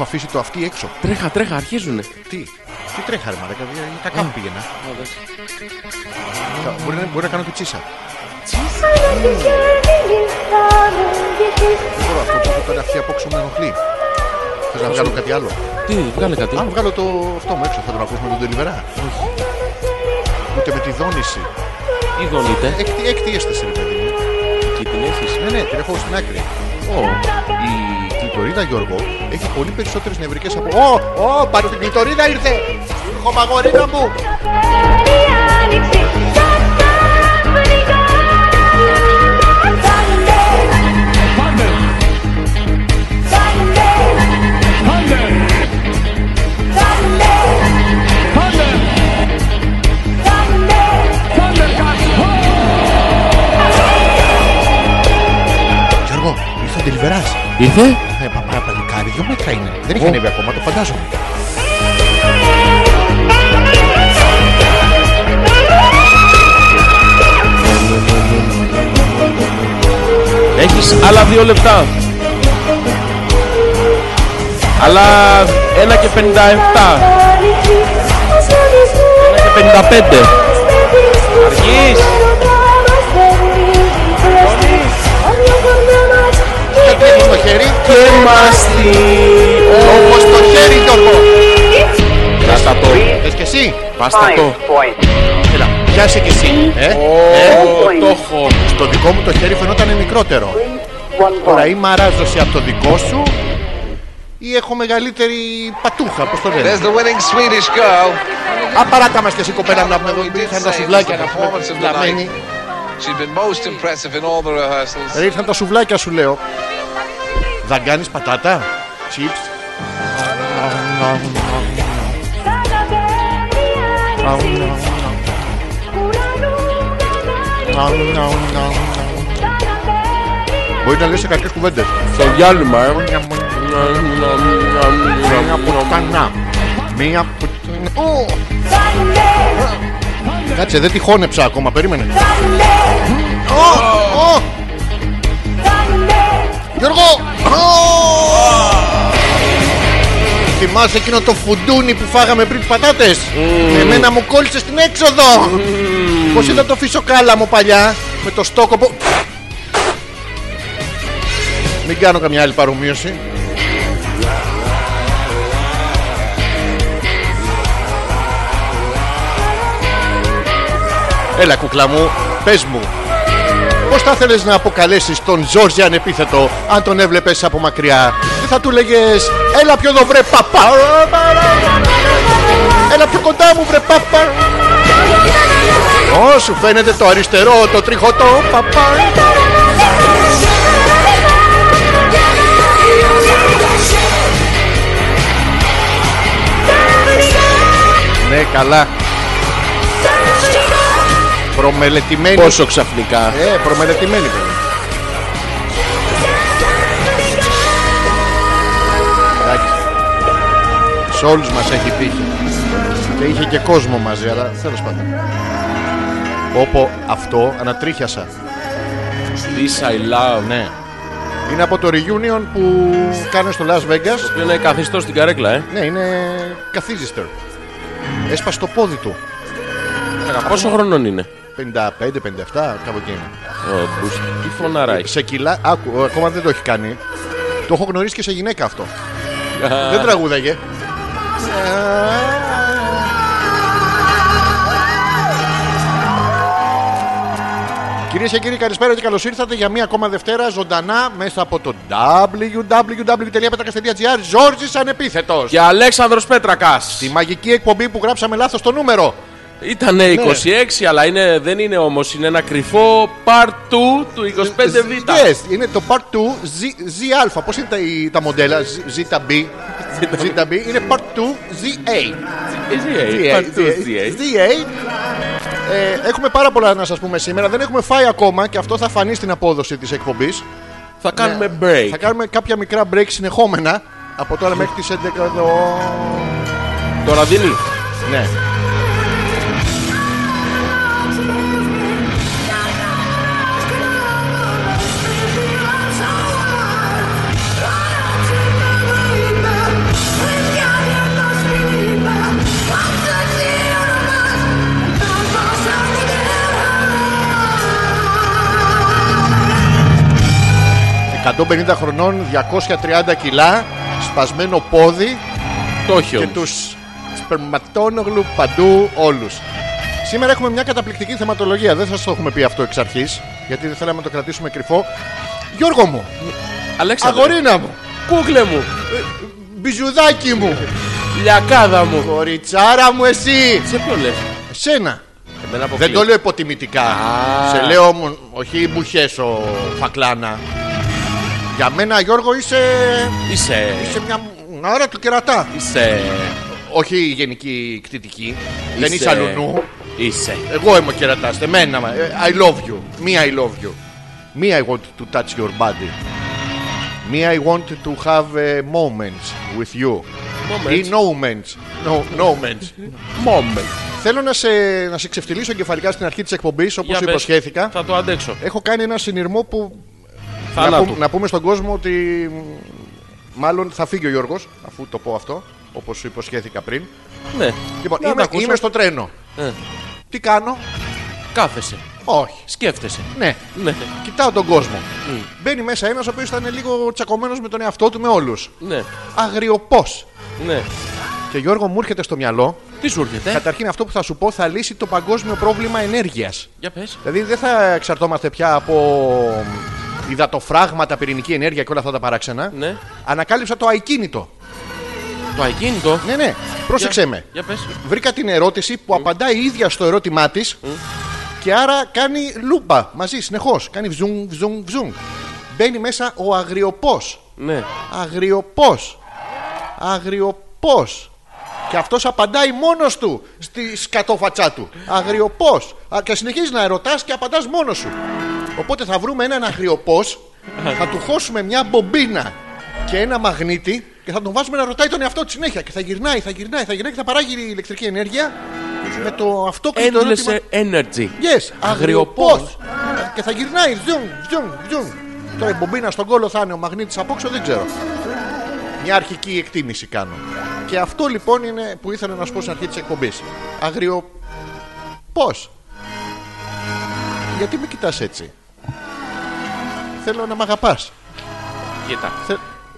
αφήσει το αυτή έξω. Τρέχα, τρέχα, αρχίζουνε. Τι, τι τρέχα, ρε Μαλάκα, για- τα κάπου πήγαινα. Τα- Μπορεί, να, μπορεί να κάνω και τσίσα. Δεν μπορώ αυτό που έχω τώρα αυτή απόξω με ενοχλεί. Θες να βγάλω κάτι άλλο. Τι, βγάλε κάτι. Αν βγάλω το αυτό μου έξω, θα τον ακούσουμε τον Τελιβερά. Ούτε με τη δόνηση. Τι γονείτε, Έκτη, έκτη αίσθηση, ρε παιδί μου. εκεί την έχεις. Ναι, ναι, την έχω στην άκρη. Ω, η κλειτορίδα Γιώργο έχει πολύ περισσότερες νευρικές από. Ω, ω, πάνω την κλειτορίδα ήρθε! Χωμαγορίνα μου! Γιώργο, ήρθε ο Τελιβερά. Ήρθε. Ε, παπά, παλικάρι, δύο μέτρα είναι. Δεν έχει ανέβει ακόμα, το φαντάζομαι. Έχεις άλλα δύο λεπτά. Αλλά ένα και 57. Ένα και 55. Αργείς. Και τρέχει στο χέρι, Και μας τη... όπως το χέρι, Γιώργο! Κράτα το. Θε κι εσύ, Πάστα το. έλα, πιάσε κι εσύ. Ε, ε, Το έχω. στο δικό μου το χέρι φαινόταν μικρότερο. Τώρα ή μαράζωση από το δικό σου ή έχω μεγαλύτερη πατούχα, πώς το λένε. There's the winning Swedish girl. Α, παράτα μας και εσύ κοπέλα να πούμε εδώ, ήρθαν τα σουβλάκια να πούμε, βλαμμένη. She's been most impressive in all the rehearsals. Ρε, ήρθαν τα σουβλάκια σου λέω. Δαγκάνεις πατάτα, chips. Μπορεί να λες σε κακές κουβέντες. Στο διάλειμμα, ε. Μια πουτανά. Μια πουτανά. Ω! Κάτσε, δεν τη χώνεψα ακόμα, περίμενε. Ω, ω. Γιώργο! Θυμάσαι εκείνο το φουντούνι που φάγαμε πριν τις πατάτες Εμένα μου κόλλησε στην έξοδο Πως ήταν το φυσοκάλα μου παλιά Με το στόκο που... Μην κάνω καμιά άλλη παρομοίωση Έλα κουκλά μου, πες μου Πώς θα ήθελες να αποκαλέσεις τον Ζόρζι ανεπίθετο Αν τον έβλεπες από μακριά Δεν θα του λέγες Έλα πιο εδώ βρε παπά Έλα πιο κοντά μου βρε παπά Ω σου φαίνεται το αριστερό το τριχωτό παπά Ναι καλά Προμελετημένη Πόσο ξαφνικά. ε, προμελετημένη παιδί. Εντάξει. Σε όλους μας έχει τύχει. Και είχε και κόσμο μαζί, αλλά τέλος πάντων. Όπο αυτό ανατρίχιασα. This I love. Ναι. Είναι από το reunion που κάνουν στο Las Vegas. Είναι καθιστός στην καρέκλα, ε. Ναι, είναι καθίζιστερ. Έσπασε το πόδι του. Πόσο χρονών είναι. 55-57, κάπου εκεί. είναι. Ο Μπούς, Τι φωνάρα έχεις. Σε κιλά, άκου, ακόμα δεν το έχει κάνει. Το έχω γνωρίσει και σε γυναίκα αυτό. Δεν τραγούδαγε. Κυρίες και κύριοι καλησπέρα και καλώς ήρθατε για μία ακόμα Δευτέρα ζωντανά μέσα από το www.petrakas.gr Ζόρζης Ανεπίθετος Και Αλέξανδρος Πέτρακας. Η μαγική εκπομπή που γράψαμε λάθος το νούμερο Ήταν Ναι. 26, αλλά είναι, δεν είναι όμως. Είναι ένα κρυφό part 2 του 25β. Yes, είναι το part 2 ZA. Πώς είναι τα, η- τα μοντέλα, ZB. ZB είναι part 2 ZA. ZA, part 2 ZA. ZA. Ε, έχουμε πάρα πολλά να σας πούμε σήμερα. Δεν έχουμε φάει ακόμα και αυτό θα φανεί στην απόδοση της εκπομπής. Θα κάνουμε break. Ναι. Θα κάνουμε κάποια μικρά break συνεχόμενα από τώρα μέχρι τις 11 εδώ. Τώρα δίνει. Ναι. Thank you. 150 χρονών, 230 κιλά, σπασμένο πόδι Τόχιο. και τους σπερματόνογλου παντού όλους. Σήμερα έχουμε μια καταπληκτική θεματολογία. Δεν θα σας το έχουμε πει αυτό εξ αρχής, γιατί δεν θέλαμε να το κρατήσουμε κρυφό. Γιώργο μου, Αλέξανδρε. αγορίνα μου, Κούκλε μου. μπιζουδάκι μου, Λιακάδα μου. κοριτσάρα μου εσύ, Σε ποιον λες. σένα. Εμένα αποκλείεται. Δεν το λέω υποτιμητικά. Σε λέω, μ, όχι μπουχέσω φακλάνα. Για μένα, Γιώργο, είσαι, Είσαι. είσαι μια ώρα του κερατά. Είσαι. Όχι γενική κτητική. Δεν Είσαι- είσαι αλουνού. Είσαι. Εγώ είμαι ο κερατάς. Εμένα. ε, I love you. Me I love you. Me I want to touch your body. Me I want to have uh, moments with you. Ή Moments. moments. No, no moments. Moment. Θέλω να σε, να σε ξεφτυλίσω εγκεφαλικά στην αρχή της εκπομπής, όπως Για πες. υποσχέθηκα. Θα το αντέξω. Έχω κάνει ένα συνειρμό που να, Θανάτου. πούμε, να πούμε στον κόσμο ότι μ, μάλλον θα φύγει ο Γιώργος αφού το πω αυτό, όπως σου υποσχέθηκα πριν. Ναι. Λοιπόν, Να τα είμαι, ακούσω. είμαι στο τρένο. Ε. Τι κάνω, Κάθεσαι. Όχι. Σκέφτεσαι. Ναι, Ναι. κοιτάω τον κόσμο. Mm. Μπαίνει μέσα ένας ο οποίος ήταν λίγο τσακωμένος με τον εαυτό του με όλους. Ναι. Αγριοπός. Ναι. Και Γιώργο μου έρχεται στο μυαλό, Τι σου έρχεται. ε? καταρχήν αυτό που θα σου πω θα λύσει το παγκόσμιο πρόβλημα ενέργειας. Για πες. Δηλαδή δεν θα εξαρτώμαστε πια από μ, υδατοφράγματα, πυρηνική ενέργεια και όλα αυτά τα παράξενα. Ναι. Ανακάλυψα το ακίνητο. Το ακίνητο. Ναι, ναι, πρόσεξε με. Για Mm. πες. Βρήκα την ερώτηση που απαντάει η ίδια στο ερώτημά της Mm. και άρα κάνει λούπα μαζί συνεχώς. Κάνει βζουμ, βζουμ, βζουμ. Μπαίνει μέσα ο αγριοπός. Ναι. Αγριοπός. Αγριοπός. Και αυτός απαντάει μόνος του στη σκατόφατσά του. Αγριοπός. Και συνεχίζεις να ερωτάς και απαντάς μόνος σου. Οπότε θα βρούμε έναν αγριοπό, θα του χώσουμε μια μπομπίνα και ένα μαγνήτη και θα τον βάζουμε να ρωτάει τον εαυτό του συνέχεια. Και θα γυρνάει, θα γυρνάει, θα γυρνάει και θα παράγει η ηλεκτρική ενέργεια με το αυτόκλητο ερώτημα. Endless energy. Yes, αγριοπό. Αγριοπός. Και θα γυρνάει, ζουμ, ζουμ, ζουμ. Τώρα η μπομπίνα στον κόλο θα είναι ο μαγνήτης από έξω, δεν ξέρω. Μια αρχική εκτίμηση κάνω. Και αυτό λοιπόν είναι που ήθελα να σου πω στην αρχή της εκπομπής. Αγριο. Πώ. Γιατί με κοιτάς έτσι. Θέλω να μ' αγαπάς. Κοίτα.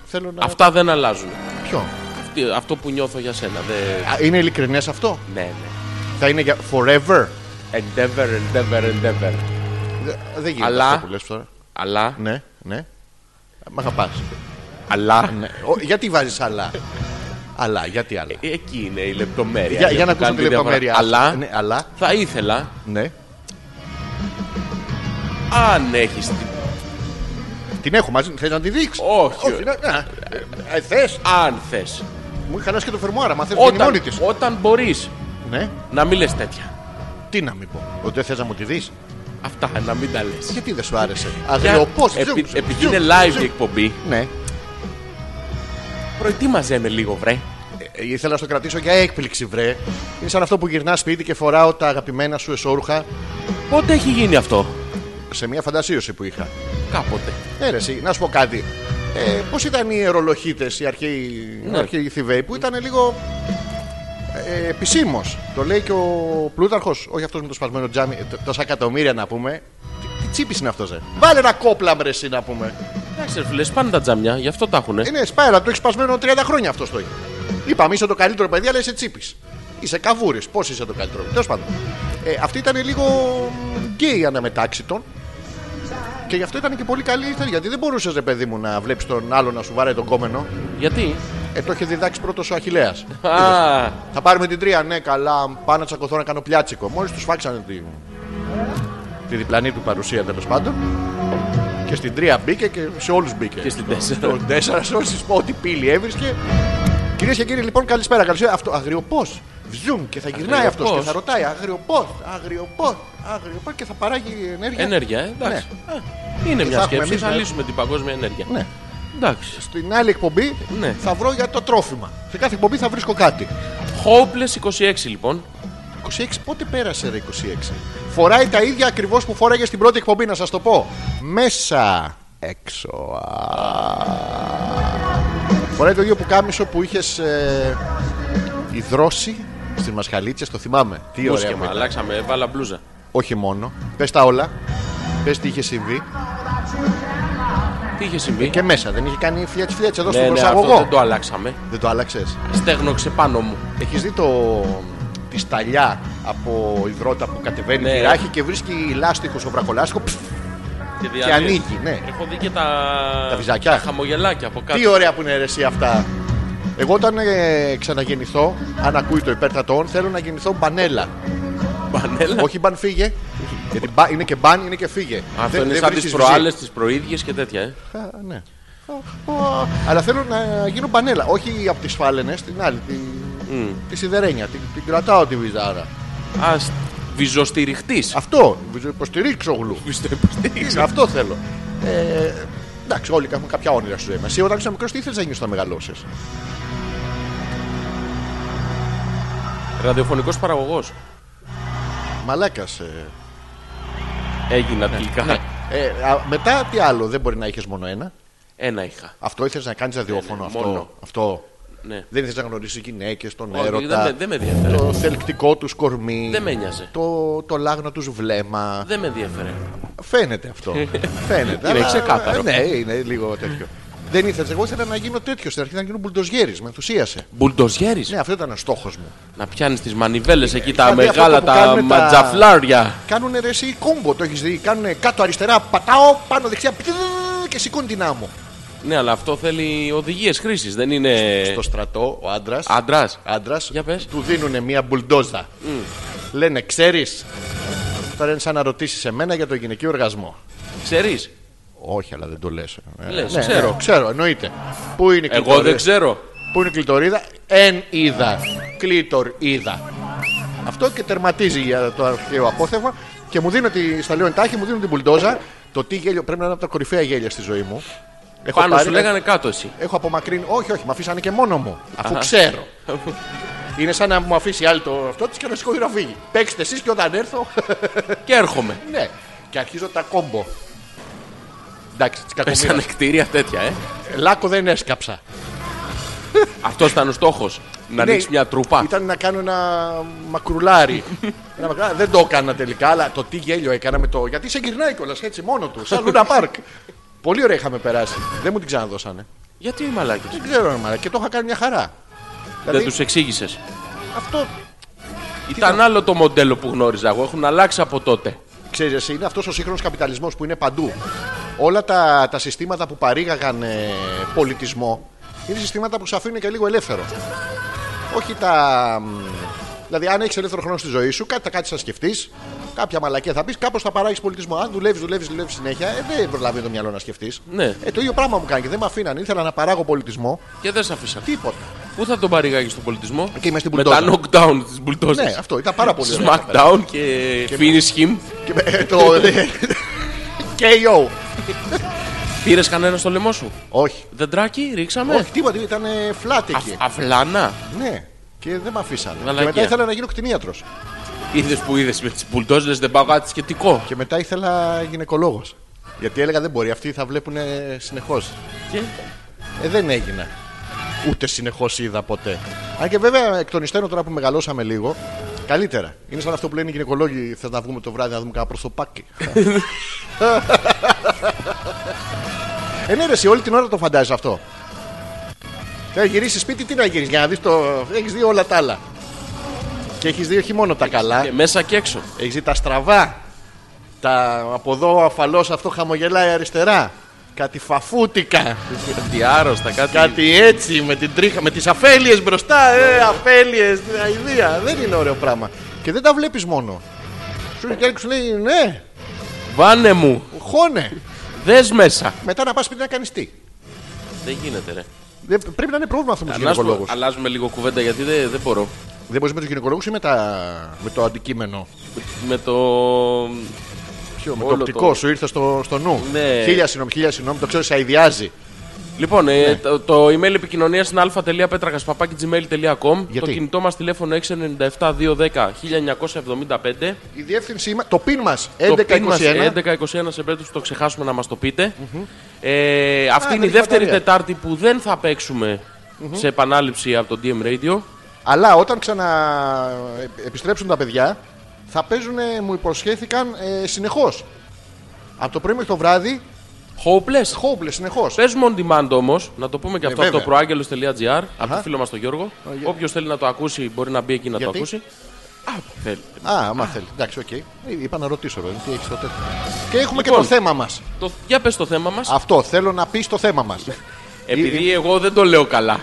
Θέλω να. Αυτά δεν αλλάζουν. Ποιο. Αυτή- Αυτό που νιώθω για σένα. δεν- Α, Είναι ειλικρινές αυτό. Ναι, ναι. Θα είναι για forever. Endeavor, endeavor, endeavor. Δε- Δεν γίνεται Αλλά- αυτό που λες τώρα. Αλλά, Ναι, ναι. Μ' αγαπάς. αλλά. ναι. Ο, γιατί βάζεις αλλά. αλλά, γιατί αλλά. Ε, Εκεί είναι η λεπτομέρεια. για, για που να ακούσουμε κάνει τη ε, διαφορά. λεπτομέρεια. Αλλά Ναι, αλλά. θα ήθελα, Ναι. αν έχεις την. Την έχω μαζί. Θες να τη δείξεις. Όχι. ναι, ναι. Ε, θες. Αν θες Μου είχε χαλάσει και το φερμοάρα. Μα θες να είναι μόνη Όταν, της. όταν μπορείς Ναι. να μην λες τέτοια. Τι να μην πω. Ότι δεν θες να μου τη δεις. Αυτά, να μην τα λες Γιατί δεν σου άρεσε. Για- Αγριοπό. επει- Επειδή είναι live η εκπομπή, Ναι. προετοίμαζέ με λίγο, βρε. Ε, ήθελα να στο κρατήσω για έκπληξη, βρε. Είναι σαν αυτό που γυρνά σπίτι και φοράω τα αγαπημένα σου εσόρουχα Πότε έχει γίνει αυτό, σε μια φαντασίωση που είχα. κάποτε. Ναι, ρε, εσύ, να σου πω κάτι. Ε, Πώς ήταν οι αερολοχίτε, οι αρχαίοι, ναι. Ναι. αρχαίοι Θηβαίοι, που ήταν λίγο ε, επισήμως. Το λέει και ο Πλούταρχος, όχι αυτός με το σπασμένο τζάμι, ε, τ- τόσα εκατομμύρια να πούμε. Τι, τι τσίπης είναι αυτός, ρε. Βάλε ένα κόπλα, μ, ρε, εσύ να πούμε. Εντάξει, ρε φίλε, σπάνε τα τζαμιά, γι' αυτό τα έχουνε. Ε, ναι, σπάει, αλλά το έχει σπασμένο 30 χρόνια αυτός το έχει. Είπαμε, είσαι το καλύτερο παιδί, αλλά είσαι τσίπης. Είσαι καβούρης. Πώς είσαι το καλύτερο. Τέλος πάντων. Ε, αυτή ήταν λίγο γκέι αναμετάξιτον. Και γι' αυτό ήταν και πολύ καλή ηθελή, Γιατί δεν μπορούσες, ρε παιδί μου, να βλέπεις τον άλλο να σου βάρει τον κόμενο. Γιατί. Ε, το είχε διδάξει πρώτος ο Αχηλέα. Α, Θα πάρουμε την τρία, ναι, καλά. Πάω να τσακωθώ να κάνω πλιάτσικο. Μόλις τους φάξανε τη, τη διπλανή του παρουσία τέλος πάντων. Και στην τρία μπήκε και σε όλους μπήκε. και στην Το 4. 4 σε όσοι πω ό,τι πύλη έβρισκε. Κυρίες και κύριοι, λοιπόν, καλησπέρα. Καλησπέρα. Αυτό αγριοπός. Βζουμ και θα γυρνάει αυτός Αγριοπός. και θα ρωτάει αγριοπός, αγριοπός, αγριοπός και θα παράγει ενέργεια. Ναι. Ενέργεια, ε, εντάξει. Ε, Είναι Και μια θα έχουμε σκέψη, εμείς, θα ναι. λύσουμε την παγκόσμια ενέργεια. Ναι. Εντάξει. Στην άλλη εκπομπή Ναι. θα βρω για το τρόφιμα. Σε κάθε εκπομπή θα βρίσκω κάτι. Hopeless 26 λοιπόν. 26, πότε πέρασε ρε 26. Φοράει τα ίδια ακριβώς που φόραγε στην πρώτη εκπομπή, να σας το πω. Μέσα. Έξω. Α. Φοράει το ίδιο που κάμισο που είχες ε, υδρώσει στι μασχαλίτσε, το θυμάμαι. Τι ωραία που Μουσκεμα, ήταν. αλλάξαμε, έβαλα μπλούζα. Όχι μόνο. Πες τα όλα. Πες τι είχε συμβεί. Τι είχε συμβεί. Και μέσα δεν είχε κάνει φλιατ φλιατ εδώ στον Ναι, ναι, αυτό προσαγωγό. δεν το αλλάξαμε. Δεν το άλλαξες. Στέγνωξε πάνω μου. Έχεις δει το, τη σταλιά από υδρότα που κατεβαίνει Ναι. τη ράχη και βρίσκει λάστιχο στο βραχολάστιχο. Πφ, και διαλύεις. ανοίγει, ναι. Έχω δει και τα, Τα βυζακιά. χαμογελάκια από κάτω. Τι ωραία που είναι ρε, εσύ αυτά. Εγώ όταν ε, ξαναγεννηθώ, αν ακούει το υπέρτατο όν, θέλω να γεννηθώ μπανέλα. Πανέλα. Όχι μπαν φύγε. Γιατί μπα- είναι και μπαν, είναι και φύγε. Αυτό Δεν- είναι δεν σαν βρίσκεις τι βυζί. προάλλε, τι προίδιε και τέτοια. Ε. Α, ναι. Α, α, Αλλά θέλω να γίνω μπανέλα. Όχι από τις φάλαινες, την άλλη. Τη, τη σιδερένια. Την, την κρατάω τη βυζάρα. Α βυζοστηριχτή. Αυτό. Υποστηρίξω γλου. Αυτό θέλω. Ε, εντάξει, όλοι έχουμε κάποια όνειρα στη ζωή μας. Εσύ όταν ήσουν μικρός, τι ήθελες να γίνεις όταν μεγαλώσει. Ραδιοφωνικός παραγωγός. Μαλάκας. Ε. Ναι. Έγινα τελικά. Ε, α, μετά τι άλλο, δεν μπορεί να είχες μόνο ένα. Ένα είχα. Αυτό ήθελες να κάνεις ραδιόφωνο. Ναι, ναι, αυτό. μόνο. αυτό. Ναι. Δεν ήθελες να γνωρίσει γυναίκες, τον Όχι, έρωτα. δεν με- δεν με ενδιαφέρε. Το θελκτικό τους κορμί. Δεν με ένοιαζε. Το, το λάγνο τους βλέμμα. Δεν με ενδιαφέρε. Φαίνεται αυτό. Φαίνεται. Είναι ξεκάθαρο. Ναι, είναι λίγο τέτοιο. δεν ήθελες. Εγώ ήθελα να γίνω τέτοιος. Στην αρχή να γίνω μπουλντοζιέρης. Με ενθουσίασε. Μπουλντοζιέρι. Ναι, αυτό ήταν ο στόχος μου. Να πιάνεις τις μανιβέλες εκεί, τα Δηλαδή αυτό μεγάλα, που κάνουμε τα τα- ματζαφλάρια. Κάνουν ρε εσύ κόμπο, το έχεις δει. Κάνουν κάτω αριστερά, πατάω, πάνω δεξιά πτυ, και σηκώνει την άμμο. Ναι, αλλά αυτό θέλει οδηγίες χρήσης. Δεν είναι. Στο στρατό, ο άντρας. Άντρας. Άντρας, Για πες. Mm. του δίνουν μια μπουλντόζα. Λένε, ξέρεις. Τώρα είναι σαν να ρωτήσεις εμένα για το γυναικείο οργασμό. Ξέρεις. Όχι, αλλά δεν το λες. Λες, ξέρω. ναι, ξέρω, εννοείται. Πού είναι η Εγώ κλειτορίδα? δεν ξέρω. Πού είναι η κλειτορίδα, εν είδα. Κλείτορ είδα. Αυτό και τερματίζει για το αρχαίο απόθεμα και μου δίνω τη, στα λέω εντάχει, μου δίνουν την μπουλντόζα. Το τι γέλιο πρέπει να είναι από τα κορυφαία γέλια στη ζωή μου. Έχω Πάνω πάρει- ναι. σου λέγανε κάτω εσύ. Έχω απομακρύνει. Όχι, όχι, με αφήσανε και μόνο μου. Αφού ξέρω. είναι σαν να μου αφήσει άλλη το αυτό της και να σηκωθεί να φύγει. Παίξτε εσείς και όταν έρθω. Και έρχομαι. ναι, και αρχίζω τα κόμπο. Εντάξει, τη Πέσανε κακομοίρα. κτίρια τέτοια, ε. Λάκο δεν έσκαψα. Αυτό ήταν ο στόχος. Να Ναι, ανοίξεις μια τρούπα. Ήταν να κάνω ένα μακρουλάρι. Ένα μακρουλάρι. Δεν το έκανα τελικά, αλλά το τι γέλιο έκανα με το. Γιατί σε γυρνάει κιόλας έτσι μόνο του, σαν Λούνα Πάρκ. Πολύ ωραία είχαμε περάσει. Δεν μου την ξαναδώσανε. Γιατί οι μαλάκες. Δεν ξέρω, ρε μαλάκα, και το είχα κάνει μια χαρά. Δεν Δηλαδή, τους εξήγησες. αυτό Ήταν άλλο το μοντέλο που γνώριζα εγώ. Έχουν αλλάξει από τότε. Ξέρεις, εσύ, είναι αυτός ο σύγχρονος καπιταλισμός που είναι παντού. Όλα τα, τα συστήματα που παρήγαγαν ε, πολιτισμό είναι συστήματα που σε αφήνουν και λίγο ελεύθερο. Όχι τα. μ, Δηλαδή, αν έχεις ελεύθερο χρόνο στη ζωή σου, κάτι θα κάτσεις να σκεφτείς, κάποια μαλακία θα πεις, κάπως θα παράγεις πολιτισμό. Αν δουλεύεις, δουλεύεις, δουλεύεις συνέχεια, ε, δεν προλαβαίνει το μυαλό να σκεφτείς. Ναι. Ε, το ίδιο πράγμα μου κάνει και δεν με αφήνανε. Ήθελα να παράγω πολιτισμό, Και δεν σε αφήσαν. τίποτα. Πού θα τον παρηγάγεις στον πολιτισμό. Και είμαι στην Με τα μπουλντόζα. knockdown τη μπουλντόζα. Ναι, αυτό ήταν πάρα πολύ. ωραία. Smackdown και finish him. Και με- το. ε, KO. Πήρες κανένα στο λαιμό σου. Όχι. Δεντράκι, ρίξαμε. Όχι, τίποτα, ήταν φλάτ εκεί. Α- αφλάνα. Ναι, και δεν με αφήσανε. Μαλακία. Και μετά ήθελα να γίνω κτηνίατρος. Είδες που είδες με τις μπουλντόζες, δεν πάω κάτι σκεπτικό. Και μετά ήθελα γυναικολόγος. Γιατί έλεγα δεν μπορεί, αυτοί θα βλέπουν συνεχώ. Και Ε, δεν έγινα. Ούτε συνεχώς είδα ποτέ. Αν και βέβαια εκ των υστέρων τώρα που μεγαλώσαμε λίγο, καλύτερα. Είναι σαν αυτό που λένε οι γυναικολόγοι: Θες να βγούμε το βράδυ να δούμε κανένα προσωπάκι. ε, ναι, ρε, εσύ, όλη την ώρα το φαντάζεσαι αυτό. Θα γυρίσεις σπίτι, τι να γυρίσεις, για να δεις το. Έχεις δει όλα τα άλλα. Και έχεις δει όχι μόνο τα καλά, και μέσα και έξω. έχεις δει τα στραβά. Τα από εδώ αφαλώς αυτό χαμογελάει αριστερά. Κάτι φαφούτικα. Κάτι άρρωστα, κάτι. Κάτι έτσι με την τρίχα, με τις αφέλειες μπροστά. Ε, αφέλειες, την αηδία. Δεν είναι ωραίο πράγμα. Και δεν τα βλέπεις μόνο. Σου λέει, και σου λέει, ναι, Βάνε μου, χώνε. δες μέσα. Μετά να πας σπίτι να κάνεις τι. Δεν γίνεται, ρε. Δεν- Πρέπει να είναι πρόβλημα αυτό με τους Αλλάζουμε, γυναικολόγους. αλλάζουμε λίγο κουβέντα γιατί δεν, δεν μπορώ. Δεν μπορείς με τους γυναικολόγους ή με, τα... με το αντικείμενο. Με το. Ποιο, με το Όλο οπτικό το- σου ήρθε στο, στο νου. Ναι. Χίλια συγγνώμη, χίλια συγγνώμη, το ξέρω, σε αηδιάζει. Λοιπόν, ε, το, το email επικοινωνίας είναι α.πέτρακα.gmail.com. Το Γιατί? κινητό μας τηλέφωνο 697-210-1975. Η διεύθυνσή μα, το pin μας Το pin μας 1121. 11-21 σε περίπτωση το ξεχάσουμε να μας το πείτε. Ε, αυτή Α, είναι δεν η έχει δεύτερη μπαταρία. Τετάρτη που δεν θα παιξουμε σε επανάληψη από το DM Radio. Αλλά όταν ξαναεπιστρέψουν τα παιδιά, ε, θα παίζουν, μου υποσχέθηκαν, ε, συνεχώς. Από το πρωί μέχρι το βράδυ, Hopeless. Χόμπλε συνεχώς. Παίζουμε on demand όμως, να το πούμε και αυτό από το Ε, βέβαια. προάγγελο.gr, από Αχα. το φίλο μας τον Γιώργο. γε- Όποιος θέλει να το ακούσει, μπορεί να μπει εκεί να το Γιατί? ακούσει. Α, θέλει. Α, άμα θέλει. Εντάξει, οκ. Ε, Είπα να ρωτήσω, ρε, τι έχεις το τέτοιο. Και έχουμε και Λοιπόν. το θέμα μας. Το, για πες το θέμα μας. Αυτό θέλω να πεις το θέμα μας. ε, Επειδή εγώ δεν το λέω καλά.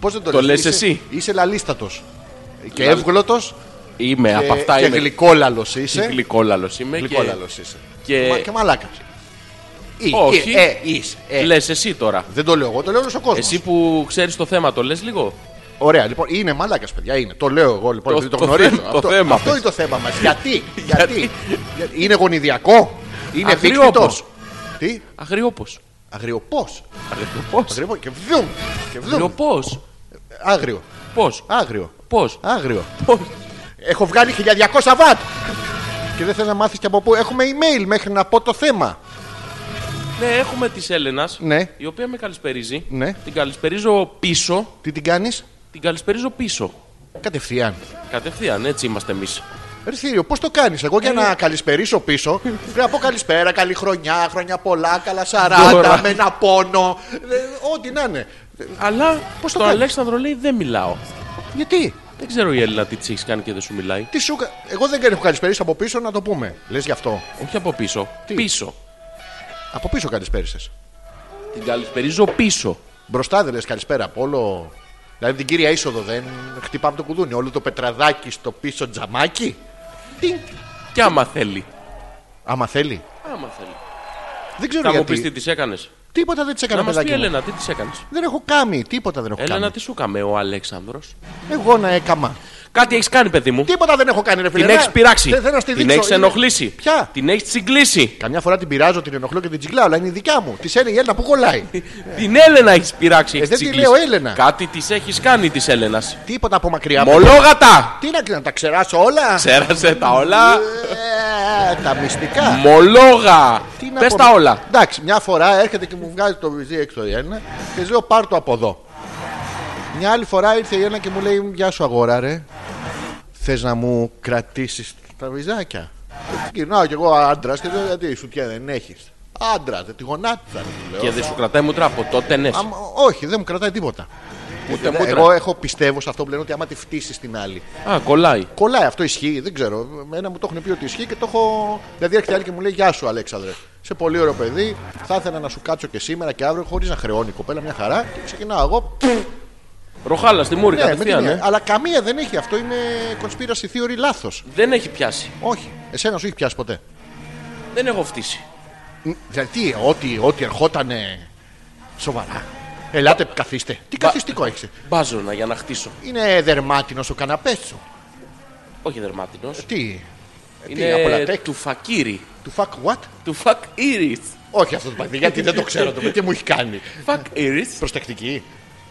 Πώς δεν το, Το λες, λες είσαι- εσύ. Είσαι λαλίστατος. Και Λαλ- εύγλωτος Είμαι και, από αυτά. και ε? είμαι γλυκόλαλος είσαι. γλυκόλαλος. Είμαι Γλυκόλαλος είσαι. και- Μα- Και μαλάκας. Όχι. Ε, ε, είσαι. Ε. Λες εσύ τώρα. Δεν το λέω εγώ, το λέω όλος ο κόσμος. Εσύ που ξέρεις το θέμα, το λες λίγο. Ωραία, λοιπόν, είναι μαλάκας, παιδιά. Είναι. Το λέω εγώ, λοιπόν, Το- επειδή το, το γνωρίζω. θέμα- το αυτό θέμα αυτό πες. είναι το θέμα μας. Γιατί, γιατί, γιατί, είναι γονιδιακό, είναι Αγριόπος. επίκτητο. Τι, Αγριόπος. αγριοπός. Αγριοπό. Αγριοπό και βδουμ. Και βδουμ. Αγριοπός. Άγριο. Πώς. Άγριο. Πώς. Άγριο. Έχω βγάλει 1200 βατ. Και δεν θέλω να μάθεις και από πού. Έχουμε email μέχρι να πω το θέμα. Ναι, έχουμε της Έλενας. Ναι. Η οποία με καλησπερίζει. Ναι. Την καλησπερίζω πίσω. Τι την κάνεις, Την καλησπερίζω πίσω. κατευθείαν. Κατευθείαν, έτσι είμαστε εμείς. Ρε Θήριο, πώς το κάνεις. Εγώ για Ε, ναι. να καλησπερίσω πίσω, πρέπει να πω καλησπέρα, καλή χρονιά, χρόνια πολλά, καλά Τώρα. 40, με ένα πόνο. Ε, Ό,τι να είναι. Ε, Αλλά Πώς το στον κάνεις? Αλέξανδρο λέει δεν μιλάω. Γιατί, Δεν ξέρω η Έλληνα τι της έχεις κάνει και δεν σου μιλάει. τι σου. κα- Εγώ δεν έχω καλησπερίσει από πίσω να το πούμε. Λες γι' αυτό. Όχι από πίσω. Τι? Πίσω. Από πίσω καλησπέρισε. Την καλησπερίζω πίσω. Μπροστά δεν λες καλησπέρα από όλο. Δηλαδή την κύρια είσοδο δεν χτυπάμε το κουδούνι. Όλο το πετραδάκι στο πίσω τζαμάκι. Τι. Και άμα θέλει. Άμα θέλει. Άμα θέλει. Δεν ξέρω Θα μου Ε, γιατί. πεις τι της έκανες. Τίποτα δεν της Να έκανα μα πει παιδάκι. μου. Έλενα, τι της έκανες. Δεν έχω κάνει. Τίποτα δεν έχω Έλενα, κάνει. τι σου κάμε ο Αλέξανδρος. Εγώ να έκαμα. Κάτι έχεις κάνει, παιδί μου. Τίποτα δεν έχω κάνει, ρε φίλε. Την Να- έχει πειράξει. Δεν θέλω να στη Την δείξω. έχεις Είναι- ενοχλήσει. Ποια? Την έχεις τσιγκλίσει. Καμιά φορά την πειράζω, την ενοχλώ και την τσιγκλάω, αλλά είναι η δικιά μου. Της είναι η Έλληνα που κολλάει. Την Έλενα έχεις πειράξει. έχεις Ε, δεν τη τσιγκλίσει. λέω Έλενα. Κάτι της έχεις κάνει της Έλενας. Τίποτα από μακριά. μου. Μολόγατα! Τι να, να τα ξεράσω όλα. Ξέρασε τα όλα. Ε, τα μυστικά. Μολόγα! Τι να Πες πω- τα όλα. Εντάξει, μια φορά έρχεται και μου βγάζει το βυζί έξω η Έλληνα και λέω πάρ το από εδώ. Μια άλλη φορά ήρθε η Έλληνα και μου λέει Γεια σου αγορά ρε. Θες να μου κρατήσεις τα βυζάκια. Και Γυρνάω κι εγώ άντρας και λέω γιατί σου τι δεν έχεις. Άντρα, δεν τη γονάτισα. του λέω. Και δεν σου κρατάει μούτρα από τότε, ναι. Άμα- όχι, δεν μου κρατάει τίποτα. Ούτε Ε, μούτρα. Εγώ έχω πιστεύω σε αυτό που λένε ότι άμα τη φτύσεις την άλλη. Α, κολλάει. Κολλάει, αυτό ισχύει, δεν ξέρω. Ένα μου το έχουν πει ότι ισχύει και το έχω. Δηλαδή έρχεται άλλη και μου λέει Γεια σου, Αλέξανδρε. Σε πολύ ωραίο παιδί. Θα ήθελα να σου κάτσω και σήμερα και αύριο χωρίς να χρεώνει η κοπέλα μια χαρά. Και ξεκινάω εγώ. Ροχάλα στη μούρη, Ναι, με την κατευθείαν. μία. ε. Αλλά καμία δεν έχει. Αυτό είναι conspiracy theory λάθος. Δεν έχει πιάσει. Όχι. Εσένα σου έχει πιάσει ποτέ. Δεν έχω φτύσει. Μ, Δηλαδή, τι, ό,τι, ό,τι ερχότανε. Σοβαρά. Ελάτε, καθίστε. Τι καθιστικό έχεις. Μπάζωνα για να χτίσω. Είναι δερμάτινος ο καναπές σου. Όχι δερμάτινος. Τι. Ε, τι, από Είναι λατέξ. του φακύρι. Του fuck what? Του φακύρι. Όχι αυτό το παιδί, γιατί δεν το ξέρω το παιδί. Τι μου έχει κάνει. Φακύρι. Προστακτική.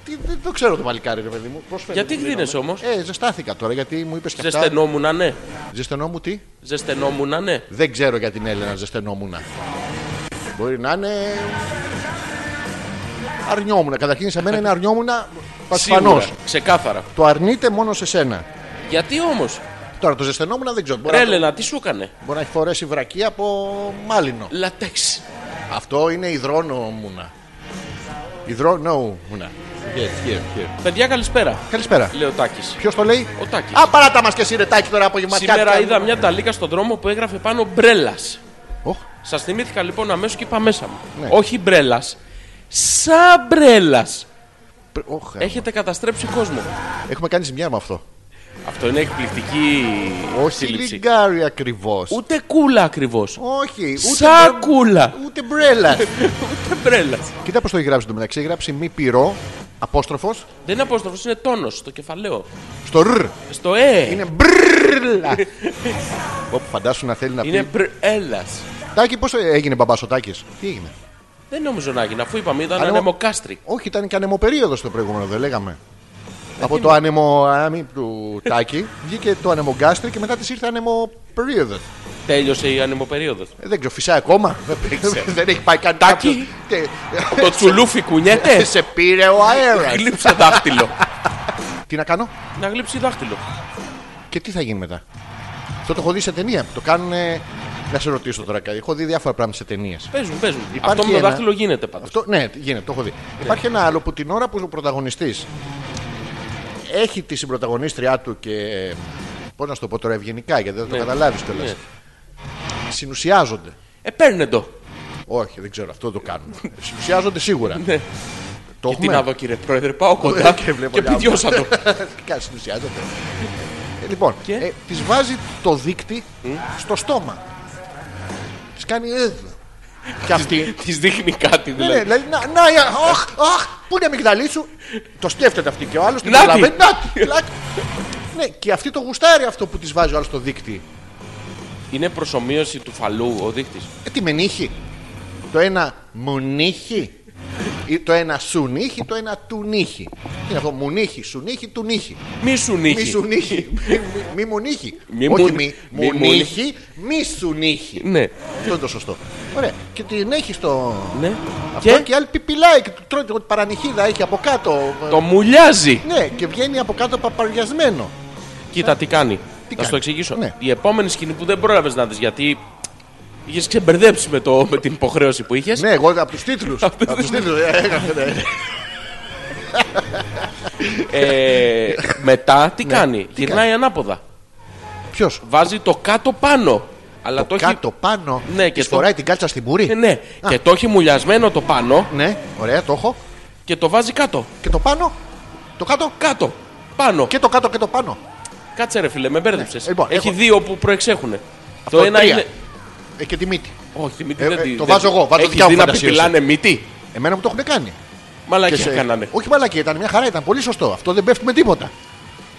Τι, δεν το ξέρω το μαλλικάρι, ρε παιδί μου. Πώς φαίνεται, Γιατί δεν γδίνεσαι δίνομαι. όμως? Ε, ζεστάθηκα τώρα γιατί μου είπες και αυτά. Ζεσθενόμουνα, ναι. Ζεσθενό μου τι. Ζεσθενόμουνα, ναι. Δεν ξέρω για την Έλενα ζεσθενόμουνα. Μπορεί να είναι. Αρνιόμουνα. Καταρχήν σε μένα είναι αρνιόμουνα πασφανώ. Σίγουρα, Ξεκάθαρα. Το αρνείται μόνο σε σένα. Γιατί όμως, Τώρα το ζεσθενόμουνα δεν ξέρω. Μπορεί, να, το- Έλενα, τι σου έκανε. μπορεί να έχει φορέσει βρακή από μάλινο. Λατέξ. Αυτό είναι υδρόνομουνα. Υδρόνομουνα. Yes, yes, yes. Παιδιά, καλησπέρα. Καλησπέρα. Λέω Τάκης. Ποιος το λέει? Ο Τάκης. Α, παράτα μας και εσύ ρε Τάκη τώρα απογευματικά. Σήμερα είδα μια ταλίκα στον δρόμο που έγραφε πάνω μπρέλας. Οχ, Σας θυμήθηκα λοιπόν αμέσως και είπα μέσα μου. Ναι. Όχι μπρέλας. Σαμπρέλα. πρε- οχ, ε, Έχετε καταστρέψει κόσμο. Έχουμε κάνει ζημιά με αυτό. Αυτό είναι εκπληκτική Όχι σύλληψη. λιγκάρι ακριβώς. Ούτε κούλα ακριβώς. Όχι, ούτε. Σακούλα. μπρε- Ούτε μπρέλας. Ούτε μπρέλας. Κοίτα πώς το έχει γράψει το μεταξύ. Έχει γράψει μη πυρό, απόστροφος, Δεν είναι απόστροφος, είναι τόνος στο κεφαλαίο. στο ρ. Στο ε. Είναι μπρέλα. Όπου φαντάσου να θέλει να Είναι πει. μπρέλα. Τάκη, πώ έγινε μπαμπά ο Τάκη. Τι έγινε. Δεν νομίζω να γίνει, αφού είπαμε ήταν Ανεμο- ανεμοκάστρι. Όχι, ήταν και ανεμοπερίοδο το προηγούμενο, δεν λέγαμε. Ε, Από το άνεμο άμι του Τάκη βγήκε το ανεμογκάστρι και μετά τη ήρθε ανεμοπερίοδο. Τέλειωσε η ανεμοπερίοδος. Ε, Δεν ξέρω, φυσάει ακόμα. Δεν έχει πάει καν Τάκη. κάποιος. Τε- Το τσουλούφι Ε, κουνιέται. Σε πήρε ο αέρας. Γλύψε δάχτυλο. Τι να κάνω Να γλύψει δάχτυλο. και τι θα γίνει μετά. Αυτό το έχω δει σε ταινία που το κάνουν ε, Να σε ρωτήσω τώρα κάτι. Έχω δει διάφορα πράγματα σε ταινίες. Παίζουν, παίζουν. Υπάρχει Αυτό με το ένα- δάχτυλο γίνεται πάντως. Αυτό, ναι, γίνεται, το έχω δει. Υπάρχει ένα άλλο που την ώρα που ο πρωταγωνιστής έχει τη συμπροταγωνίστριά του και. ε, Πώς να σου το πω τώρα ευγενικά, γιατί δεν το Ναι. καταλάβεις κιόλας. Ναι. Συνουσιάζονται. Ε, παίρνε το. Όχι, δεν ξέρω, αυτό το κάνουν. Συνουσιάζονται σίγουρα. Ναι. Το Τι να δω, έχουμε. κύριε Πρόεδρε, πάω κοντά Και βλέπω και μια- πηδιώσα το. Κα συνουσιάζονται. Ε, λοιπόν, Και? ε, τη βάζει το δίκτυ στο στόμα. Τη κάνει. «Ε». Και αυτή. Τη δείχνει κάτι Ναι, ναι, δηλαδή. δηλαδή, να, να, ε, αχ, αχ, πού είναι η αμυγδαλή σου. Το σκέφτεται αυτή και ο άλλος την Να τη. καταλαβαίνει. Να τη, πλάτη. Ναι, και αυτή το γουστάρει αυτό που τη βάζει ο άλλος στο δίκτυ. Είναι προσωμείωση του φαλού ο δείκτης. Ε, τι με νύχι. Το ένα μου νύχι. Ή Το ένα σου νύχι, το ένα του νύχι. Τι είναι αυτό, μου νύχι, σου νύχι, του νύχι. Μη σου Μη σου νύχει. νύχι. Μη, μη- μη μου νύχι. Μη Όχι μου- μη. μη Μου μου νύχι, μη σου νύχι. Ναι. Αυτό είναι το σωστό. Ωραία. Και την έχει στο. ναι. Αυτό Και και η άλλη πιπιλάει και του τρώει την παρανυχίδα έχει από κάτω. το μουλιάζει. Ναι, και βγαίνει από κάτω παπαριασμένο. Κοίτα τι κάνει. Τι θα σου κάνει. το εξηγήσω. Ναι. Η επόμενη σκηνή που δεν πρόλαβες να δεις γιατί είχες ξεμπερδέψει με, το, με την υποχρέωση που είχες. Ναι, εγώ από τους τίτλους. από τους τίτλου. Ε, μετά τι κάνει. Γυρνάει Ναι, κάνει. ανάποδα. Ποιος. Βάζει το κάτω πάνω. Αλλά το, έχει- Κάτω, πάνω. Ναι, και της το- φοράει την κάλτσα στην πουρή. Ε, ναι. Α. Και το έχει μουλιασμένο το πάνω Ναι, ωραία, το έχω. και το βάζει κάτω. Και το πάνω. Το κάτω. Κάτω. Πάνω. Και το κάτω και το πάνω. Κάτσε ρε φίλε, με μπέρδεψες. Ναι, λοιπόν, έχει έχω- δύο που προεξέχουν. Το Το ένα τρία. είναι. Ε, και τη μύτη. Όχι, μύτη Ε, δεν ε, τη- το δεν- βάζω εγώ, βάζω Έχεις δικιά μου δει να φαντασία πιπηλάνε μύτη. Εμένα μου το έχουν κάνει. Μαλακιά σε- κάνανε. Όχι μαλακή, ήταν μια χαρά, ήταν πολύ σωστό. Αυτό δεν πέφτει με τίποτα.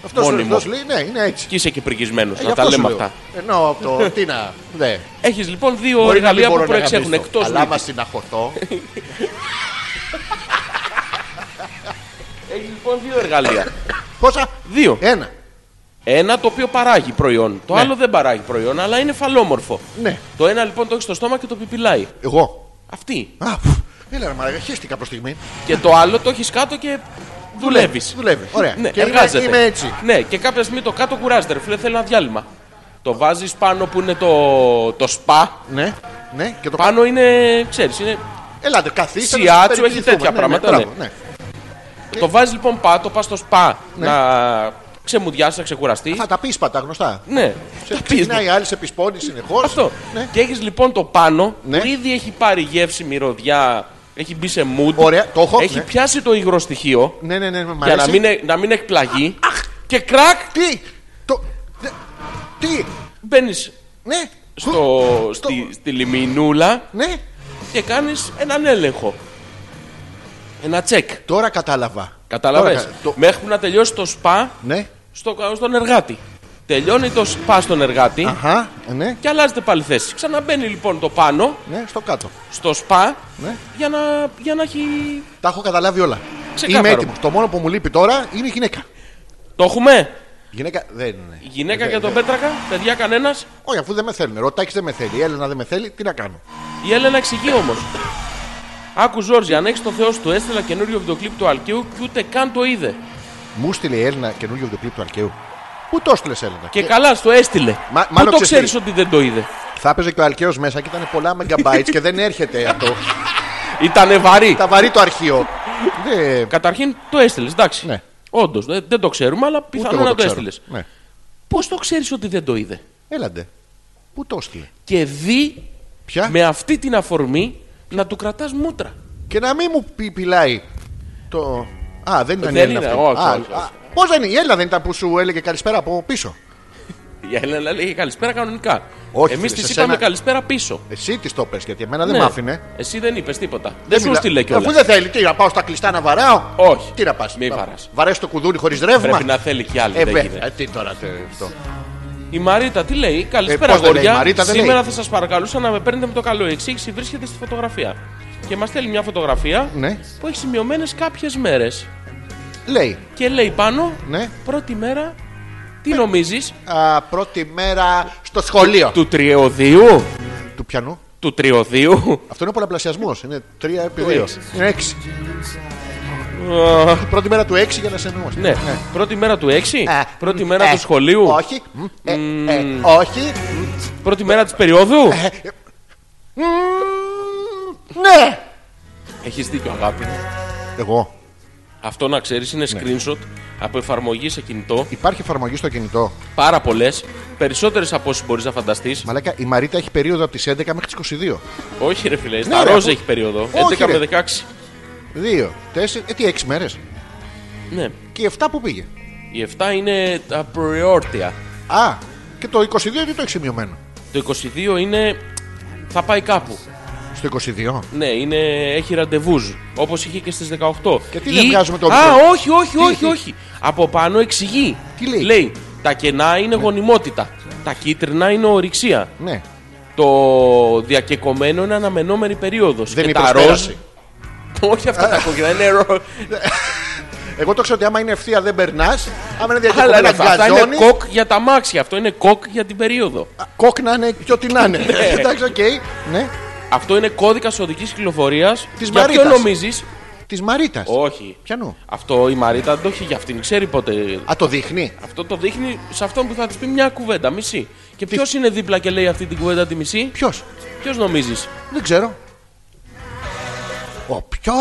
Αυτό ο Μόνιμο. ρυθμός λέει, ναι, είναι έτσι. Και είσαι και πρικισμένο Ε, γι' να τα αυτό σου λέμε λέω. αυτά. Ενώ από το. Τι να. Ναι. Έχεις λοιπόν δύο Μπορεί να μην εργαλεία μπορώ που να προεξέχουν αγαπήσω, εκτός Αλλά άμα συναχωθώ. Έχεις λοιπόν δύο εργαλεία. Πόσα. δύο. Ένα. Ένα το οποίο παράγει προϊόν. Το άλλο δεν παράγει προϊόν, αλλά είναι φαλόμορφο. Ναι. Το ένα λοιπόν το έχεις στο στόμα και το πιπιλάει. Εγώ. Αυτή. Α, φου. Έλα, ρε Μαραγα, χαίστηκα προς στιγμή. Και το άλλο το έχεις κάτω και δουλεύεις. Δουλεύεις. Ωραία. Ναι, και είμαι, εργάζεται. είμαι έτσι. Ναι, και κάποια στιγμή το κάτω κουράζεται. Ρε φίλε, θέλω ένα διάλειμμα. Το βάζεις πάνω που είναι το, το σπα. Ναι, ναι, και το Πάνω είναι, ξέρεις, είναι... Ελάτε, καθίστε. να Σιάτσου, συμπεριπληθούμε. έχει τέτοια Ναι, ναι, πράγματα, ναι. μπράβο, ναι. Το βάζεις λοιπόν πά, το πας στο σπα να ξεμουδιάσει, να ξεκουραστεί. Θα τα πείσπα τα γνωστά. Ναι, τα Σε πεις. ξυπνάει η άλλη, σε πισπώνει συνεχώς. Αυτό. Ναι. Και έχεις λοιπόν το πάνω Ναι. που ήδη έχει πάρει γεύση, μυρωδιά, έχει μπει σε mood. Ωραία, το έχω, Έχει ναι. πιάσει το υγρό στοιχείο Ναι, ναι, ναι, ναι, μ' για να αρέσει. μην, ε- να μην εκπλαγεί. Και κρακ Τι! Το. δε- Τι! μπαίνεις Ναι! στο, στη, στη λιμινούλα Ναι! και κάνεις έναν έλεγχο. Ένα τσεκ. Τώρα κατάλαβα. Κατάλαβες. Τώρα κα- το- Μέχρι που να τελειώσει το σπα Ναι. στο, στον εργάτη. Τελειώνει το σπα στον εργάτη Αχα. Ναι. και αλλάζεται πάλι θέση. Ξαναμπαίνει λοιπόν το πάνω Ναι, στο κάτω. στο σπα Ναι. για, να, για να έχει. Τα έχω καταλάβει όλα. Ξεκάθαρο. Είμαι έτοιμος. Το μόνο που μου λείπει τώρα είναι η γυναίκα. Το έχουμε! Η γυναίκα δεν είναι. Η γυναίκα Δεν- και τον δεν- Πέτρακα, παιδιά κανένας. Όχι, αφού δεν με θέλουν. Ρωτάκι δεν με θέλει. Η Έλενα δεν με θέλει, τι να κάνω. Η Έλενα εξηγεί όμως. Άκου Ζόρζι, αν έχεις το Θεό σου, του έστειλα καινούριο βιντεοκλίπ του Αλκίου και ούτε καν το είδε. Μου στείλε η Έλενα καινούργιο βιντεοκλίπ του Αρκαίου. Πού το έστειλε, Έλενα. Ε, Και καλά, στο έστειλε. Μα- Πού μάλλον το ξέρεις ξέρεις ότι δεν το είδε. Θα έπαιζε και ο Αλκαίος μέσα και ήταν πολλά μεγαμπάιτ και δεν έρχεται αυτό. Ήτανε βαρύ. Τα βαρύ το αρχείο. Ναι, Δεν. Καταρχήν το έστειλες, εντάξει. Ναι. Όντως, δεν, δεν το ξέρουμε, αλλά Ούτε πιθανόν εγώ να το ξέρω. έστειλες. Ναι. Πώς το ξέρεις ότι δεν το είδε. Έλαντε. Πού το έστειλε. Και δει Ποια. με αυτή την αφορμή να του κρατάς μούτρα. Και να μην μου πει, πιλάει το. Α, δεν ήταν Δεν η Έλληνα. είναι, αυτή. όχι, Α, όχι, α, όχι. Πώς δεν είναι, η Έλληνα δεν ήταν που σου έλεγε καλησπέρα από πίσω. Η Έλενα λέει καλησπέρα κανονικά. Όχι, Εμείς φίλε, της σε είπαμε σένα- καλησπέρα πίσω. Εσύ της το πες, γιατί εμένα δεν Ναι. μ' άφηνε. Εσύ δεν είπες τίποτα. Δεν σου μιλά- στείλε κιόλας. Αφού δεν θέλει, τι να πάω στα κλειστά να βαράω. Όχι. Τι να πας. Μη να- βαράς. Βαρές το κουδούνι χωρίς ρεύμα. Πρέπει να θέλει κι άλλη. Ε, δεν βέ- γίνεται. ε, τι τώρα τε- αυτό. Η Μαρίτα τι λέει, Καλησπέρα, Ε, πώς δεν λέει, παιδιά. η Μαρίτα δεν Σήμερα λέει. θα σας παρακαλούσα να με παίρνετε με το καλό. Η εξήγηση βρίσκεται στη φωτογραφία. Και μας στέλνει μια φωτογραφία Ναι. που έχει σημειωμένες κάποιες μέρες. Λέει. Και λέει πάνω, Ναι. πρώτη μέρα, Ε, τι νομίζεις, Α, πρώτη μέρα στο σχολείο. του τριωδίου. Του πιανού. Του τριωδίου. Αυτό είναι πολλαπλασιασμός. Είναι 3 επί Το 2. έξι. Είναι 6. Πρώτη μέρα του 6 για να σε εννοούμαστε. ναι. πρώτη μέρα του 6, Ε, πρώτη μ, μέρα ε, του σχολείου. Όχι. μ, ε, ε, όχι. μ, Πρώτη μέρα της περίοδου. Ε, Ναι! Έχεις δίκιο, αγάπη. μου. Εγώ. Αυτό να ξέρεις είναι screenshot από εφαρμογή σε κινητό. Υπάρχει εφαρμογή στο κινητό. Πάρα πολλές. Περισσότερες από όσες μπορείς να φανταστείς. Μαλάκα, η Μαρίτα έχει περίοδο από τις 11 μέχρι τις 22. Όχι, ρε φιλέ. Ναι, Τα ρε, ροζ αφού- έχει περίοδο. Όχι, 11 ρε. με 16. 2, 4, ε, τι 6 μέρες. Ναι. Και η 7 που πήγε. Η 7 είναι τα προεόρτια. Α, και το 22 γιατί το έχει σημειωμένο. Το 22 είναι. Θα πάει κάπου. Στο 22. Ναι, είναι, έχει ραντεβούς. Όπως είχε και στις 18. Και τι δεν βγάζουμε το Α, μικρό? όχι, όχι, Τι, όχι, τι? όχι. Από πάνω εξηγεί. Τι λέει? Λέει, τα κενά είναι γονιμότητα. Τα κίτρινα είναι ορυξία. Ναι. Το διακεκομένο είναι αναμενόμενη περίοδος. Δεν και είπες τα ροζ. πέρασε. όχι αυτά τα κόκκινα, είναι ροζ. Εγώ το ξέρω ότι άμα είναι ευθεία δεν περνάς. Άμα είναι Αλλά ρε, διακεκριμένα αυτά είναι γκαζόνι. κοκ για τα μάξια. Αυτό είναι κοκ για την περίοδο. α, Κοκ να είναι και ό,τι να είναι. Εντάξει, οκ. Ναι. Αυτό είναι κώδικας οδικής κυκλοφορίας. Της Για ποιο Μαρίτας. νομίζεις. Της Μαρίτας. Όχι. Πιανού. Αυτό η Μαρίτα δεν το έχει για αυτήν. Ξέρει πότε Α, το δείχνει. Αυτό το δείχνει σε αυτόν που θα της πει μια κουβέντα, μισή. Και ποιος είναι δίπλα και λέει αυτή την κουβέντα τη μισή, Ποιος. ποιος νομίζεις. Δεν ξέρω. Ο ποιος.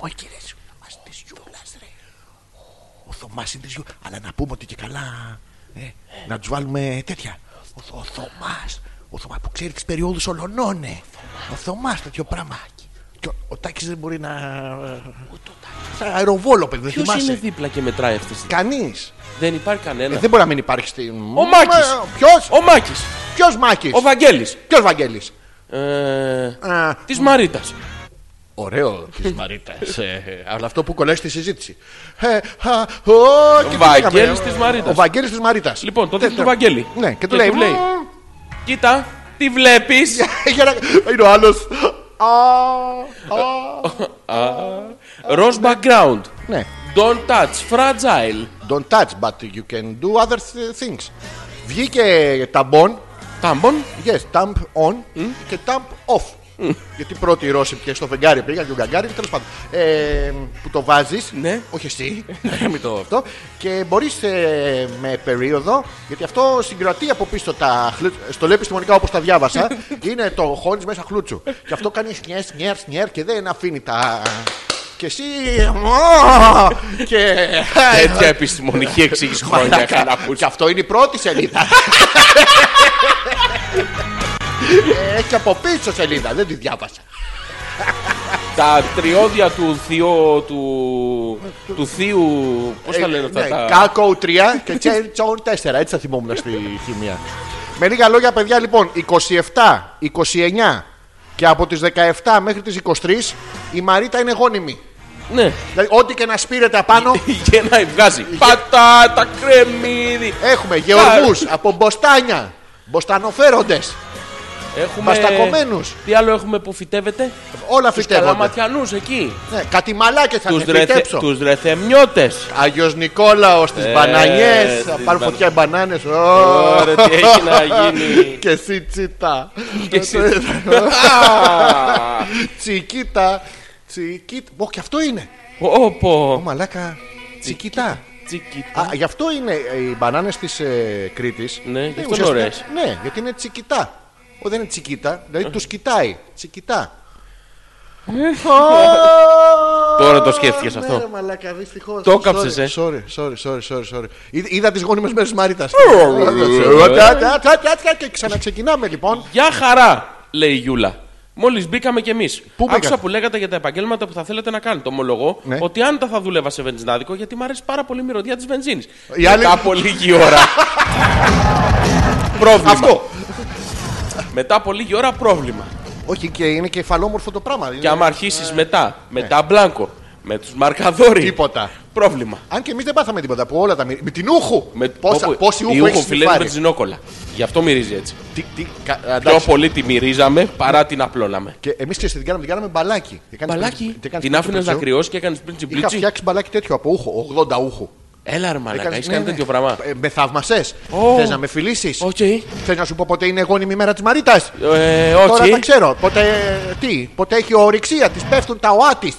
Ο κύριε Θωμάς της Γιούλας, ρε. Ο Θωμάς είναι της Γιούλα. Αλλά να πούμε ότι και καλά. ε, να τους βάλουμε τέτοια. Ο, Θω- ο Θωμάς. Ο Θωμά που ξέρει τις περιόδους ολονών. ε. Ο Θωμά τέτοιο πράγμα. Και ο, ο Τάκης δεν μπορεί να. Σαν αεροβόλο, παιδί. Δεν Ποιος είναι θυμάσαι. δίπλα και μετράει αυτές τις. Κανείς. Ε, Δεν υπάρχει κανένα. δεν μπορεί να μην υπάρχει στην. Ο Μάκης. Ποιος. Ο Μάκης. Ποιος Μάκης. Ο Βαγγέλης. Ποιος Βαγγέλης. Ε, της Μαρίτας. Ωραίο της Μαρίτας. ε, Αλλά αυτό που κολλάει στη συζήτηση. Ε, α, ο, και τι Βαγγέλης λέγαμε, της ο- Μαρίτας. Ο Βαγγέλης της Μαρίτας. Λοιπόν, το δείχνει του Βαγγέλη. Ε, Ναι, και του Και λέει. του λέει. «Μμμ, Ε, Κοίτα, τι βλέπεις. για να- Είναι ο άλλος. Ροζ background. Ναι. Don't touch, fragile. Don't touch, but you can do other th- things. Βγήκε ταμπον. Τάμπον. Yes, tamp on Mm. και tamp off. Γιατί πρώτοι οι Ρώσοι πια στο φεγγάρι πήγαν και ο Γκαγκάρι και τέλος πάντων. Ε, που το βάζεις. Ναι. Όχι εσύ. Μην το. αυτό και μπορείς με περίοδο, γιατί αυτό συγκρατεί από πίσω τα χλου- στο λέω επιστημονικά όπως τα διάβασα, είναι το χώνεις μέσα χλούτσου. και αυτό κάνει σνιέρ, σνιέρ, σνιέρ και δεν αφήνει τα. Και εσύ. Ω! και. Τέτοια επιστημονική εξήγηση χρόνια Μαλάκα. είχα να ακούσω. και αυτό είναι η πρώτη σελίδα. Έχει Ε, από πίσω σελίδα, δεν τη διάβασα. Τα τριώδια του θείου. Του, του θείου. Πώς τα λένε αυτά. τα... Ε, ναι, Κάκο 3 και Τσέον 4. Έτσι θα θυμόμουν στη χημεία. Με λίγα λόγια, παιδιά, λοιπόν, 27, 29 και από τις 17 μέχρι τις 23 η Μαρίτα είναι γόνιμη. Ναι, Δηλαδή, ό,τι και να σπείρεται απάνω, για να βγάζει. Πατάτα, κρεμμύδι. έχουμε γεωργούς από Μποστάνια, Μποστανοφέροντες, Έχουμε. Βαστακωμένους. Τι άλλο έχουμε που φυτεύεται. όλα Τους φυτεύονται. καλαματιανούς εκεί. Ναι, κάτι μαλάκες θα Τους τους φυτέψω. Τους... ρεθεμιώτες. Άγιος Νικόλαος, τις Ε, μπανανιές, θα τις πάρουν μπανα- φωτιά οι μπανάνες. Ω, Ωραία, τι έχει να γίνει. Και εσύ τσίτα. Και εσύ. Τσικίτα. Τσικίτα. Ω, και αυτό είναι. Ω, Όπω. μαλάκα. Τσικίτα. Τσικιτά. Α, γι' αυτό είναι ε, οι μπανάνες της ε, Κρήτης. Ναι, γι' αυτό είναι ωραίες. Ναι, γιατί είναι τσικιτά. Ό, δεν είναι τσικίτα, δηλαδή τους κοιτάει. Τσικιτά. Τώρα το σκέφτηκες αυτό. Ναι, ρε μαλάκα, δυστυχώς. Το Sorry, καψες, ε. Sorry, sorry, sorry, sorry, sorry. Είδα- Είδα τις γόνιμες μέρες της Μαρίτας. Και ξαναξεκινάμε λοιπόν. Γεια χαρά, λέει η Γιούλα. Μόλις μπήκαμε κι εμείς. Πού μπήκατε? Άκουσα που λέγατε για τα επαγγέλματα που θα θέλετε να κάνετε. Ομολογώ Ναι. ότι αν τα θα δούλευα σε βενζινάδικο, γιατί μου αρέσει πάρα πολύ η μυρωδιά της βενζίνης. Η άλλη- Μετά από λίγη ώρα. πρόβλημα. Αυτό. Μετά από λίγη ώρα πρόβλημα. Όχι, και είναι και φαλόμορφο το πράγμα. Και Είναι άμα αρχίσεις μετά, με τα μπλάνκο, με τους μαρκαδόρι. ναι. Τίποτα. Πρόβλημα. Αν και εμείς δεν πάθαμε τίποτα από όλα τα μυρίζει. Με την ούχου! Με Πόσα, όπου- πόση η ούχου έχει φιλέ με φάρει. τζινόκολα. Γι' αυτό μυρίζει έτσι. Τι, τι, κα, Πιο εντάξει. πολύ τη μυρίζαμε παρά την απλώναμε. Και εμείς ξέρει τι την κάναμε, την κάναμε μπαλάκι. Την κάνεις Μπαλάκι, πριν- την κάνεις την πριν άφηνες το να πετσό. κρυώσει και έκανες πριν Είχα τσιμπλίτσι. φτιάξει μπαλάκι τέτοιο από ούχο, 80 ούχου. Έλα, ρε μαλακά, Έκανες- έχεις ναι, κάνει ναι. τέτοιο πράγμα. Ε, με θαύμασε. Ω. Θες να με φιλήσεις. Όχι. Θες να σου πω ποτέ είναι γόνιμη η μέρα της Μαρίτας. Ε, Τώρα τα όχι. ξέρω. Ποτέ, τι, ποτέ έχει ορυξία, της πέφτουν τα οά τη.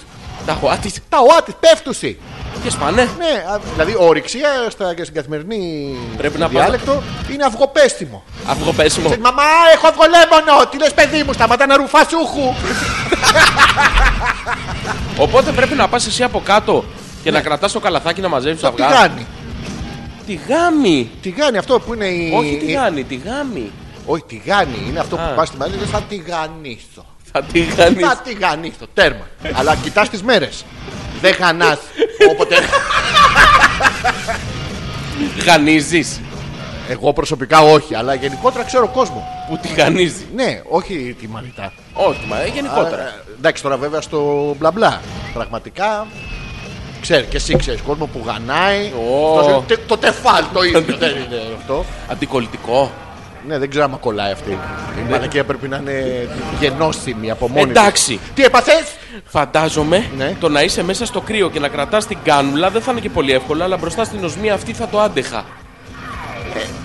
Τα χωά της. Τα οά τη πέφτουση. Και σπάνε. Ναι, α, δηλαδή ορυξία στα, και στην καθημερινή Πρέπει να διάλεκτο είναι αυγοπέστημο. Αυγοπέσιμο. Ξέρεις, Ε, Μαμά, έχω αυγολέμονο! Τι λες, παιδί μου, σταματά να ρουφά σούχου! Οπότε πρέπει να πας εσύ από κάτω και να κρατάς το καλαθάκι να μαζεύει Ναι. Τι αυγά. κάνει. Τη γάμη. Τι κάνει αυτό που είναι η. Όχι τη η- γάνη, τη γάμη. Όχι, τη γάνη. Είναι αυτό που Α. πας στη μαγαζιά και λες, θα τη γανίσω. Θα τη γάνει. Θα τη γανίσω. Τέρμα. Αλλά κοιτάς τις μέρες. Δεν γανά. Όποτε. Γανίζει. Εγώ προσωπικά όχι, αλλά γενικότερα ξέρω κόσμο. Που τη γανίζει. Ναι, όχι τη μανιτά. Όχι, μα ε, γενικότερα. Α, ε, εντάξει, τώρα βέβαια στο μπλα μπλα. Πραγματικά. Ξέρεις και εσύ ξέρεις κόσμο που γανάει. Ω. Αυτός είναι τε- το τεφάλ το ίδιο δεν είναι αυτό. Αντικολλητικό. Ναι, δεν ξέρω αν κολλάει αυτή. Ναι. Η μαλακία πρέπει να είναι γενώσιμη από μόνη της. Εντάξει. Τι έπαθες! Φαντάζομαι Ναι. το να είσαι μέσα στο κρύο και να κρατάς την κάνουλα δεν θα είναι και πολύ εύκολο, αλλά μπροστά στην οσμία αυτή θα το άντεχα.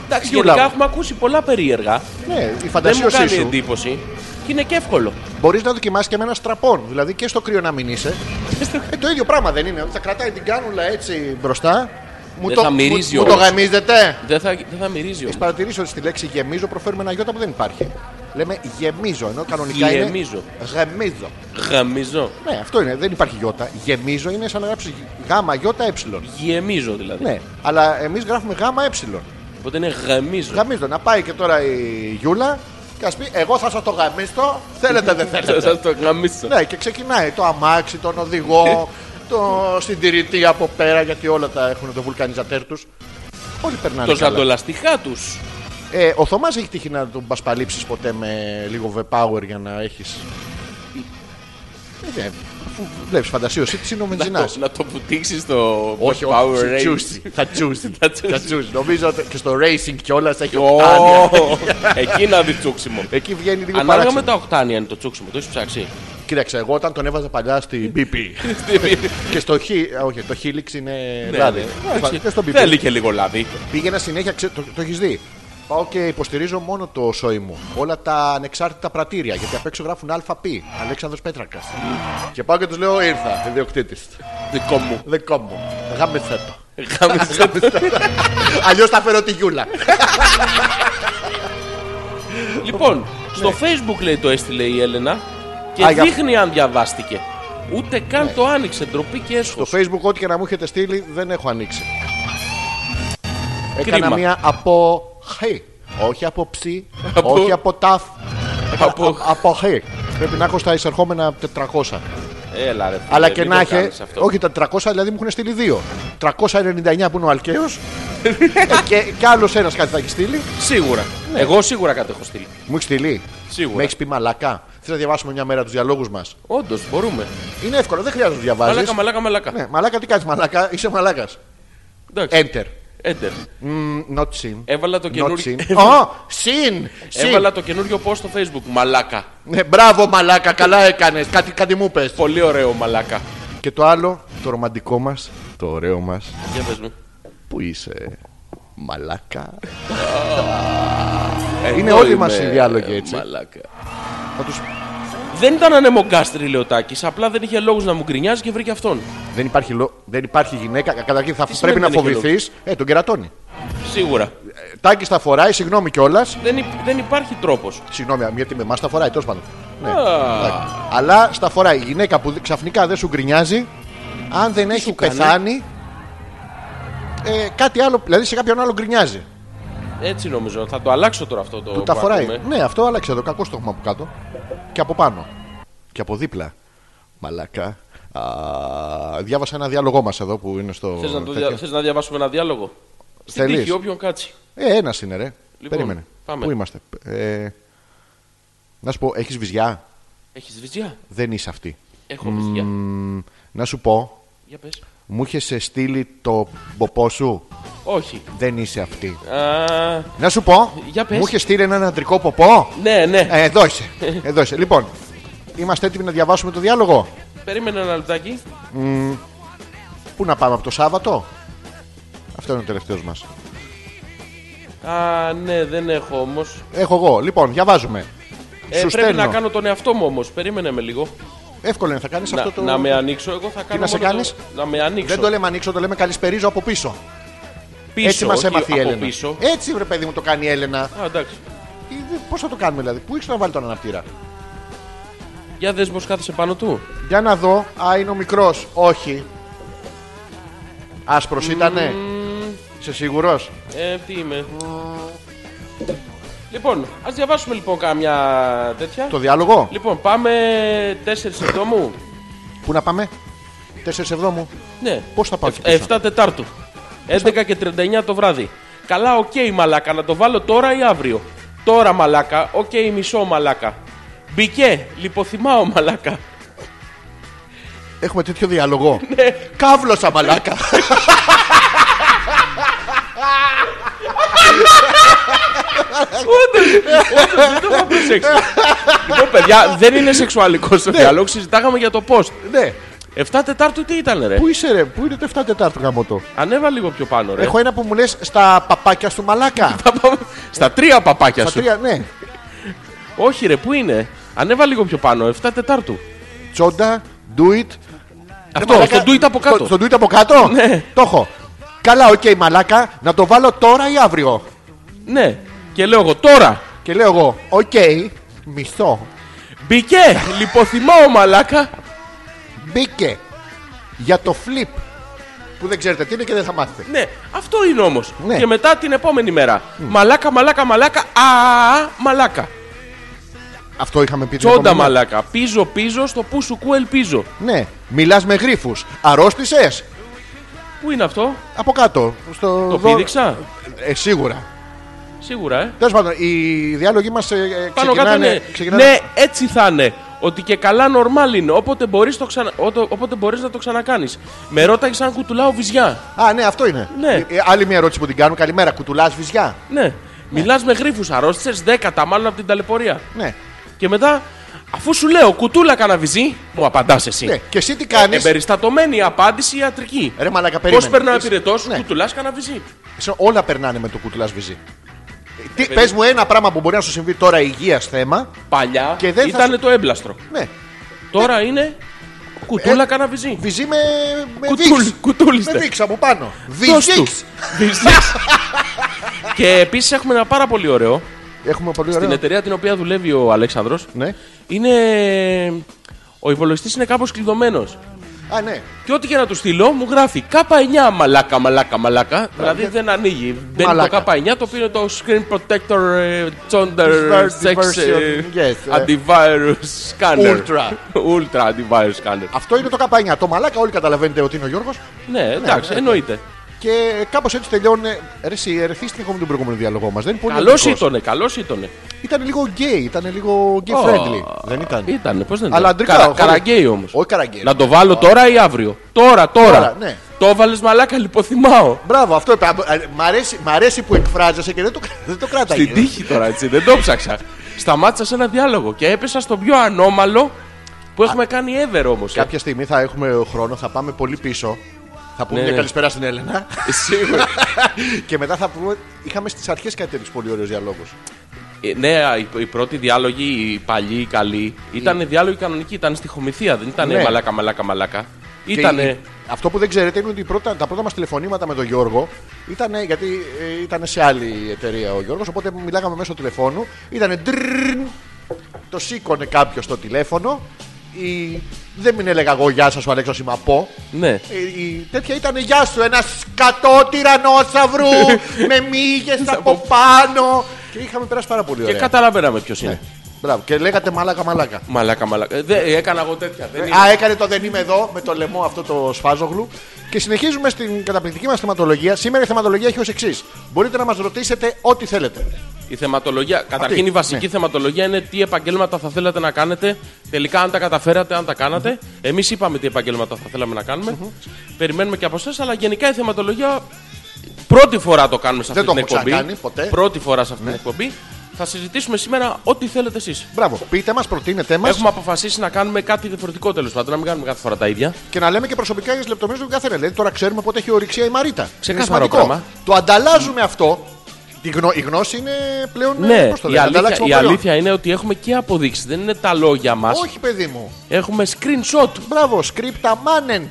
Εντάξει, Ε, γιούλα γενικά μου. έχουμε ακούσει πολλά περίεργα. Ναι, η Δεν μου φαντασίωσή κάνει σου. εντύπωση. Και είναι και εύκολο. Μπορείς να δοκιμάσεις και με ένα στραπών. Δηλαδή και στο κρύο να μην είσαι. ε, το ίδιο πράγμα δεν είναι. Ότι θα κρατάει την κάνουλα έτσι μπροστά. Μου Δεν θα μυρίζει μου, μου το όμως. γαμίζετε. Δεν θα, δεν θα μυρίζει Έχεις όμως. παρατηρήσει ότι στη λέξη γεμίζω προφέρουμε ένα γιώτα που δεν υπάρχει. Λέμε γεμίζω, ενώ κανονικά Γεμίζω. είναι γεμίζω. Γαμίζω. Ναι, αυτό είναι. Δεν υπάρχει γιώτα. Γεμίζω είναι σαν να γράψεις γάμα γιώτα ε. Ναι. Γεμίζω δηλαδή. Ναι, αλλά εμείς γράφουμε γάμα ε. Οπότε είναι γαμίζω. Γαμίζω. Να πάει και τώρα η Γιούλα και ας πει: Εγώ θα σας το γαμίσω. Θέλετε, δεν Θα θέλετε. σας το γαμίσω. ναι, και ξεκινάει το αμάξι, τον οδηγό, το συντηρητή από πέρα, γιατί όλα τα έχουν το βουλκανιζατέρ τους. Όλοι περνάνε. Το καλά. ζαντολαστιχά τους. Ε, ο Θωμάς έχει τύχει να τον πασπαλίψεις ποτέ με λίγο V-Power για να έχεις... Ε, δεν. Αφού βλέπεις φαντασίωση της είναι ο Βενζινάς. Να το βουτήξεις στο Όχι, Power όχι, Rangers. τσούσει. Θα τσούσει. Θα τσούσει. Θα τσούσει. Νομίζω ότι και στο racing κιόλα έχει Ω, οκτάνια. Εκεί να δεις τσούξιμο. Εκεί βγαίνει λίγο Ανάλογα παράξενο. Ναι, με τα οκτάνια είναι το τσούξιμο, το έχεις ψάξει. Κοίταξε, εγώ όταν τον έβαζα παλιά στη BP και στο Χ, α, όχι, το Χίλιξ είναι λάδι. Ναι, Δηλαδή, Εντάξει, Και στο BP. Θέλει και λίγο λάδι. Πήγαινα συνέχεια, ξέ- το, το έχεις δει. Πάω και υποστηρίζω μόνο το σόι μου. Όλα τα ανεξάρτητα πρατήρια. Γιατί απ' έξω γράφουν ΑΠ. Αλέξανδρος Πέτρακας. και πάω και τους λέω ήρθα. Ιδιοκτήτης. Δικό μου. Δικό μου. Γάμισε το. Γάμισε το. Αλλιώς θα φέρω τη γιούλα. Λοιπόν, στο Facebook λέει το έστειλε η Έλενα και Ναι. Α, για- Ναι. δείχνει αν διαβάστηκε. Ούτε καν το άνοιξε, ντροπή και το έσχος. facebook, ό,τι και να μου έχετε στείλει, δεν έχω ανοίξει. Έκανα Κρίμα. μία από χι. Όχι από ψι. Από- όχι από ταφ. Από- α- από χι. Πρέπει να έχω στα εισερχόμενα 400. Έλα ρε. φίλε, Αλλά και Ε, μην να το είχε. κάνεις αυτό. Όχι τα 300, δηλαδή μου έχουν στείλει δύο. 399 που είναι ο Αλκαίος. Ε, και και άλλος ένας κάτι θα έχει στείλει. Σίγουρα. Εγώ σίγουρα κάτι έχω στείλει. Μου έχεις στείλει. Σίγουρα. Με έχεις πει μαλακά. Θες να διαβάσουμε μια μέρα τους διαλόγους μας. Όντως μπορούμε. Είναι εύκολο, δεν χρειάζεται να διαβάζεις. Μαλάκα, μαλάκα, μαλάκα. Ναι, μαλάκα τι κάνεις, μαλάκα. Είσαι μαλάκας. Εντάξει. Enter. Enter. Mm, not sin. Έβαλα το Not καινούριο. sin. Ω, sin! Έβαλα Sin! το καινούριο post στο facebook. Μαλάκα. Ναι, μπράβο, μαλάκα, καλά έκανες. Κάτι, κάτι μου πες. Πολύ ωραίο μαλάκα. Και το άλλο, το ρομαντικό μας, το ωραίο μας. Για πες μου. Πού είσαι, μαλάκα. Εγώ Ε, Είναι όλοι είμαι, μας οι διάλογοι, ε, έτσι. Μαλάκα. Θα τους Δεν ήταν ανεμοκάστρι, λέει ο Τάκης, Απλά δεν είχε λόγους να μου γκρινιάζει και βρήκε αυτόν. Δεν υπάρχει, λο... δεν υπάρχει γυναίκα. Κα- Καταρχήν θα Τι πρέπει να σημαίνει δεν έχει φοβηθεί. Ε, τον κερατώνει. Σίγουρα. Ε, Τάκη τα φοράει, συγγνώμη κιόλας. Δεν, υ- δεν υπάρχει τρόπος. Συγγνώμη, γιατί με εμά τα φοράει, τέλος πάντων. Ναι, εντάξει. Αλλά στα φοράει. Η γυναίκα που δε- ξαφνικά δεν σου γκρινιάζει, αν δεν έχει σου κάνει? πεθάνει. Ε, κάτι άλλο, δηλαδή σε κάποιον άλλο γκρινιάζει. Έτσι νομίζω. Θα το αλλάξω τώρα αυτό το. που τα που φοράει. ακούμε. Ναι, αυτό άλλαξε εδώ. Κακό στόχμα από κάτω. Και από πάνω. Και από δίπλα. Μαλάκα. Α, διάβασα ένα διάλογό μας εδώ που είναι στο. Θες να, το τέτοιο. δια... θες να διαβάσουμε ένα διάλογο. Στην Λοιπόν, Θέλεις? τύχη, όποιον κάτσει. Ε, ένας είναι, ρε. Λοιπόν, Περίμενε. πάμε. Πού είμαστε. Ε, να σου πω, έχεις βυζιά. Έχεις βυζιά. Δεν είσαι αυτή. Έχω βυζιά. Μμμ, να σου πω, Για πες. μου είχες στείλει το μποπό σου. Όχι. Δεν είσαι αυτή. Α, Να σου πω, Για πες. μου είχες στείλει έναν αντρικό ποπό. ναι, ναι. Ε, εδώ είσαι. εδώ είσαι. Λοιπόν, είμαστε έτοιμοι να διαβάσουμε το διάλογο. Περίμενε ένα λεπτάκι. Πού να πάμε από το Σάββατο. Αυτό είναι ο τελευταίος μας. Α, ναι, δεν έχω όμως. Έχω εγώ. Λοιπόν, διαβάζουμε. Ε, σου πρέπει στέλνω. να κάνω τον εαυτό μου όμως. Περίμενε με λίγο. Εύκολο είναι, θα κάνεις Να, αυτό το. να με ανοίξω, εγώ θα κάνω. να σε μόνο το- κάνεις? Να με ανοίξω. Δεν το λέμε ανοίξω, το λέμε καλησπερίζω από πίσω. πίσω, Έτσι μας όχι έμαθε η από Έλενα. Πίσω. Έτσι, βρε παιδί μου, το κάνει η Έλενα. Α, εντάξει. Πώς θα το κάνουμε δηλαδή, πού ήξερα να βάλει τον αναπτήρα. Για δες πως κάθεσε πάνω του. Για να δω, α είναι ο μικρός. Όχι. Άσπρος ήτανε. Σε σίγουρος. Ε, τι είμαι. Λοιπόν, ας διαβάσουμε λοιπόν κάμια τέτοια. Το διάλογο. Λοιπόν, πάμε 4 Σεπτέμβρου. Πού να πάμε. 4 εβδόμου. Ναι. Πώς θα πάω εκεί Ε, πίσω? 7 Τετάρτου. 11 και 39 το βράδυ. Καλά, οκ, μαλάκα, να το βάλω τώρα ή αύριο. Τώρα, μαλάκα, οκ, μισό, μαλάκα. Μπικέ, λιποθυμάω, μαλάκα. Έχουμε τέτοιο διάλογο. Ναι. Καύλωσα μαλάκα. Ε, Δεν το είχα προσέξει. λοιπόν, παιδιά, δεν είναι σεξουαλικό το διάλογο. Συζητάγαμε για το post. ναι. 7 Τετάρτου τι ήταν, ρε. Πού είσαι ρε, πού είναι το 7 Τετάρτου γαμότο. Ανέβα λίγο πιο πάνω, ρε. Έχω ένα που μου λες στα παπάκια σου μαλάκα. Θα πάμε Στα τρία παπάκια Στα σου. τρία, ναι. Όχι, ρε, πού είναι. Ανέβα λίγο πιο πάνω, 7 Τετάρτου. Τσόντα, do it. Αυτό, Ρε, Ε, μαλάκα, στο tweet από Στο, κάτω. στο tweet από κάτω. Ναι. Το έχω. Καλά, οκ, μαλάκα, να το βάλω τώρα ή αύριο. Ναι, και λέω εγώ τώρα. Και λέω εγώ, οκ, μισθό. Μπικέ, λιποθυμάω, μαλάκα. Μπήκε για το flip που δεν ξέρετε τι είναι και δεν θα μάθετε. Ναι, αυτό είναι όμως. Ναι. Και μετά την επόμενη μέρα. Μαλάκα, μαλάκα, μαλάκα. Α, μαλάκα. Αυτό είχαμε πει την Τσόντα επόμενη. μαλάκα. Πίζω, πίζω, στο που σου κου ελπίζω. Ναι, μιλάς με γρήφου. Αρρώστησες. Πού είναι αυτό, Από κάτω. Στο το δω- πήδηξα. Ε, σίγουρα. Σίγουρα, ε. Τέλος πάντων, οι διάλογοι μας ε, ε, Πάνω κάτω ξεκινάνε. είναι. ξεκινάνε- Ναι, έτσι θα είναι. Ότι και καλά normal είναι. Όποτε μπορείς ξανα... ότο- όποτε μπορείς να το ξανακάνεις. Με ρώταγες αν κουτουλάω βυζιά. Α, ναι, αυτό είναι. Ναι. Ε, ε, άλλη μια ερώτηση που την κάνουμε. Καλημέρα, κουτουλάς βυζιά. Ναι. Μιλάς με γρήφου, αρρώστησε δέκατα μάλλον από την ταλαιπωρία. Ναι. Και μετά, αφού σου λέω κουτούλα κάνα βυζί, μου απαντάς εσύ. ναι. Και εσύ τι ε, κάνει. Εμπεριστατωμένη απάντηση ιατρική. Ρε μαλακα, Πώς περίμενε. περνά ο πυρετός, Ναι. κουτουλάς κάνα βυζί. Σε- Όλα περνάνε με το κουτουλάς βυζί. Ε, Τι, πες μου ένα πράγμα που μπορεί να σου συμβεί τώρα υγείας θέμα. Παλιά Και δεν θα ήταν σου- το έμπλαστρο. Ναι. Τώρα είναι κουτούλα Ε, κάνα βυζί. Βυζί με. με Κουτούλ- βίξ. κουτούλιστε. Με βίξ από πάνω. Δώσ' τους. Βυζίξ. Βυζίξ. Και επίσης έχουμε ένα πάρα πολύ ωραίο. Έχουμε πολύ Στην ωραίο. εταιρεία την οποία δουλεύει ο Αλέξανδρος Ναι. είναι. Ο υπολογιστής είναι κάπως κλειδωμένος. Α, ναι. Και ό,τι και να του στείλω μου γράφει K9 μαλάκα, μαλάκα, μαλάκα. Δηλαδή δεν ανοίγει. Μπαίνει το Μαλάκα. K9 το οποίο είναι το Screen Protector ε, Sonder Diverse- Sex diversion, ε, yes, ε. Antivirus Scanner. Ultra. Ultra Antivirus Scanner. Αυτό είναι το καπάνια. Το μαλάκα, όλοι καταλαβαίνετε ότι είναι ο Γιώργος. Ναι, εντάξει, ναι. εννοείται. Και κάπως έτσι τελειώνει. Ρε, εσύ, ερεθίστηκε με τον προηγούμενο διάλογό μας. Δεν είναι πολύ Καλός ελληνικός. ήτονε, καλός ήτονε. Ήταν λίγο γκέι, ήταν λίγο γκέι Ω, friendly. Δεν ήταν. Ήτανε, πώς δεν ήταν. Αλλά αντρικά. Καρα, όχι. καραγκέι όμως. Όχι καραγκέι. Να το βάλω τώρα ή αύριο. Τώρα, τώρα. Τώρα, ναι. Το έβαλες μαλάκα, λοιπόν, λιποθυμάω. Μπράβο, αυτό είπα. Α, Μ' αρέσει, μ' αρέσει που εκφράζεσαι και δεν το, δεν το κράταγε. Στην τύχη τώρα, έτσι. Δεν το ψάξα. Σταμάτησα σε ένα διάλογο και έπεσα στο πιο ανώμαλο που έχουμε κάνει ever όμως. Κάποια στιγμή θα έχουμε χρόνο, θα πάμε πολύ πίσω. Θα πούμε Ναι, μια ναι. καλησπέρα στην Έλενα. Σίγουρα. και μετά θα πούμε. Είχαμε στις αρχές κάτι τέτοιους πολύ ωραίους διαλόγους. Ε, ναι, οι, οι πρώτοι διάλογοι, οι παλιοί, οι καλοί, ήταν διάλογοι κανονικοί. Ήταν στη χομηθεία, δεν ήταν Ναι. μαλάκα, μαλάκα, μαλάκα. Ήτανε. Αυτό που δεν ξέρετε είναι ότι πρώτα, τα πρώτα μας τηλεφωνήματα με τον Γιώργο ήταν γιατί ε, ήταν σε άλλη εταιρεία ο Γιώργος. Οπότε μιλάγαμε μέσω τηλεφώνου. Ήταν Το σήκωνε κάποιο το τηλέφωνο. Η... Δεν μην έλεγα εγώ γεια σας, ο Αλέξος είμαι από. Ναι. Η, η τέτοια ήταν γεια σου, ένας σκατό τυρανόσαυρου με μύγες από πάνω. Και είχαμε περάσει πάρα πολύ Και ωραία. καταλαβαίναμε ποιος Ναι. είναι. Μπράβο. Και λέγατε μαλάκα, μαλάκα. Μαλάκα, μαλάκα. Ε, δεν- έκανα εγώ τέτοια. Δεν είναι. Α, έκανε το δεν είμαι εδώ με το λαιμό αυτό το σφάζογλου. Και συνεχίζουμε στην καταπληκτική μας θεματολογία. Σήμερα η θεματολογία έχει ως εξής. Μπορείτε να μας ρωτήσετε ό,τι θέλετε. Η θεματολογία, καταρχήν η βασική ναι. θεματολογία είναι τι επαγγέλματα θα θέλατε να κάνετε. Τελικά, αν τα καταφέρατε, αν τα κανατε Εμείς Εμεί είπαμε τι επαγγέλματα θα θέλαμε να κανουμε Περιμένουμε και από εσάς, αλλά γενικά η θεματολογία. Πρώτη φορά το κάνουμε σε αυτή Δεν το την έχω εκπομπή. ξανακάνει ποτέ. Ναι. Πρώτη φορά σε αυτή την εκπομπή. Θα συζητήσουμε σήμερα ό,τι θέλετε εσείς. Μπράβο. Πείτε μας, προτείνετε μας Έχουμε αποφασίσει να κάνουμε κάτι διαφορετικό τέλος πάντων, να μην κάνουμε κάθε φορά τα ίδια. και να λέμε και προσωπικά για τις λεπτομέρειες του καθένα. Δηλαδή τώρα ξέρουμε πότε έχει ορυξία η Μαρίτα. Είναι Ξεκάθαρο σημαντικό. πράγμα. Το ανταλλάζουμε αυτό. Η, γνω- η γνώση είναι πλέον. ε, Ναι, πώς το η λένε, αλήθεια, ανταλλάξιμο η προϊόν. αλήθεια είναι ότι έχουμε και αποδείξεις. Δεν είναι τα λόγια μας. Όχι, παιδί μου. Έχουμε screenshot. Μπράβο, σκρίπτα Manent.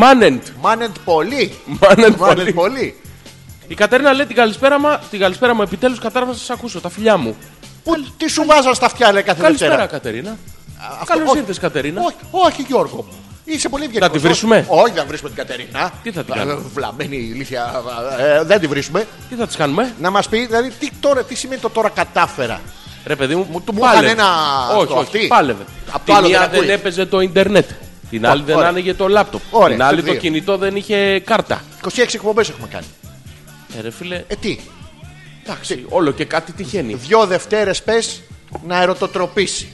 Manent. Manent πολύ. Manent Manent πολύ. πολύ. Η Κατερίνα λέει την καλησπέρα μου. Την καλησπέρα μου επιτέλους κατάφερα να σας ακούσω. Τα φιλιά μου. Πού, τι σου βάζα στα αυτιά, λέει κάθε Καλησπέρα, Δευτέρα. Κατερίνα. Αυτό- Καλώς όχι. ήρθες, Κατερίνα. Όχι, όχι, Γιώργο μου. Είσαι πολύ ευγενικός. τη βρίσουμε? Όχι, δεν βρίσκουμε την Κατερίνα. Τι θα την Ε, κάνουμε? Βλαμμένη ηλίθεια. ε, δεν τη βρίσκουμε. Τι θα της κάνουμε, Να μας πει, δηλαδή, τι, τώρα, τι σημαίνει το τώρα κατάφερα. ρε παιδί μου. Μου του μου έκανε ένα Όχι, το όχι, αυτή. πάλευε. Απ' το Την άλλο δεν μία δεν ακούει. έπαιζε το Ιντερνετ. Την Ω, άλλη δεν ωραία. άνοιγε το λάπτοπ. Ωραία, Την άλλη τις το δύο. κινητό δεν είχε κάρτα. 26 εκπομπές έχουμε κάνει. Ε, ρε φίλε, Ε, τι. εντάξει, όλο και κάτι τυχαίνει. Δυο Δευτέρες πες να ερωτοτροπήσει.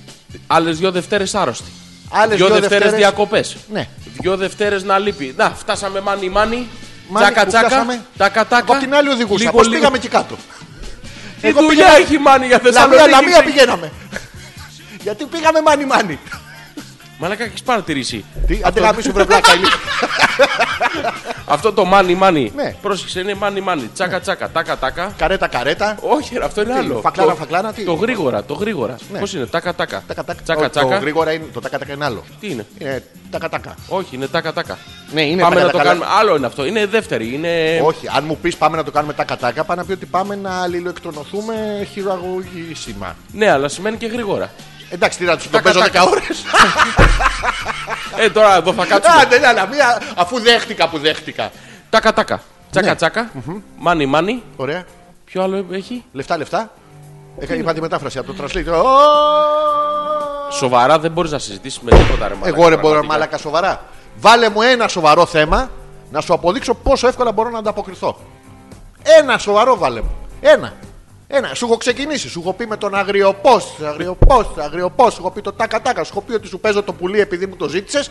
Άλλες δύο Δευτέρες άρρωστη. Άλλες δύο δυο Δευτέρες Δευτέρες- διακοπές. Ναι. Δύο Δευτέρες να λείπει. Να, φτάσαμε μάνι μάνι. Μάνι Τσάκα που τσάκα. φτάσαμε. Τάκα τάκα. Απ' την άλλη οδηγούσα. Λίγο, Πώς λίγο. πήγαμε εκεί κάτω. Η δουλειά έχει μάνι για Λαμία, Θεσσαλονίκη. λαμία πηγαίναμε. Γιατί πήγαμε μάνι μάνι. Μαλάκα έχεις παρατηρήσει. Τι, αντί να σου βρε πλάκα, ηλίθεια. Αυτό το money money. Ναι. Πρόσεξε, είναι money money. Τσάκα τσάκα, τάκα τάκα. Καρέτα, καρέτα. Όχι, ρε, αυτό είναι άλλο. φακλάνα, Το- φακλάνα, τι? Το γρήγορα, το γρήγορα. Ναι. Πώς είναι, τάκα τάκα. Τακα, τακα. Τσάκα Το- Το τσάκα. γρήγορα είναι. Το τάκα τάκα είναι άλλο. Ε, Τι είναι, Είναι τάκα τάκα. Όχι, είναι τάκα τάκα. Ναι, είναι Πάμε τάκα, να το τάκα, κάνουμε. Άλλο είναι αυτό. Είναι δεύτερη. Είναι. Όχι, αν μου πεις πάμε να το κάνουμε τάκα τάκα, πάνω να πει ότι πάμε να αλληλοεκτρονοθούμε χειραγωγήσιμα. Ναι, αλλά σημαίνει και γρήγορα. Εντάξει, τι να τους το Τάκα, παίζω 10 τάκα. ώρες. Ε, τώρα εδώ θα κάτσουμε. Άντε, ναι, αλλά μία, αφού δέχτηκα που δέχτηκα. Τάκα τάκα. Τσάκα Ναι. τσάκα. Money money. Ωραία. Ποιο άλλο έχει. Λεφτά, λεφτά. Είχα είπα τη μετάφραση από το translate. Σοβαρά δεν μπορείς να συζητήσεις με τίποτα ρε μαλάκα, Εγώ ρε μπορώ, πραγματικά. μαλάκα σοβαρά. Βάλε μου ένα σοβαρό θέμα να σου αποδείξω πόσο εύκολα μπορώ να ανταποκριθώ. Ένα σοβαρό βάλε μου. Ένα. Ένα. Σου έχω ξεκινήσει. Σου έχω πει με τον αγριοπός. Αγριοπός. Αγριοπός. Σου έχω πει το τάκα τάκα. Σου έχω πει ότι σου παίζω το πουλί επειδή μου το ζήτησες.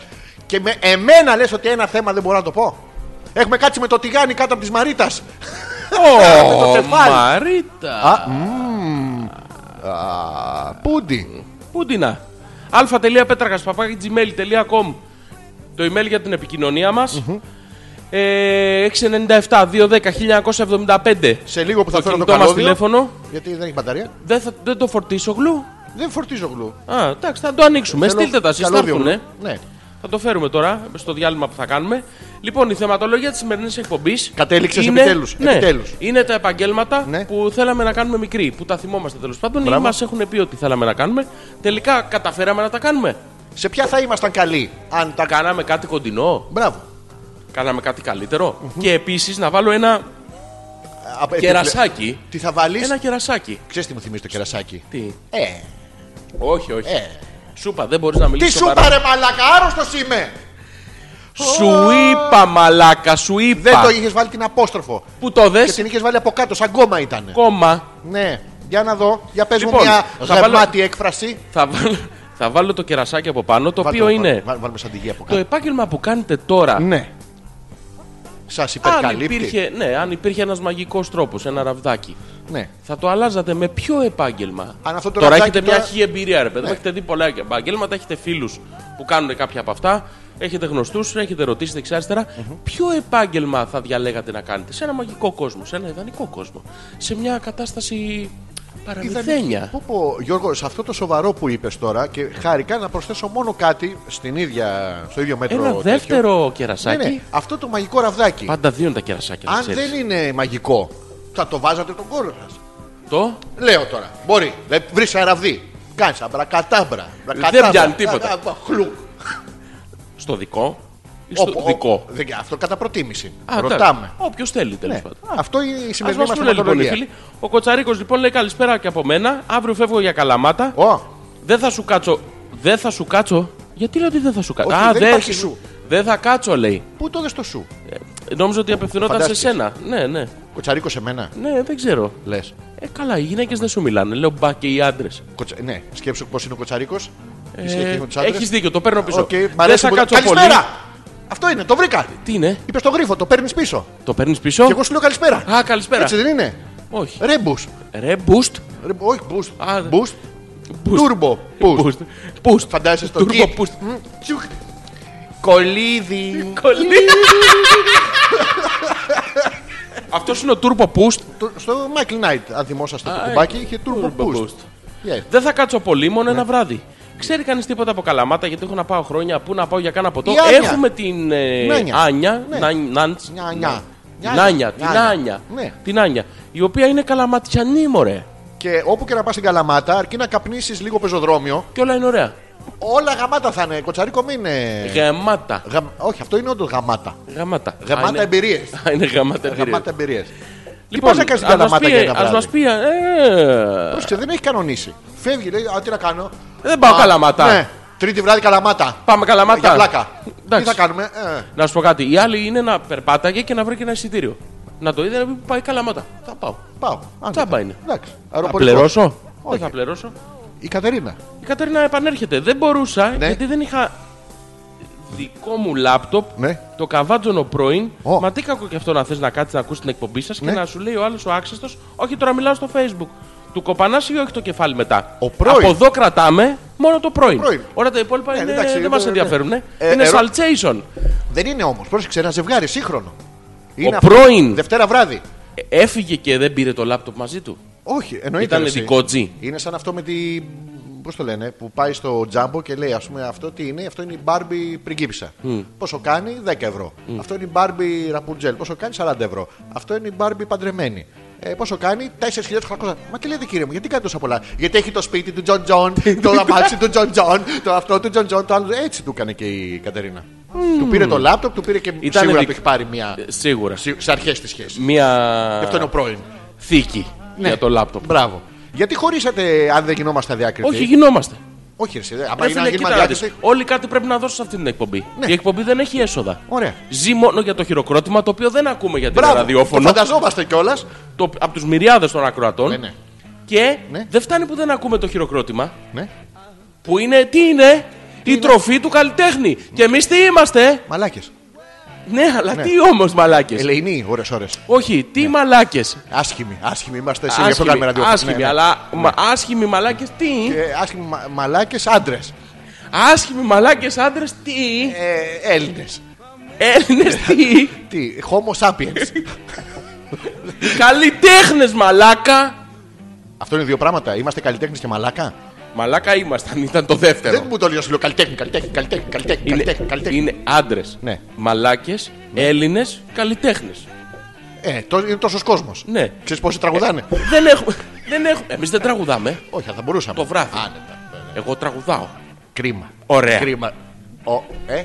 Και με εμένα λες ότι ένα θέμα δεν μπορώ να το πω. Έχουμε κάτσει με το τηγάνι κάτω από τη Μαρίτα. με το Ω, κεφάλι. Μαρίτα. Πούντι. Πού την α? α.πέτρακας.gmail.com Το email για την επικοινωνία μας. Ε, 697-210-1975. Σε λίγο που θα Το φέρω το κινητό μας καλώδιο. τηλέφωνο. Γιατί δεν έχει μπαταρία. Δεν, θα, δεν το φορτίσω γλου. Δεν φορτίζω γλου. Α, εντάξει, θα το ανοίξουμε. Θέλω Στείλτε τα, εσείς θα καλώδιο έρθουν, γλου. ε. Ναι. Θα το φέρουμε τώρα στο διάλειμμα που θα κάνουμε. Λοιπόν, η θεματολογία της σημερινής εκπομπής. Κατέληξες είναι- επιτέλους, Ναι, επιτέλους. Είναι τα επαγγέλματα Ναι. που θέλαμε να κάνουμε μικροί. Που τα θυμόμαστε τέλος πάντων ή Μπράβο. μας έχουν πει ότι θέλαμε να κάνουμε. Τελικά καταφέραμε να τα κάνουμε. Σε ποια θα ήμασταν καλοί αν τα. Κάναμε κάτι κοντινό. Μπράβο. Κάναμε κάτι καλύτερο. Και επίσης να βάλω ένα Από- κερασάκι. Ε, Τι θα βάλεις. Ένα κερασάκι. Ξέρεις τι μου θυμίζει το κερασάκι. Τι. Ε, Όχι, όχι. ε. Σούπα, δεν μπορείς να Τι μιλήσει. σου πάρε μαλακά, άρρωστος είμαι! Σου είπα, μαλάκα, σου είπα. Δεν το είχες βάλει την απόστροφο. Που το δες. Και την είχες βάλει από κάτω, σαν κόμμα ήταν. Κόμμα. Ναι, για να δω. Για πες μου Λοιπόν, μια θα βάλω- γεμάτη έκφραση. Θα βάλω, θα βάλω το κερασάκι από πάνω, το Βάλ' οποίο είναι βάλ- Βάλουμε σαν τυγή από το κάτω. επάγγελμα που κάνετε τώρα. Ναι. Σας Αν υπερκαλύπτει. υπήρχε, ναι, αν υπήρχε ένας μαγικός τρόπος, ένα ραβδάκι, Ναι. θα το αλλάζατε με ποιο επάγγελμα. Αν αυτό το τώρα ραβδάκι έχετε τώρα- Ναι. μια χι εμπειρία, ρε παιδί. μου, Έχετε δει πολλά επαγγέλματα, έχετε φίλους που κάνουν κάποια από αυτά, έχετε γνωστούς, έχετε ρωτήσει δεξιά-αριστερά. Ποιο επάγγελμα θα διαλέγατε να κάνετε σε ένα μαγικό κόσμο, σε ένα ιδανικό κόσμο, σε μια κατάσταση παραμυθένια. Πω, πω, Γιώργο, σε αυτό το σοβαρό που είπες τώρα και χάρηκα να προσθέσω μόνο κάτι στην ίδια, στο ίδιο μέτρο. Ένα τέτοιο. δεύτερο Ναι, κερασάκι. ναι, αυτό το μαγικό ραβδάκι. Πάντα δύο είναι τα κερασάκια. Αν να ξέρεις. δεν είναι μαγικό, θα το βάζατε τον κόλλο σας. Το. Λέω τώρα. Μπορεί. Δεν βρεις αραβδί. Κάνεις αμπρακατάμπρα. Δεν πιάνει τίποτα. Χλουκ. Στο δικό ή στο Όπου- δικό. δεν- Αυτό κατά προτίμηση. Α, Ρωτάμε. Όποιος θέλει τέλος Ναι. πάντων. Αυτό είναι η Ας σημερινή μα μα πούνε λοιπόν οι θεματολογία. φίλοι. Ο Κοτσαρίκος λοιπόν λέει καλησπέρα και από μένα. Αύριο φεύγω για καλαμάτα. Ω, Δεν θα σου κάτσω. Δεν θα σου κάτσω. Γιατί λέω ότι δεν θα σου κάτσω. Όχι, δεν υπάρχει σου. Δεν θα κάτσω λέει. πού το δες το σου. Ε, Νόμιζα ότι απευθυνόταν σε Φαντάστηκες. σένα. Ναι, ναι. Κοτσαρίκος σε μένα. Ναι, δεν ξέρω. Λες. Ε, καλά, οι γυναίκες δεν σου μιλάνε. Λέω μπα και οι άντρες. Ναι, σκέψου πώς είναι ο Κοτσαρίκος. Έχεις δίκιο, το παίρνω πίσω. Οκ, μ' Ε, δεν αρέσει θα που- κάτσω Καλησπέρα! πολύ. Αυτό είναι, το βρήκα. Τι είναι, Είπες τον γρίφο, το παίρνεις πίσω. το παίρνεις πίσω. Και εγώ σου λέω καλησπέρα. Α, καλησπέρα. Έτσι δεν είναι. Όχι. Ρέμπου. Ρε, boost. Όχι, boost. Α, δε- Boost. Boost. Turbo. Boost. Boost. Φαντάζεσαι το Turbo kick. boost. Μμ, τσιουκ. Κολλίδι. Κολλή. Αυτός είναι ο Turbo Boost. Το- Στο Michael Knight, αν θυμόσαστε το Α, κουμπάκι, ε, είχε Turbo Turbo Boost. Boost. Yeah. Δεν θα κάτσω πολύ μόνο ένα βράδυ. Ξέρει κανείς τίποτα από καλαμάτα γιατί έχω να πάω χρόνια. Πού να πάω για κάνα ποτό. Η Άνια. Έχουμε την ε, Νάνια. Άνια. Ναι. Νάν- Νάντς. Νιάνια. Νάνια, την Άνια. Ναι. Την Άνια. Η οποία είναι καλαματιανή, μωρέ. Και όπου και να πας στην Καλαμάτα, αρκεί να καπνίσεις λίγο πεζοδρόμιο, Και όλα είναι ωραία. όλα γαμάτα θα είναι. Κοτσαρίκο μην είναι. Γαμάτα. Γα- Όχι, αυτό είναι όντως γαμάτα. Γαμάτα. Α, Γαμάτα είναι- εμπειρίες. Α, Είναι γαμάτα εμπειρία. Γαμάτα εμπειρίες. Λοιπόν, Λοιπόν, να κάνεις την ας μας Καλαμάτα πει- για ένα ας μας βράδυ. πει. ε, Πρόσεξε, δεν έχει κανονίσει. Φεύγει, λέει, Α, τι να κάνω. Δεν πάω Α, καλαμάτα. Ναι, τρίτη βράδυ Καλαμάτα. Πάμε καλαμάτα. Για πλάκα. Τι Εντάξει. θα κάνουμε. ε, Να σου πω κάτι. Η άλλη είναι να περπάταγε και να βρει και ένα εισιτήριο. Να το είδε να πει πάει καλαμάτα. Θα πάω. Πάω. Τσάμπα Άνετα. είναι. Εντάξει. Θα αεροπορικό. πληρώσω. Όχι. Δεν θα πληρώσω. Η Κατερίνα. Η Κατερίνα επανέρχεται. Δεν μπορούσα Ναι. γιατί δεν είχα δικό μου λάπτοπ. Ναι. Το καβάτζονο πρώην. Ω. Μα τι κακό και αυτό να θες να κάτσεις να ακούσει την εκπομπή σας Ναι. και να σου λέει ο άλλος ο άξιστο. Όχι τώρα μιλάω στο facebook. Του κοπανάσει ή όχι το κεφάλι μετά. Ο πρώην. Από εδώ κρατάμε μόνο το πρώην. Πρώην. Όλα τα υπόλοιπα Ναι, είναι, εντάξει, δεν είναι- μα ενδιαφέρουν. ναι. Ε, είναι ερω- saltation. Δεν είναι όμως. Πρόσεξε, ένα ζευγάρι σύγχρονο. Ο αυτό. πρώην. Δευτέρα βράδυ. Ε, Έφυγε και δεν πήρε το λάπτοπ μαζί του. Όχι, εννοείται. Ήτανε ρε, εσύ. δικό τζι. Είναι σαν αυτό με τη. Πώς το λένε, που πάει στο τζάμπο και λέει, ας πούμε, αυτό τι είναι, αυτό είναι η Μπάρμπι πριγκίπισσα. Πόσο κάνει, 10 ευρώ. Αυτό είναι η Μπάρμπι ραπουτζέλ. Πόσο κάνει, 40 ευρώ. Αυτό είναι η Μπάρμπι παντρεμένη. Ε, πόσο κάνει, 4.800. Μα τι λέτε κύριε μου, γιατί κάνει τόσα πολλά. Γιατί έχει το σπίτι του Τζον Τζον, το αμάξι του Τζον Τζον, το αυτό του Τζον Τζον, το άλλο. Έτσι του έκανε και η Κατερίνα. Του πήρε το λάπτοπ, του πήρε και Ήτανε σίγουρα δικ- του έχει πάρει μια. Ε, Σίγουρα. σι- Σε αρχές της σχέσης. Γι' αυτό είναι ο Μία πρώην. θήκη Ναι. για το λάπτοπ. Μπράβο. Γιατί χωρίσατε αν δεν γινόμαστε αδιάκριτοι. Όχι, γινόμαστε. Όχι, ρε, εσύ, δε- άμα Ρε Ναι. είναι να φίλε, γίνουμε κοίτα να δεις. αδιάκριτοι. Όλοι κάτι πρέπει να δώσουν σε αυτή την εκπομπή. Ναι. Η εκπομπή δεν έχει έσοδα. Ωραία. Ζει μόνο για το χειροκρότημα το οποίο δεν ακούμε για την Μπράβο, το ραδιόφωνο. Ε, φανταζόμαστε κιόλας. Το, από τους μυριάδες των ακροατών. Ναι, ναι. Και Ναι. δεν φτάνει που δεν ακούμε το χειροκρότημα. ναι. Που είναι, τι είναι, η τροφή του καλλιτέχνη. Και εμείς τι είμαστε. Μαλάκες. Ναι, αλλά τι όμως Ε, μαλάκε. Ελεηνοί, ώρε, ώρε. Όχι, τι μαλάκες. Άσχημοι, άσχημοι είμαστε. Εσύ Ναι. γι' αυτό μαλάκε. κάνουμε Άσχημοι, ραδιόφωνο. άσχημοι, Ναι, ναι. αλλά μα- άσχημοι μαλάκες τι. Ε, άσχημοι μα- μαλάκες άντρες. Άσχημοι μαλάκες άντρες τι. Έλληνες. Έλληνες τι. Ε, Τι, Homo sapiens. Καλλιτέχνες μαλάκα. Αυτό είναι δύο πράγματα. Είμαστε καλλιτέχνες και μαλάκα. Μαλάκα ήμασταν, ήταν το δεύτερο. Δεν μου το λέω, σου λέω καλλιτέχνη, καλλιτέχνη, καλλιτέχνη, καλλιτέχνη, είναι καλλιτέχνη, καλλιτέχνη. είναι άντρες. Ναι. Μαλάκες, Έλληνες, καλλιτέχνες. Ε, το- είναι τόσος κόσμος. Ναι. Ε, Ξέρεις πόσοι τραγουδάνε. δεν έχουμε. Δεν έχουμε. Εμείς δεν τραγουδάμε. Όχι, αλλά θα μπορούσαμε. ναι, Το βράδυ. Άνετα. Εγώ τραγουδάω. Κρίμα. Ωραία. Κρίμα. Ο, ε,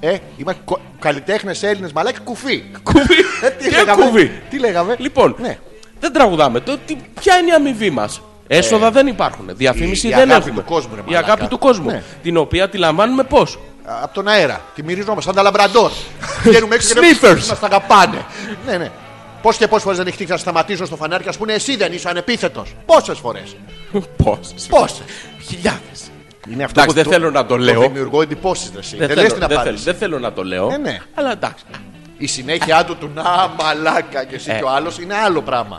ε, είμαστε καλλιτέχνες Έλληνες μαλάκι κουφί. Κουβί. Ε, τι Και λέγαμε. κουβί. Τι λέγαμε. Λοιπόν, ναι. δεν τραγουδάμε. Το, τι, ποια είναι η αμοιβή μας. Έσοδα δεν υπάρχουν. Διαφήμιση Ε. η δεν αγάπη έχουμε. του κόσμου, ρε η μαλάκα. αγάπη του κόσμου. Ναι. Την οποία τη λαμβάνουμε πώς. Α, Από τον αέρα. Τη μυρίζουμε σαν τα λαμπραντόρ. Βγαίνουμε έξω και Sniffers. Μα τα αγαπάνε. ναι, ναι. Πώς και πόσε φορέ δεν έχει τύχει να σταματήσω στο φανάρι και ας πούνε εσύ δεν είσαι ανεπίθετος. Πόσες φορές. πώ. Πόσες. Χιλιάδες. Είναι αυτό Εντάξει, δεν θέλω να το λέω. δημιουργώ εντυπώσεις ρε. εσύ. Δεν, λες την δεν, θέλω, απάντηση. δεν θέλω να το λέω. Ε, ναι. Αλλά εντάξει. Η συνέχειά του του να μαλάκα και εσύ Ε. και ο άλλος είναι άλλο πράγμα.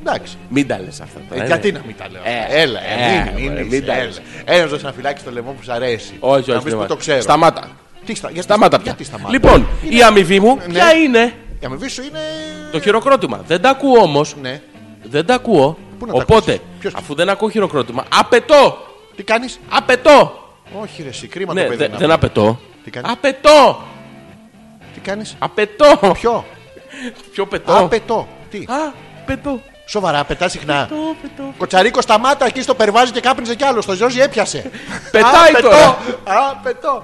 Εντάξει. Μην τα λες αυτά τώρα. Ε, είναι. γιατί να μην τα λέω. Ε, έλα, ε, ε, μην, μην, μωρέ, μην, μην τα έλα. λες. Ένα δώσει ένα φυλάκι στο λαιμό που σ' αρέσει. Όχι, να όχι. πεις που δεν το βάζω. ξέρω. Σταμάτα. Τι, στα, γιατί, Σταμάτα πια. γιατί σταμάτα. Ναι. Λοιπόν, η αμοιβή μου ποια είναι. Η αμοιβή σου είναι. Το χειροκρότημα. Δεν τα ακούω όμως. Ναι. Δεν τα ακούω. Πού να τα Οπότε, ακούσεις? Ποιος- αφού δεν ακούω χειροκρότημα, απαιτώ! Τι κάνεις. Απαιτώ! Όχι, ρε, εσύ, κρίμα Ναι, το παιδί. δε- να δεν πει. απαιτώ. Τι κάνεις? Απαιτώ! Τι κάνεις. Απαιτώ! Ποιο. Ποιο πετώ? Απαιτώ. Τι. Α, πετώ. Σοβαρά, πετά συχνά. Πετώ, πετώ. Κοτσαρίκο σταμάτα εκεί στο περβάζι και κάπνιζε κι άλλο. Στο Ζιώζη έπιασε. Πετάει Α, πετώ. τώρα. Α, πετώ.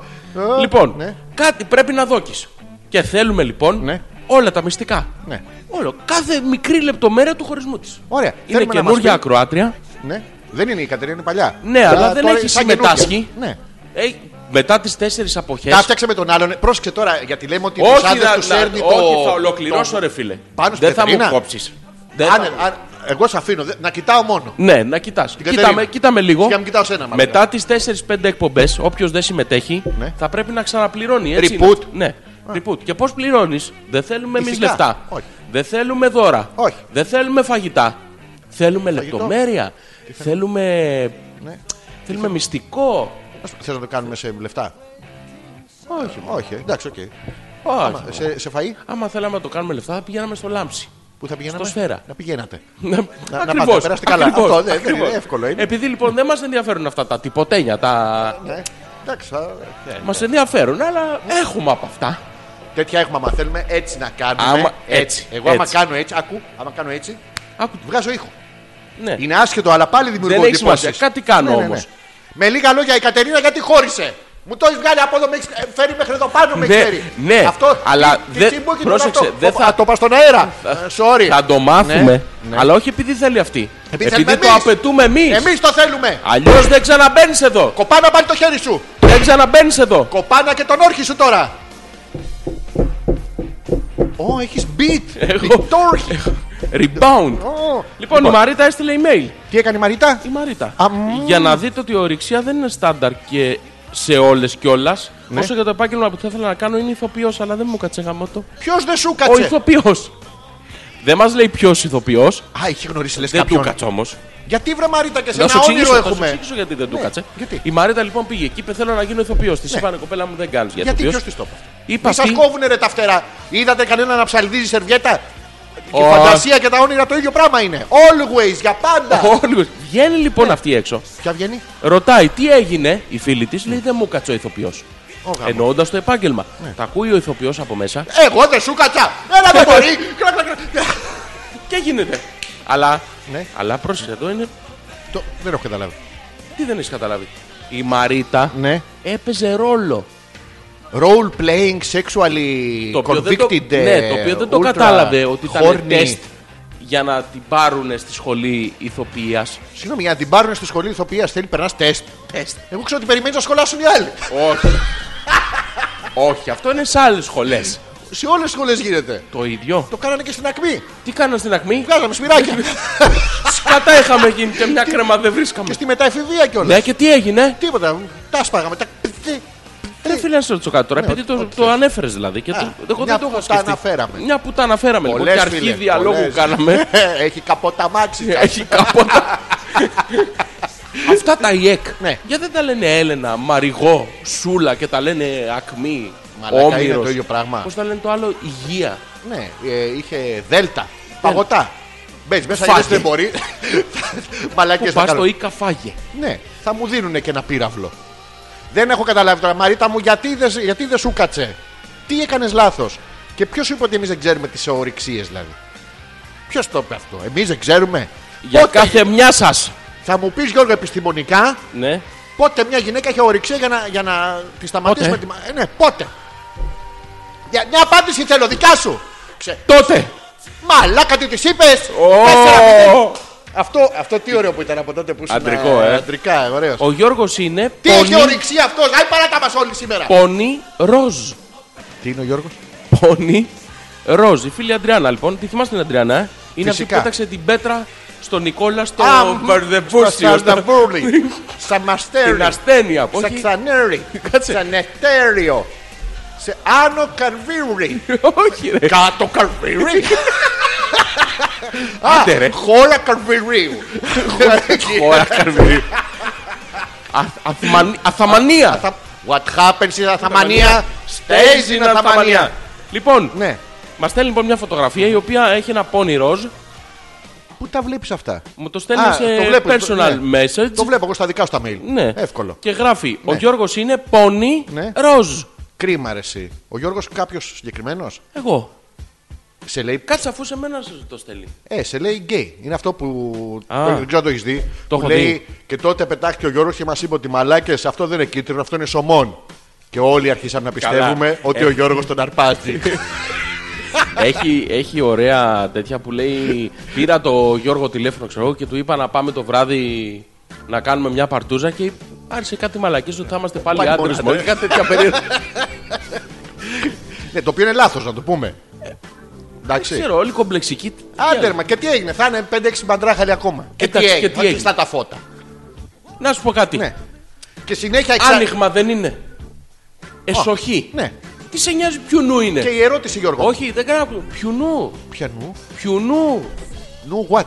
Ε, Λοιπόν, ναι. κάτι πρέπει να δόκεις. Και θέλουμε λοιπόν Ναι. όλα τα μυστικά. Ναι. Όλο. Κάθε μικρή λεπτομέρεια του χωρισμού της. Ωραία. Είναι Θέλουμε να μας καινούργια πει- ακροάτρια. Ναι. Δεν είναι η Κατερίνα, είναι παλιά. Ναι, Τα- αλλά δεν τώρα έχει σαν καινούργια. συμμετάσχει. Ναι. Ε, μετά τις τέσσερις αποχές. Τα φτιάξε με τον άλλον. Πρόσεξε τώρα, γιατί λέμε ότι Όχι, τους να, άντρες να, τους έρνει το... όχι, θα το- ολοκληρώσω, ρε φίλε. Πάνω στην Δεν θα μου Κατερίνα. κόψεις. Άνε- άνε- εγώ σε αφήνω, δε- να κοιτάω μόνο. Ναι, να κοιτάς. Κατερίνα. Κοίταμε, κοίταμε λίγο. Για να μην κοιτάω σένα, μάλλον. Μετά τις 4-5 εκπομπές, όποιος δεν συμμετέχει, Ναι. θα πρέπει να ξαναπληρώνει. Έτσι Reboot. είναι. Ναι. Reboot. Και πώς πληρώνεις, δεν θέλουμε εμείς Ηθικά. λεφτά. Όχι. Δεν θέλουμε δώρα. Όχι. Δεν θέλουμε φαγητά. Θέλουμε λεπτομέρεια. Θέλουμε. Ναι. Θέλουμε μυστικό. Ας πούμε, Θες να το κάνουμε σε λεφτά. Όχι, όχι, εντάξει, οκ. Όχι. Μα, Σε, σε φαΐ. Άμα θέλαμε να το κάνουμε λεφτά, θα πηγαίναμε στο λάμψι. Πού θα πηγαίναμε. Στο σφαίρα. Να πηγαίνατε. να πάτε, Ακριβώς. περάστε καλά. Αυτό ε, δεν- δεν είναι εύκολο, είναι. Επειδή λοιπόν δεν μας ενδιαφέρουν αυτά τα τυποτένια, τα. Ναι. Εντάξει, θα- ναι. Μας ενδιαφέρουν, αλλά έχουμε από αυτά. Τέτοια έχουμε άμα θέλουμε έτσι να κάνουμε. Άμα- έτσι. έτσι, Εγώ άμα έτσι. κάνω έτσι, ακού, άμα κάνω έτσι, Άκου, βγάζω ήχο. ναι. Είναι άσχετο, αλλά πάλι δημιουργώ Δεν έχει σημασία. εντυπώσεις. Κάτι κάνω Ναι, ναι, όμω. ναι. Με λίγα λόγια, η Κατερίνα γιατί χώρισε. Μου το έχεις βγάλει από εδώ, με έχεις ε, φέρει μέχρι εδώ πάνω, με έχεις Ναι, φέρει. ναι, αυτό, αλλά τι- τι δεν- τσιμπούκι του πρόσεξε, αυτό. δεν Όπα, θα- Το πας στον αέρα. Ε, Sorry. Θα το μάθουμε. Ναι, ναι. Αλλά όχι επειδή θέλει αυτή. Επειδή Επειδή, θέλουμε το εμείς. απαιτούμε εμείς. Εμείς το θέλουμε. Αλλιώς δεν ξαναμπαίνεις εδώ. Κοπάνα πάλι το χέρι σου. Δεν ξαναμπαίνεις εδώ. Κοπάνα και τον όρχη σου τώρα. Ω, έχεις beat. Έχω. Beat όρχη. Rebound. Ω. Λοιπόν, η Μαρίτα έστειλε email. Τι έκανε η Μαρίτα. Η Μαρίτα. Α, μμμ. Για να δείτε ότι η ορυξία δεν είναι στάνταρ και σε όλες και όλα. Ναι. Όσο για το επάγγελμα που θα ήθελα να κάνω είναι ηθοποιός, αλλά δεν μου κάτσε γαμώτο. Ποιος δεν σου Ο κάτσε. ηθοποιός. Δεν μας λέει ποιος ηθοποιός. Α, είχε γνωρίσει λες Δεν του κάποιον. κάτσε όμως. Γιατί βρε Μαρίτα και σε Να σου ένα όνειρο εξηγήσω, θα σου έχουμε. εξηγήσω γιατί δεν του Ναι, κάτσε. γιατί. Ναι. Η Μαρίτα λοιπόν πήγε εκεί, είπε θέλω να γίνω ηθοποιός. Της είπανε κοπέλα μου δεν κάνεις. Γιατί ποιος της το είπε αυτό? Είπα Μη σας αυτή. κόβουνε ρε τα φτερά. Είδατε κανένα να ψαλιδίζει σερβιέτα. Και η Ω. φαντασία και τα όνειρα το ίδιο πράγμα είναι. Always, για πάντα. Ο Όλγος. Βγαίνει Ναι. λοιπόν αυτή έξω. Ποια βγαίνει. Ρωτάει τι έγινε, η φίλη της λέει δεν μου κάτσε ο ηθοποιός. Ω, Ναι. γάμο. Εννοώντας το επάγγελμα. Τα ακούει ο ηθοποιός από μέσα Εγώ δεν σου κάτσα. Έλα δεν μπορεί. Κλακ, κλακ, κλακ. και γίνεται. Αλλά, Ναι. αλλά πρόσεχε εδώ είναι. Το- Δεν έχω καταλάβει. Τι δεν έχεις καταλάβει. Η Μαρίτα Ναι. έπαιζε ρόλο. Role playing sexually Το οποίο, δεν το, convicted. ε, ναι, το οποίο δεν το ultra κατάλαβε ότι horny. ήταν τεστ για να την πάρουν στη σχολή ηθοποιίας. Συγγνώμη, για να την πάρουν στη σχολή ηθοποιίας θέλει περνάς τεστ. Τεστ. Εγώ ξέρω ότι περιμένει να σχολάσουν οι άλλοι. Όχι. Όχι, αυτό είναι σε άλλες σχολές. Σε όλες τις σχολές γίνεται. Το ίδιο. Το κάνανε και στην ακμή. Τι κάνανε στην ακμή. Βγάζαμε σφυράκια. Σκατά είχαμε γίνει και μια κρέμα δεν βρίσκαμε. και στη μεταεφηβεία κιόλας. Ναι, και τι έγινε. Τίποτα. Τα σπάγαμε. Τα... τι- Ρε φίλε, να σε ρωτήσω κάτι τώρα. Επειδή το, το ανέφερες δηλαδή. Και Α, το, εγώ μια δεν το που είχα τα σκεφτεί. αναφέραμε. Μια που τα αναφέραμε λοιπόν. Και Πολλές, αρχή φίλε, διαλόγου πολλές. κάναμε. Ναι, Έχει καποταμάξει. Έχει κάποτα. Αυτά τα ΙΕΚ. Ναι. Γιατί δεν τα λένε Έλενα, Μαριγό, Σούλα και τα λένε Ακμή, Μαλάκα, είναι Όμηρος. το ίδιο πράγμα. Πώς τα λένε το άλλο, Υγεία. Ναι, ε, είχε δέλτα. Παγωτά. Μπες μέσα, Φάγε. είδες δεν μπορεί. Μαλακέ Που θα πα κάνω. το Ίκα φάγε. Ναι, θα μου δίνουν και ένα πύραυλο. Δεν έχω καταλάβει τώρα, Μαρίτα μου, γιατί δεν γιατί δεν σου κάτσε. Τι έκανες λάθος. Και ποιος είπε ότι εμείς δεν ξέρουμε τις ορυξίες, δηλαδή. Ποιος το είπε αυτό, εμείς δεν ξέρουμε. Για Πότε- κάθε μια σας. Θα μου πεις Γιώργο επιστημονικά Ναι. πότε μια γυναίκα είχε ορυξία για να, για να τη σταματήσει Πότε? με τη. μα- Ε, ναι, πότε. Για, μια απάντηση θέλω, δικιά σου. Ξε... Τότε. Μαλάκα τι της είπες! Ω! Αυτό, αυτό τι ωραίο που ήταν από τότε που ήσουν. Αντρικό, ε. Αντρικά, ωραίος. Ο Γιώργος είναι Τι έχει πονή, ορυξία αυτός, Άι παράτα μα όλοι σήμερα. πονή ροζ. Τι είναι ο Γιώργος. Πόνι Ροζ. Η φίλη Αντριάννα λοιπόν. Τη θυμάστε την Αντριάννα, ε? Είναι αυτή που Φυσικά. πέταξε την πέτρα στον Νικόλα στο Α, Μπερδεπούσιο. Στα Σταμπούρλι. Στα Στην Μαστέρι. ασθένεια. που Στα όχι- Ξανέρι. Κάτσε. Ξανετέριο. Σε Άνω Καρβίουρι. Όχι, ρε. Κάτω Καρβίουρι. Άντε, ρε. Α, χώρα Καρβίουρι. Ωραία, Καρβίδη. Αθ- Αθμανι- Αθαμανία. What happens in Αθαμανία stays in Αθαμανία. Λοιπόν, Ναι. μας στέλνει λοιπόν μια φωτογραφία η οποία έχει ένα πόνι ροζ. Πού τα βλέπεις αυτά. Μου το στέλνει Α, σε το βλέπω, το- personal ναι. message. Το βλέπω εγώ στα δικά σου τα mail. Ναι. Εύκολο. Και γράφει: Ο Ναι. Γιώργος είναι πόνι Ναι. ροζ. Κρίμα ρε εσύ. Ο Γιώργος κάποιος συγκεκριμένος Εγώ. σε λέει, Κάτσε αφού σε μένα σε το στέλνει. ε, σε λέει γκέι. Είναι αυτό που Α. το, δεν ξέρω αν το έχεις δει. Το που έχω λέει, δει. Και τότε πετάχτηκε ο Γιώργος και μας είπε ότι μαλάκες αυτό δεν είναι κίτρινο, αυτό είναι σωμόν. Και όλοι αρχίσαμε να Καλά. πιστεύουμε ότι Ε. ο Γιώργος τον αρπάζει. έχει, έχει ωραία τέτοια που λέει: Πήρα το Γιώργο τηλέφωνο, ξέρω εγώ, και του είπα να πάμε το βράδυ να κάνουμε μια παρτούζα. Και άρχισε κάτι μαλακή ότι θα είμαστε πάλι Πάλι άντρες μόνα, μόνο. ναι. Κάτι τέτοια περίεργα. ναι, το οποίο είναι λάθος να το πούμε. Εντάξει. Ε, ξέρω, όλοι κομπλεξικοί. Τι άλλο. Άντε, μα και τι έγινε, θα είναι 5-6 μπαντράχαλοι ακόμα. Και τι Εντάξει, και έγινε, τι θα έγινε. κλειστά τα φώτα. Να σου πω κάτι. Ναι. Και συνέχεια εξα- Άνοιγμα δεν είναι. Εσοχή. Ναι. Τι σε νοιάζει ποιου νου είναι. Και η ερώτηση, Γιώργο. Όχι, δεν κάνω. Ποιου νου. Πιανού. Ποιου νου. Νου what.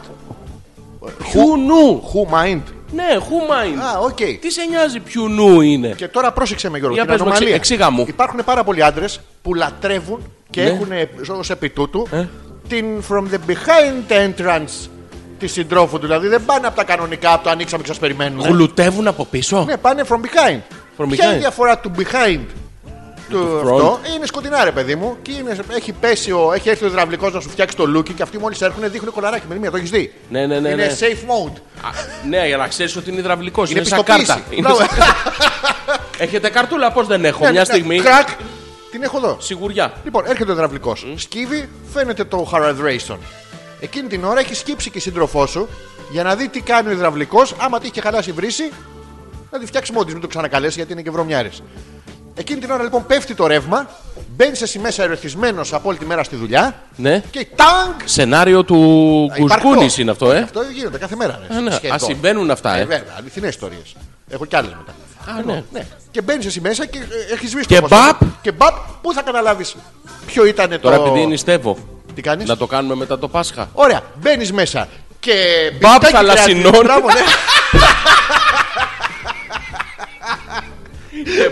Ποιου νου. Who mind. Ναι, who mind. Α, οκ. Τι σε νοιάζει ποιου νου είναι. Και τώρα πρόσεξε με Γιώργο. Για Την πες μου, ανομαλία. εξή- εξήγα μου. Υπάρχουν πάρα πολλοί άντρες που λατρεύουν και Ναι. έχουν ως επί τούτου Ε. την from the behind entrance της συντρόφου του. Δηλαδή δεν πάνε από τα κανονικά, από το ανοίξαμε και σας περιμένουμε. Γουλουτεύουν από πίσω. Ναι, πάνε from behind. From Ποια είναι η behind. διαφορά του behind του front. αυτό. Είναι σκοτεινά, ρε παιδί μου. Και είναι, έχει, πέσει ο, έχει έρθει ο υδραυλικός να σου φτιάξει το λούκι και αυτοί μόλις έρχουν δείχνουν κολαράκι με τη μία. Το έχεις δει. Ναι, ναι, ναι, Είναι ναι. safe mode. Α, ναι, για να ξέρεις ότι είναι υδραυλικός. Είναι, Είναι σαν πιστοποίηση. κάρτα. Είναι Μπράβο. σαν κάρτα. Έχετε καρτούλα, πώς δεν έχω. Μια Ναι, στιγμή. Κρακ. Την έχω εδώ. Σιγουριά. Λοιπόν, έρχεται ο υδραυλικός. Σκύβει, φαίνεται το Harad Εκείνη την ώρα έχει σκύψει και η σύντροφό σου για να δει τι κάνει ο υδραυλικός. Άμα τη είχε χαλάσει η βρύση, να τη φτιάξει μόνη της, μην το ξανακαλέσει γιατί είναι και βρωμιάρης. Εκείνη την ώρα λοιπόν πέφτει το ρεύμα, μπαίνει εσύ μέσα ερεθισμένο από όλη τη μέρα στη δουλειά Ναι. και τάγκ! Σενάριο του Γκουσκούνη Υπαρκτό. είναι αυτό, ε. Αυτό γίνεται κάθε μέρα. ρε, Α, ναι. σχεδόν. Ας, συμβαίνουν αυτά, Ε, ε. βέβαια, αληθινές ιστορίες. Έχω κι άλλες μετά. Α, ναι. Ναι. Και μπαίνει εσύ μέσα και ε, έχεις σβήσει Και το ποσό. μπαπ. Και μπαπ, πού θα καταλάβεις ποιο ήταν το. Ναι. Τώρα επειδή νηστεύω. Τι κάνεις. Να το κάνουμε μετά το Πάσχα. Ωραία, μπαίνεις μέσα. Και Μπαπ μπιφτέκι θαλασσινών. κρεατίνη, Μπράβο, ναι.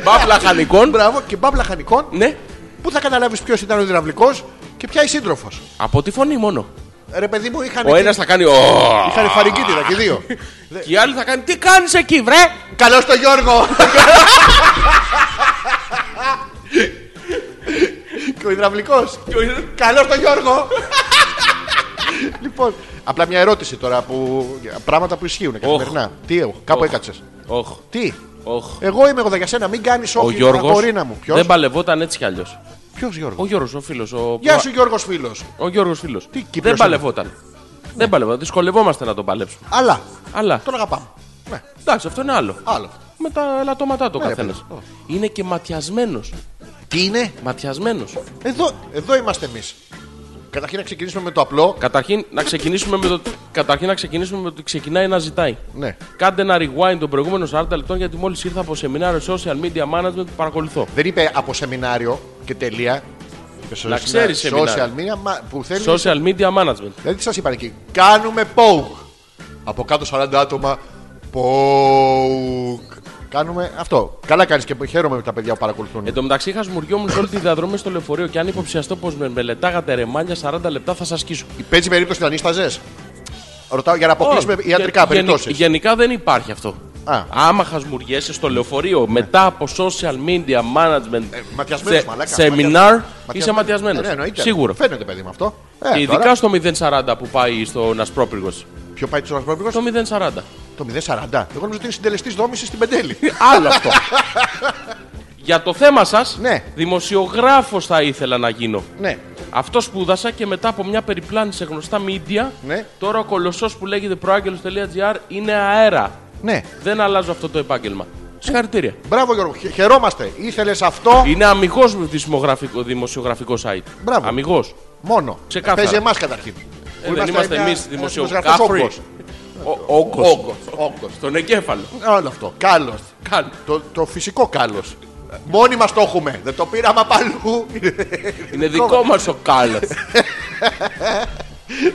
Μπαπ λαχανικών. Ε, Μπράβο, και μπαπ λαχανικών. Ναι. Πού θα καταλάβεις ποιος ήταν ο υδραυλικός και ποια η σύντροφος. Από τη φωνή μόνο. Ρε παιδί μου, είχαν. Ο ένας θα κάνει. «Ω». Είχαν φαρικίτιδα και δύο. Και η άλλη θα κάνει. Τι κάνεις εκεί, βρε! Καλό το Γιώργο! και ο υδραυλικός. Καλό το Γιώργο! λοιπόν, απλά μια ερώτηση τώρα που. πράγματα που ισχύουν καθημερινά. Τι έχω, κάπου Οχ. έκατσες. Οχ, Τι. οχ. Εγώ είμαι εγώ για σένα, μην κάνεις όχι. Ο Γιώργο αγορίνα μου. Ποιος δεν παλευόταν έτσι κι αλλιώς. Γιώργος. Ο Γιώργος, ο φίλος. Ο... Γεια σου Γιώργος φίλος. Ο Γιώργος φίλος. Τι Κύπριος Δεν είναι. παλευόταν. Δεν παλευόταν. Δυσκολευόμαστε να τον παλέψουμε. Αλλά Αλλά τον αγαπάμε. Ναι, εντάξει, αυτό είναι άλλο. άλλο. Με τα ελαττώματά του ο Ναι, ρε καθένας. παιδί, ω. Είναι και ματιασμένος. Τι είναι, Ματιασμένος. εδώ, εδώ είμαστε εμείς. Καταρχήν να ξεκινήσουμε με το απλό. Καταρχήν να ξεκινήσουμε με το. Καταρχήν να ξεκινήσουμε με το ότι ξεκινάει να ζητάει. Ναι. Κάντε ένα rewind των προηγούμενων 40 λεπτών γιατί μόλις ήρθα από σεμινάριο social media management που παρακολουθώ. Δεν είπε από σεμινάριο και τελεία. Είπε Να social- ξέρεις σεμινάριο. Social media μα- που θέλει. Social media management. Δηλαδή τι σας είπαν εκεί. Κάνουμε poke. Από κάτω 40 άτομα. Poke. Κάνουμε αυτό. Καλά κάνεις και χαίρομαι με τα παιδιά που παρακολουθούν. Εν τω μεταξύ, χασμουριόμουν σε όλη τη διαδρομή στο λεωφορείο και αν υποψιαστώ πως με μελετάγατε ρεμάνια 40 λεπτά θα σα σκίσω. Παίζει περίπτωση να νύσταζες. Ρωτάω για να αποκλείσουμε Όχι. ιατρικά Γεν- περιπτώσεις. γεν- γενικά δεν υπάρχει αυτό. Α. Άμα χασμουριέσαι στο λεωφορείο μετά από social media management Ε, ματιασμένος, σε- μαλάκα, seminar, ματιασμένος. είσαι ματιασμένος. Ναι, ναι, εννοείται. Σίγουρο. Φαίνεται παιδί με αυτό. Ε, Και τώρα, ειδικά στο 040 που πάει στον Ασπρόπυργος. Ποιο πάει του ανθρώπου, Το 040. το 040. Εγώ νομίζω ότι είναι συντελεστής δόμησης στην Πεντέλη. Άλλο αυτό. Για το θέμα σας, Ναι. δημοσιογράφος θα ήθελα να γίνω. ναι. Αυτό σπούδασα και μετά από μια περιπλάνη σε γνωστά media, Ναι. τώρα ο κολοσσός που λέγεται προάγγελο.gr είναι αέρα. Ναι. Δεν αλλάζω αυτό το επάγγελμα. Συγχαρητήρια. Μπράβο Γιώργο, Χαι- χαιρόμαστε. Ήθελες αυτό Είναι αμυγός δημοσιογραφικό, δημοσιογραφικό site. Μπράβο. Αμυγός. μόνο. Ξεκάθαρα. Παίζει εμάς καταρχήν. Ε, δεν είμαστε εμείς δημοσιογράφοι. δημοσιογράφοι. Όγκο. Στον εγκέφαλο. Όλο αυτό. Κάλος. Καν. Το, το φυσικό κάλος. Μόνοι μα το έχουμε. Δεν το πήραμε απ' αλλού. Είναι δικό μας ο κάλος.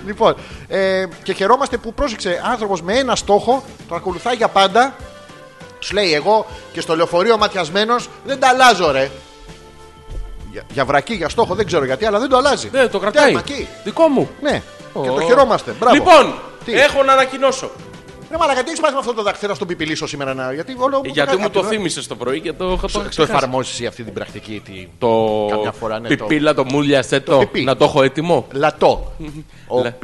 λοιπόν, ε, και χαιρόμαστε που πρόσεξε άνθρωπος με ένα στόχο, το ακολουθάει για πάντα. Σου λέει εγώ και στο λεωφορείο ματιασμένος δεν τα αλλάζω, ρε. Για, για βρακή, για στόχο δεν ξέρω γιατί, αλλά δεν το αλλάζει. Δεν Ναι, το κρατάει. Τέρμα εκεί. Δικό μου. Ναι, και Ω. το χαιρόμαστε. Μπράβο. Λοιπόν, Τι? έχω να ανακοινώσω. Ρε μαλακα, τι έχεις πάθει με αυτό το δακτύλα στον πιπιλίσο σήμερα να. Γιατί, όλο Ε, μου Γιατί κάνει μου το κάτι, θύμισε το πρωί και το είχα Το, το εφαρμόσει αυτή την πρακτική. Τη... Το Καμιά φορά, ναι, το- πιπίλα το μουλιασέ το. πιπί. Να το έχω έτοιμο. Λατό. Ο Λα-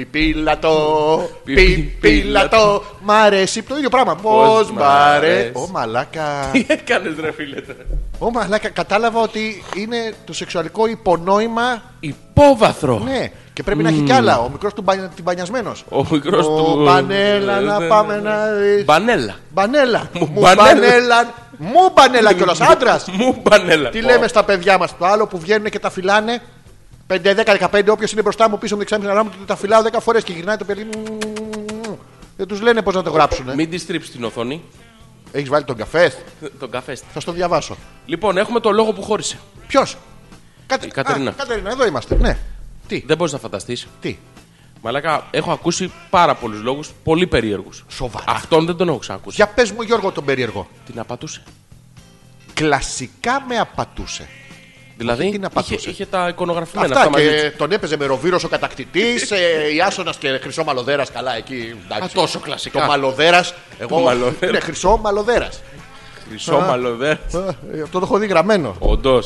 πιπίλατο, Πι- πιπίλατο, μ' αρέσει το ίδιο πράγμα. Πώς Πώς μ' μ' αρέσει. αρέσει. Ω μαλάκα. Τι έκανες, ρε φίλε. τώρα. Ω μαλάκα, κατάλαβα ότι είναι το σεξουαλικό υπονόημα. Υπόβαθρο. Ναι, και πρέπει να έχει κι άλλα. Ο μικρός του μπανια- την πανιασμένο. Ο μικρός του. Μπανέλα, Ε, να ε, πάμε ε, να δεις. Μπανέλα. Μπανέλα. Μου μπανέλα. μπανέλα. Μου μπανέλα κιόλας, άντρας. Μου μπανέλα. Τι λέμε στα παιδιά μας το άλλο που βγαίνουν και τα φυλάνε. 5, 10, 15, όποιος είναι μπροστά μου, πίσω μου, δεξιά μου, αριστερά μου, τα φυλάω 10 φορές και γυρνάει το παιδί. μμμ. Δεν τους λένε πώς να το γράψουν. Ε. Μην της στρίψει την οθόνη. Έχεις βάλει τον καφέ, Τον καφέ. στη. θα στο διαβάσω. Λοιπόν, έχουμε το λόγο που χώρισε. Ποιος. Κατε... Η Κατερίνα. Α, Κατερίνα, εδώ είμαστε. Ναι. Τι, Δεν μπορείς να φανταστείς. τι. Μαλάκα, έχω ακούσει πάρα πολλούς λόγους πολύ περίεργους. Σοβαρά. Αυτόν δεν τον έχω ξανακούσει. Για πες μου, Γιώργο, τον περίεργο. Την απατούσε. Κλασικά με απατούσε. Δηλαδή τι να είχε, πατούσε. είχε τα εικονογραφημένα Αυτά αυτά μαζί της. και τον έπαιζε με Ροβίρο ο κατακτητής, ε, η Άσονα και Χρυσό Μαλοδέρα. Καλά, εκεί. Εντάξει. Α, τόσο κλασικά. Το Μαλοδέρα. Εγώ. Μαλοδέρα. Είναι Χρυσό Μαλοδέρα. Χρυσό ε. μαλλοδέ. Αυτό το έχω δει γραμμένο. Όντως.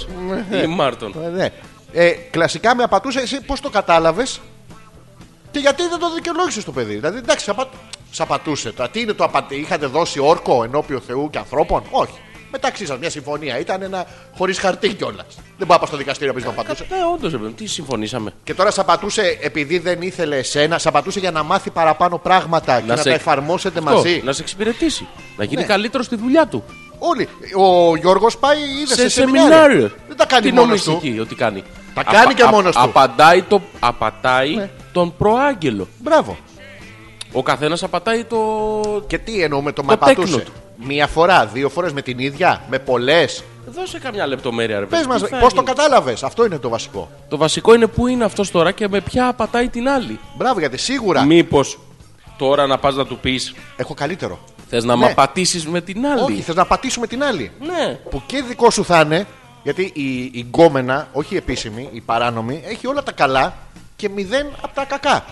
Ή Μάρτον. Ε, ναι. Ε, κλασικά με απατούσε, εσύ πώς το κατάλαβες και γιατί δεν το δικαιολόγησες το παιδί. Δηλαδή, εντάξει, απα... σ' απατούσε. Τα τι είναι το απατή, είχατε δώσει όρκο ενώπιον Θεού και ανθρώπων. Όχι. Μεταξύ σας μια συμφωνία ήταν ένα χωρίς χαρτί κιόλας. Δεν πάω στο δικαστήριο να πεις μου απατούσε. Ναι, όντω, τι συμφωνήσαμε. Και τώρα σ' απατούσε επειδή δεν ήθελε εσένα, σ' απατούσε για να μάθει παραπάνω πράγματα και να σε- τα εφαρμόσετε Αυτό, Ε, μαζί. Να σε εξυπηρετήσει. Να γίνει Ναι. καλύτερος στη δουλειά του. Όλοι. Ο Γιώργος πάει είδε Ναι, σε, σε σεμινάριο. σεμινάριο. Δεν τα κάνει Τι μόνος νομίζεις του. εκεί ότι κάνει. Τα κάνει και μόνος του. Απαντάει, το, απατάει Ναι. τον προάγγελο. Μπράβο. Ο καθένας απατάει το. Και τι εννοούμε το, Το τέκνο μαπατούσε. του. Μία φορά, δύο φορές με την ίδια, με πολλές. Δώσε καμιά λεπτομέρεια, ρε Πες παιδί. μα, Ε, Τι θα πώς το γίνει. κατάλαβες. Αυτό είναι το βασικό. Το βασικό είναι πού είναι αυτός τώρα και με ποια απατάει την άλλη. Μπράβο, γιατί σίγουρα Μήπως τώρα να πας να του πεις έχω καλύτερο. θες Ναι. να με απατήσει με την άλλη. Όχι, θες να πατήσουμε την άλλη. Ναι. Που και δικό σου θα είναι, γιατί η, η γκόμενα, όχι η επίσημη, η παράνομη, έχει όλα τα καλά και μηδέν από τα κακά.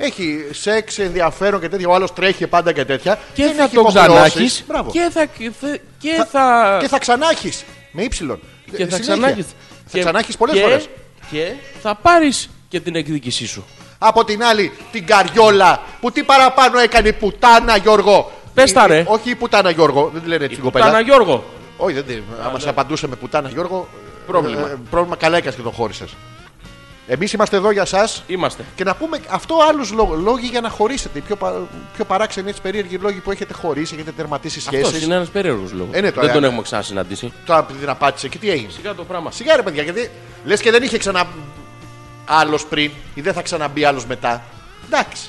Έχει σεξ, ενδιαφέρον και τέτοια. Ο άλλος τρέχει πάντα και τέτοια. Και δεν θα έχει τον υποχρεώσεις. ξανάχεις. Μπράβο. Και θα. Και θα. Και Θα- θα, Και θα ξανάχεις. Με ύψιλον. και θα Συνέχεια. ξανάχεις. Θα Και- ξανάχεις πολλές και- φορές. Και θα πάρεις και την εκδίκησή σου. Από την άλλη την καριόλα που τι παραπάνω έκανε η πουτάνα Γιώργο. Πες τα, Η- ρε. Όχι η πουτάνα Γιώργο, δεν τη λένε έτσι την κοπέλα. Κάνα Γιώργο. Όχι, δεν την. Άμα σε απαντούσε με πουτάνα Γιώργο. Ναι. Πρόβλημα. ε, πρόβλημα καλά έκανες και τον χώρισες. Εμείς είμαστε εδώ για εσά. Είμαστε. Και να πούμε αυτό άλλους λόγοι για να χωρίσετε. Οι πιο, πα- πιο παράξενοι έτσι περίεργοι λόγοι που έχετε χωρίσει, έχετε τερματίσει Αυτός σχέσεις. είναι ένας περίεργος λόγος. Ε, ναι, τώρα, δεν τον ε, έχουμε ξανασυναντήσει. Τώρα επειδή την απάτησε και τι έγινε. Σιγά το πράγμα. Σιγά ρε παιδιά, γιατί λες και δεν είχε ξανα. άλλος πριν ή δεν θα ξαναμπεί άλλος μετά. Εντάξει.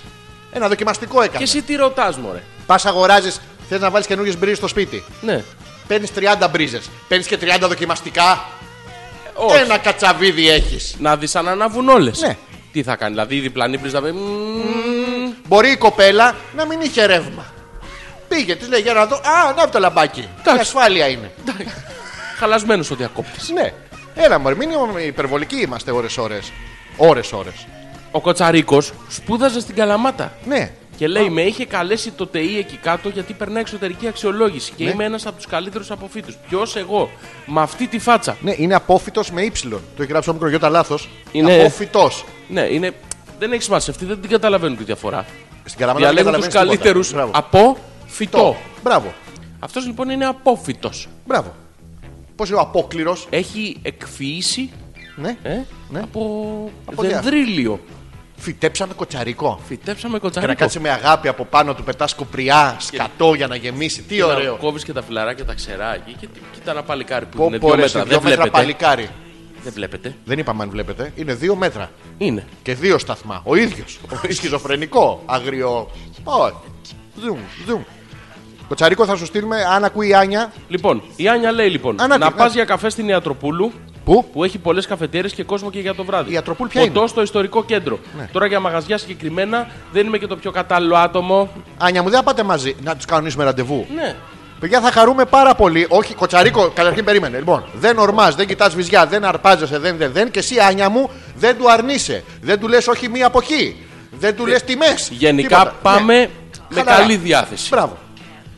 Ένα δοκιμαστικό Και έκανε. εσύ τι ρωτάς, Μωρέ. Πας αγοράζεις, θες να βάλεις καινούριε μπρίζε στο σπίτι. Ναι. Παίρνεις 30 μπρίζες. Παίρνεις και 30 δοκιμαστικά. Όχι. Ένα κατσαβίδι έχεις. Να δεις αν ανάβουν όλες. Ε, Ναι. Τι θα κάνει, δηλαδή η διπλανή πρίζα. μ, Μπορεί η κοπέλα να μην είχε ρεύμα. Πήγε, της λέει για να δω. Α, ανάβει το λαμπάκι. Η ασφάλεια είναι. Χαλασμένο ο διακόπτη. Ναι. Έλα, μωρή, μην είμαστε υπερβολικοί είμαστε ώρε-ώρε. Ώρε-ώρε. Ο Κοτσαρίκος σπούδαζε στην Καλαμάτα. Ναι. Και λέει, με είχε καλέσει το ΤΕΙ εκεί κάτω γιατί περνά εξωτερική αξιολόγηση Ναι. και είμαι ένας από τους καλύτερους αποφύτου. Ποιος εγώ, με αυτή τη φάτσα. Ναι, είναι απόφυτος με ύψιλον. Το έχει γράψει ο Μικρογιώτα λάθος. Είναι- Απόφυτος. Ναι, είναι... δεν έχει σημασία. Αυτοί δεν την καταλαβαίνουν τη διαφορά. Στην Καλαμάτα δεν Διαλέγουν τους καταλαβαίνεις τίποτα. καλύτερους Μπράβο. από φυτό. Μπράβο. Αυτός λοιπόν είναι απόφυτος. Μπράβο. Πώς είναι ο απόκληρος. Έχει εκφυήσει Ναι. ε, Ναι. από, Από τι άλλο. δενδρίλιο. Φυτέψαμε κοτσαρικό. Φυτέψαμε Και να κοτσαρίκο. κάτσει με αγάπη από πάνω του, πετάς κοπριά, σκατό για να γεμίσει. Τι ωραίο. Κόβεις και τα φιλαράκια τα ξερά εκεί και τι- κοίτα ένα παλικάρι που Πω, είναι πω, δύο ρε, μέτρα. σε Δεν δύο μέτρα βλέπετε. παλικάρι. Δεν βλέπετε. Δεν είπαμε αν βλέπετε. Είναι δύο μέτρα. Είναι. Και δύο σταθμά. Ο ίδιος. Σχιζοφρενικό. Αγριό. Όχι. Ζουμ, ζουμ. Κοτσαρικό θα σου στείλουμε αν ακούει η Άνια. Λοιπόν, η Άνια λέει λοιπόν: Α, να- Να να- πα για καφέ στην Ιατροπούλου Πού? που έχει πολλές καφετέρειε και κόσμο και για το βράδυ. Η Ιατροπούλου ποια Κοντό είναι? Ναι. στο ιστορικό κέντρο. Τώρα για μαγαζιά συγκεκριμένα δεν είμαι και το πιο κατάλληλο άτομο. Άνια μου, δεν θα πάτε μαζί να τους κανονίσουμε ραντεβού. Ναι. Παιδιά, θα χαρούμε πάρα πολύ. Όχι, κοτσαρίκο, καταρχήν περίμενε. Λοιπόν, δεν ορμάς, δεν κοιτάς βυζιά, δεν αρπάζεσαι, δεν, δεν, δεν. Και εσύ, Άνια μου, δεν του αρνείσαι. Δεν του λες όχι μία αποχή. Δεν του λες τιμές. Ε, Γενικά Ναι. πάμε με καλή διάθεση. Μπράβο.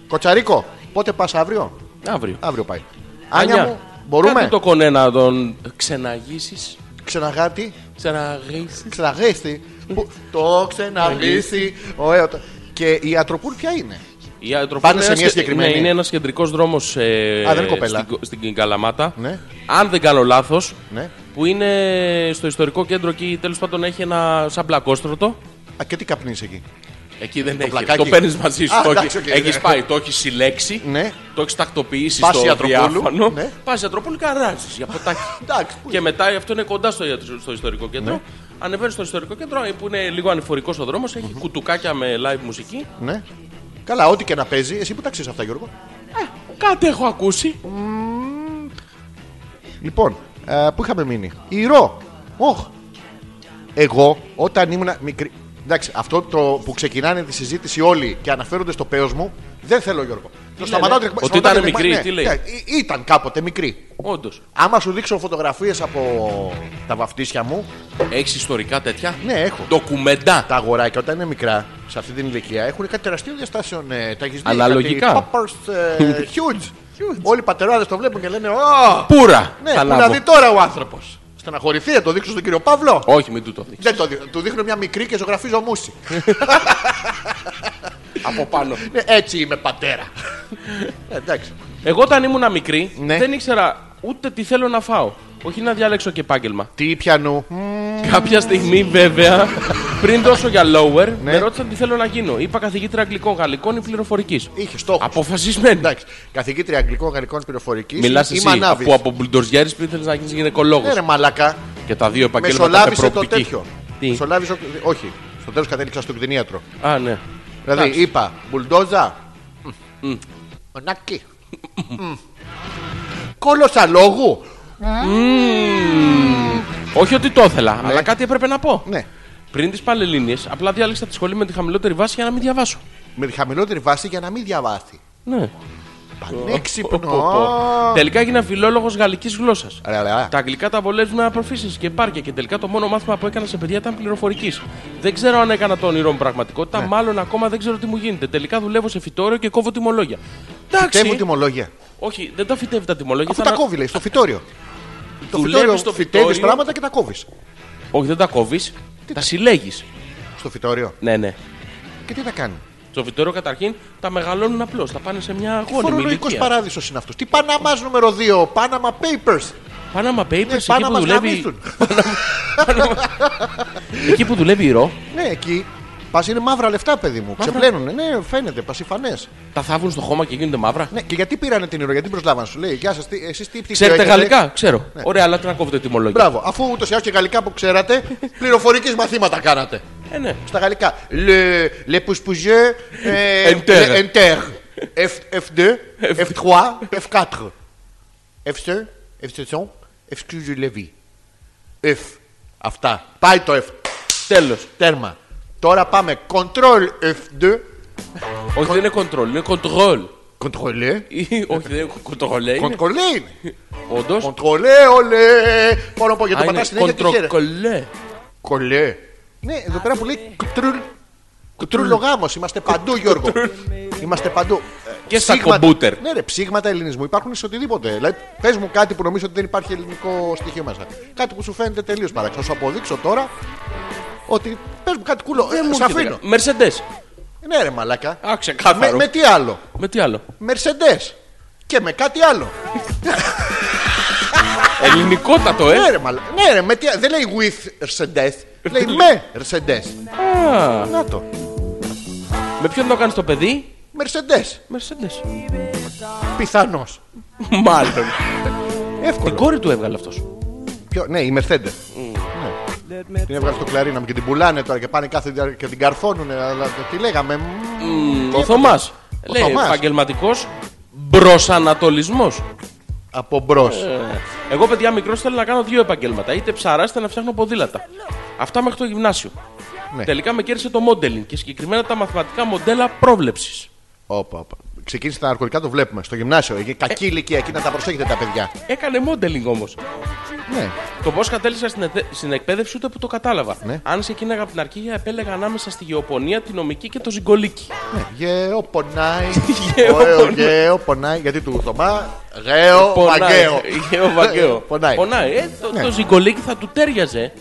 Κοτσαρίκο, πότε πας αύριο. Αύριο. Αύριο πάει. Άνια, μου, μπορούμε. Κάντε το κονέ να τον ξεναγήσεις. Ξεναγάτι, Ξεναγήσεις. ξεναγέστη. Που- το ξεναγίστη. Ωραίο. το- Και η Ατροπούλ ποια είναι. Η Αετροπούλου Πάνε είναι σε ένας μια και- συγκεκριμένη. Ναι, είναι ένας κεντρικός δρόμος ε, Α, δεν είναι κοπέλα. στην, στην Καλαμάτα. Ναι. Αν δεν κάνω λάθος, Ναι. που είναι στο ιστορικό κέντρο εκεί, τέλος πάντων έχει ένα σαν πλακόστρωτο. Α, και τι καπνίζει εκεί. Εκεί δεν έχει. πλακάκι. Το παίρνεις μαζί σου. Α, το εντάξει, οκ, έχεις ναι. πάει, το έχεις συλλέξει. Ναι. Το έχεις τακτοποιήσει Πας στο Ιατροπούλου, διάφανο. ναι. Πας Ιατροπούλου και αράζει για ποτάκι. Εντάξει, πού και μετά αυτό είναι κοντά στο, ιατρο- στο ιστορικό Ναι. κέντρο. Ανεβαίνεις στο ιστορικό κέντρο ε, που είναι λίγο ανηφορικός ο δρόμος. Έχει κουτουκάκια με live μουσική. Ναι. Καλά, ό,τι και να παίζει. Εσύ που τα ξέρεις αυτά, Γιώργο. Κάτι έχω ακούσει. Λοιπόν, ε, πού είχαμε μείνει. Η Ρο. Οχ. Εγώ όταν ήμουν μικρή. Εντάξει, αυτό το που ξεκινάνε τη συζήτηση όλοι και αναφέρονται στο πέος μου Δεν θέλω, Γιώργο. Το λένε? σταματάω την εκπομπή. Ότι σταματάω ήταν την εκπομπή. μικρή, Ναι, τι λέει? ναι, ή- Ήταν κάποτε μικρή. Όντως. Άμα σου δείξω φωτογραφίες από τα βαφτίσια μου, Έχεις ιστορικά τέτοια. ναι, έχω. Ντοκουμέντα. Τα αγοράκια όταν είναι μικρά, σε αυτή την ηλικία, έχουν κάτι τεραστίων διαστάσεων. ε, τα έχεις δει. Αναλογικά. κάτι Poppers, ε, huge. Όλοι οι πατεράδες το βλέπουν και λένε Ω! Πούρα. Ναι, θα που να λάβω. δει τώρα ο άνθρωπος. Στεναχωρηθεί, θα το δείξω στον κύριο Παύλο. Όχι, μην του το δείξεις. Δεν το δείχνω. Του δείχνω μια μικρή και ζωγραφίζω μουσι. Από πάνω. Ναι, έτσι είμαι πατέρα. Ε, Εντάξει. Εγώ όταν ήμουν μικρή Ναι. δεν ήξερα ούτε τι θέλω να φάω. Όχι να διάλεξω και επάγγελμα. Τι πιανού. Κάποια στιγμή βέβαια, πριν δώσω για lower, με ρώτησαν τι θέλω να γίνω. Είπα καθηγήτρια αγγλικών, γαλλικών ή πληροφορικής. Είχε στόχο. Αποφασισμένη. Εντάξει. Καθηγήτρια αγγλικών γαλλικών πληροφορικής. Μιλάς εσύ που από μπουλντοζιέρι πριν θέλεις να γίνεις γυναικολόγος. Ναι, ρε, μαλακά. Και τα δύο επαγγέλματα με Μεσολάβησε το προοπτική. τέτοιο. Τι. Μεσολάβησε. ο- Όχι. Στο τέλος κατέληξα στον κτηνίατρο. Α, ναι. Δηλαδή είπα μπουλντόζα. μ, Μονάκι. Κόλωσα λόγου. Όχι ότι το ήθελα, αλλά κάτι έπρεπε να πω. Ναι. Πριν τις Πανελλήνιε, απλά διάλεξα τη σχολή με τη χαμηλότερη βάση για να μην διαβάσω. Με τη χαμηλότερη βάση για να μην διαβάσει. Ναι. Πω, πω, Πανέξυπνο. πω. Τελικά έγινα φιλόλογος γαλλικής γλώσσας. Ρε, ρε, ρε. Τα αγγλικά τα βολεύουμε αποφύσει και πάρκια και τελικά το μόνο μάθημα που έκανα σε παιδιά ήταν πληροφορικής. Δεν ξέρω αν έκανα το όνειρό μου πραγματικότητα, Ναι. μάλλον ακόμα δεν ξέρω τι μου γίνεται. Τελικά δουλεύω σε φυτόριο και κόβω τιμολόγια. Φταίει μου Εντάξει. τιμολόγια. Όχι, δεν τα φυτεύει τα τιμολόγια. Αφού θα τα να- κόβει, λέει, στο φυτόριο. Το Δουλεύεις φυτόριο στο φυτεύει φυτόριο. πράγματα και τα κόβεις. Όχι, δεν τα κόβεις. Τα συλλέγεις. Στο φυτόριο. Ναι, ναι. Και τι να κάνει. Στο φυτόριο καταρχήν τα μεγαλώνουν απλώς. Τα πάνε σε μια αγώνη. Φορολογικό παράδεισος είναι αυτός. Τι Παναμά νούμερο 2, Panama Papers. Panama Papers, Ναι, εκεί που Panama δουλεύει. γαμίστουν. εκεί που δουλεύει η ρο, Ναι, εκεί. Πας είναι μαύρα λεφτά, παιδί μου. Ξεπλένουνε, ναι, φαίνεται, πασιφανές. τα θάβουν στο χώμα και γίνονται μαύρα. Ναι, και γιατί πήρανε την ηρωία, γιατί προσλάβανε, σου λέει. Γεια σας, εσείς τι πτυχίο Ξέρετε έχετε?» γαλλικά, ξέρω. Ναι. Ωραία, αλλά τι να κόβετε τιμολόγια. Μπράβο, αφού ούτως ή άλλως και γαλλικά που ξέρατε, πληροφορική μαθήματα κάνατε. Ε, ναι. Στα γαλλικά. Le, le pouce-pouce, ε, Enter. le enter. F, F2, F3, F4. F1, F7, excuse le vie. F. Αυτά. Πάει το F. Τέλος. Τέρμα. Τώρα πάμε. Control F2. Όχι, δεν είναι control, είναι control. Contrôle. Ή- Όχι, δεν είναι control. Contrôle είναι. Όντως. Contrôle, olé. Μπορώ να πω γιατί το πατάς συνέχεια και χαίρε. Κοντροκολέ. Κολέ. Ναι, εδώ πέρα που λέει κουτρούλ. Κουτρούλο γάμος. Είμαστε παντού, Γιώργο. Είμαστε παντού. Ε, Και στα ψήγματα- κομπούτερ. Ναι, ρε, ψήγματα ελληνισμού υπάρχουν σε οτιδήποτε. Δηλαδή, πες μου κάτι που νομίζω ότι δεν υπάρχει ελληνικό στοιχείο μέσα. Κάτι που σου φαίνεται τελείως παράξενο. Θα σου αποδείξω τώρα ότι πες μου κάτι κούλο. Ε, σ' αφήνω. Mercedes. Ναι, ρε, μαλάκα. Α, Με, ξεκάθαρο. με τι άλλο. Με τι άλλο. Μερσεντέ. Και με κάτι άλλο. Ελληνικότατο, ε. Ναι, ρε, μαλα... ναι, ρε με τι... δεν λέει with Mercedes. λέει με Mercedes. Ε. Α, Να το. Με ποιον το κάνεις το παιδί. Mercedes. Mercedes. Πιθανώ. Μάλλον. Την Εύκολο. κόρη του έβγαλε αυτός. Ποιο... Ναι, η Mercedes. Ναι. Την έβγαλε στο κλαρίνα μου και την πουλάνε τώρα και πάνε κάθε διά- και την καρφώνουν. Αλλά τι λέγαμε. μ, Ο Θωμά. Λέει Θωμάς. επαγγελματικός μπροσανατολισμός. Από μπρος. Εγώ, παιδιά, μικρός θέλω να κάνω δύο επαγγέλματα. Είτε ψαρά, είτε να φτιάχνω ποδήλατα. Αυτά μέχρι το γυμνάσιο. Ναι. Τελικά με κέρδισε το modeling και συγκεκριμένα τα μαθηματικά μοντέλα πρόβλεψης. Όπα, όπα. Ξεκίνησε τα ναρκωτικά, το βλέπουμε στο γυμνάσιο. Είναι κακή ηλικία εκεί να τα προσέχετε τα παιδιά. Έκανε modeling όμως. Ναι. Το πώς κατέληξα στην, ετε- στην εκπαίδευση ούτε που το κατάλαβα. Ναι. Αν σε εκείνα από την αρχή, επέλεγα ανάμεσα στη γεωπονία, τη νομική και το ζυγκολίκι. ναι. Γεώ πονάει. Γεώ Ωραίο, πονάει. Γεώ πονάει. Γιατί του Θωμά. Γέο παγκαίο. Ε, Γεωπαγκαίο. Πονάει. Ναι. Ε, το, το ζυγκολίκι θα του τέριαζε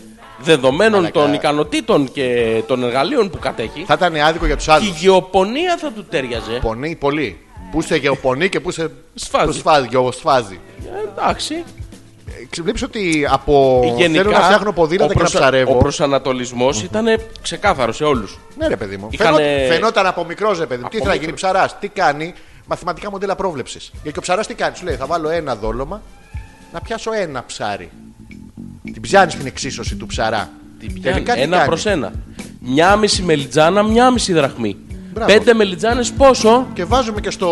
δεδομένων Μαλακά. των ικανοτήτων και των εργαλείων που κατέχει. Θα ήταν άδικο για τους Και η άλλους. γεωπονία θα του τέριαζε. Πονεί πολύ. Πού σε γεωπονεί και πού σε. Σφάζει. Που σφάζει, γεω- σφάζει. Ε, εντάξει. Βλέπει ότι από. Γενικά, θέλω να φτιάχνω ποδήλατα ο και να προσα- ψαρεύω. Ο προσανατολισμός ήταν ξεκάθαρος σε όλους. Ναι, ρε παιδί μου. Είχανε- Φαινόταν, φαινόταν από μικρός, ρε παιδί μου. Τι Από ήθελα να μικρός. γίνει ψαράς, τι κάνει. Μαθηματικά μοντέλα πρόβλεψης. Γιατί ο ψαράς τι κάνει, σου λέει, θα βάλω ένα δόλωμα να πιάσω ένα ψάρι. Την πιάνεις την εξίσωση του ψαρά. Τελικά τι Ένα κάνεις. προς ένα. Μια μισή μελιτζάνα, μια μισή δραχμή. Μπράβο. Πέντε μελιτζάνες πόσο. Και βάζουμε και στο.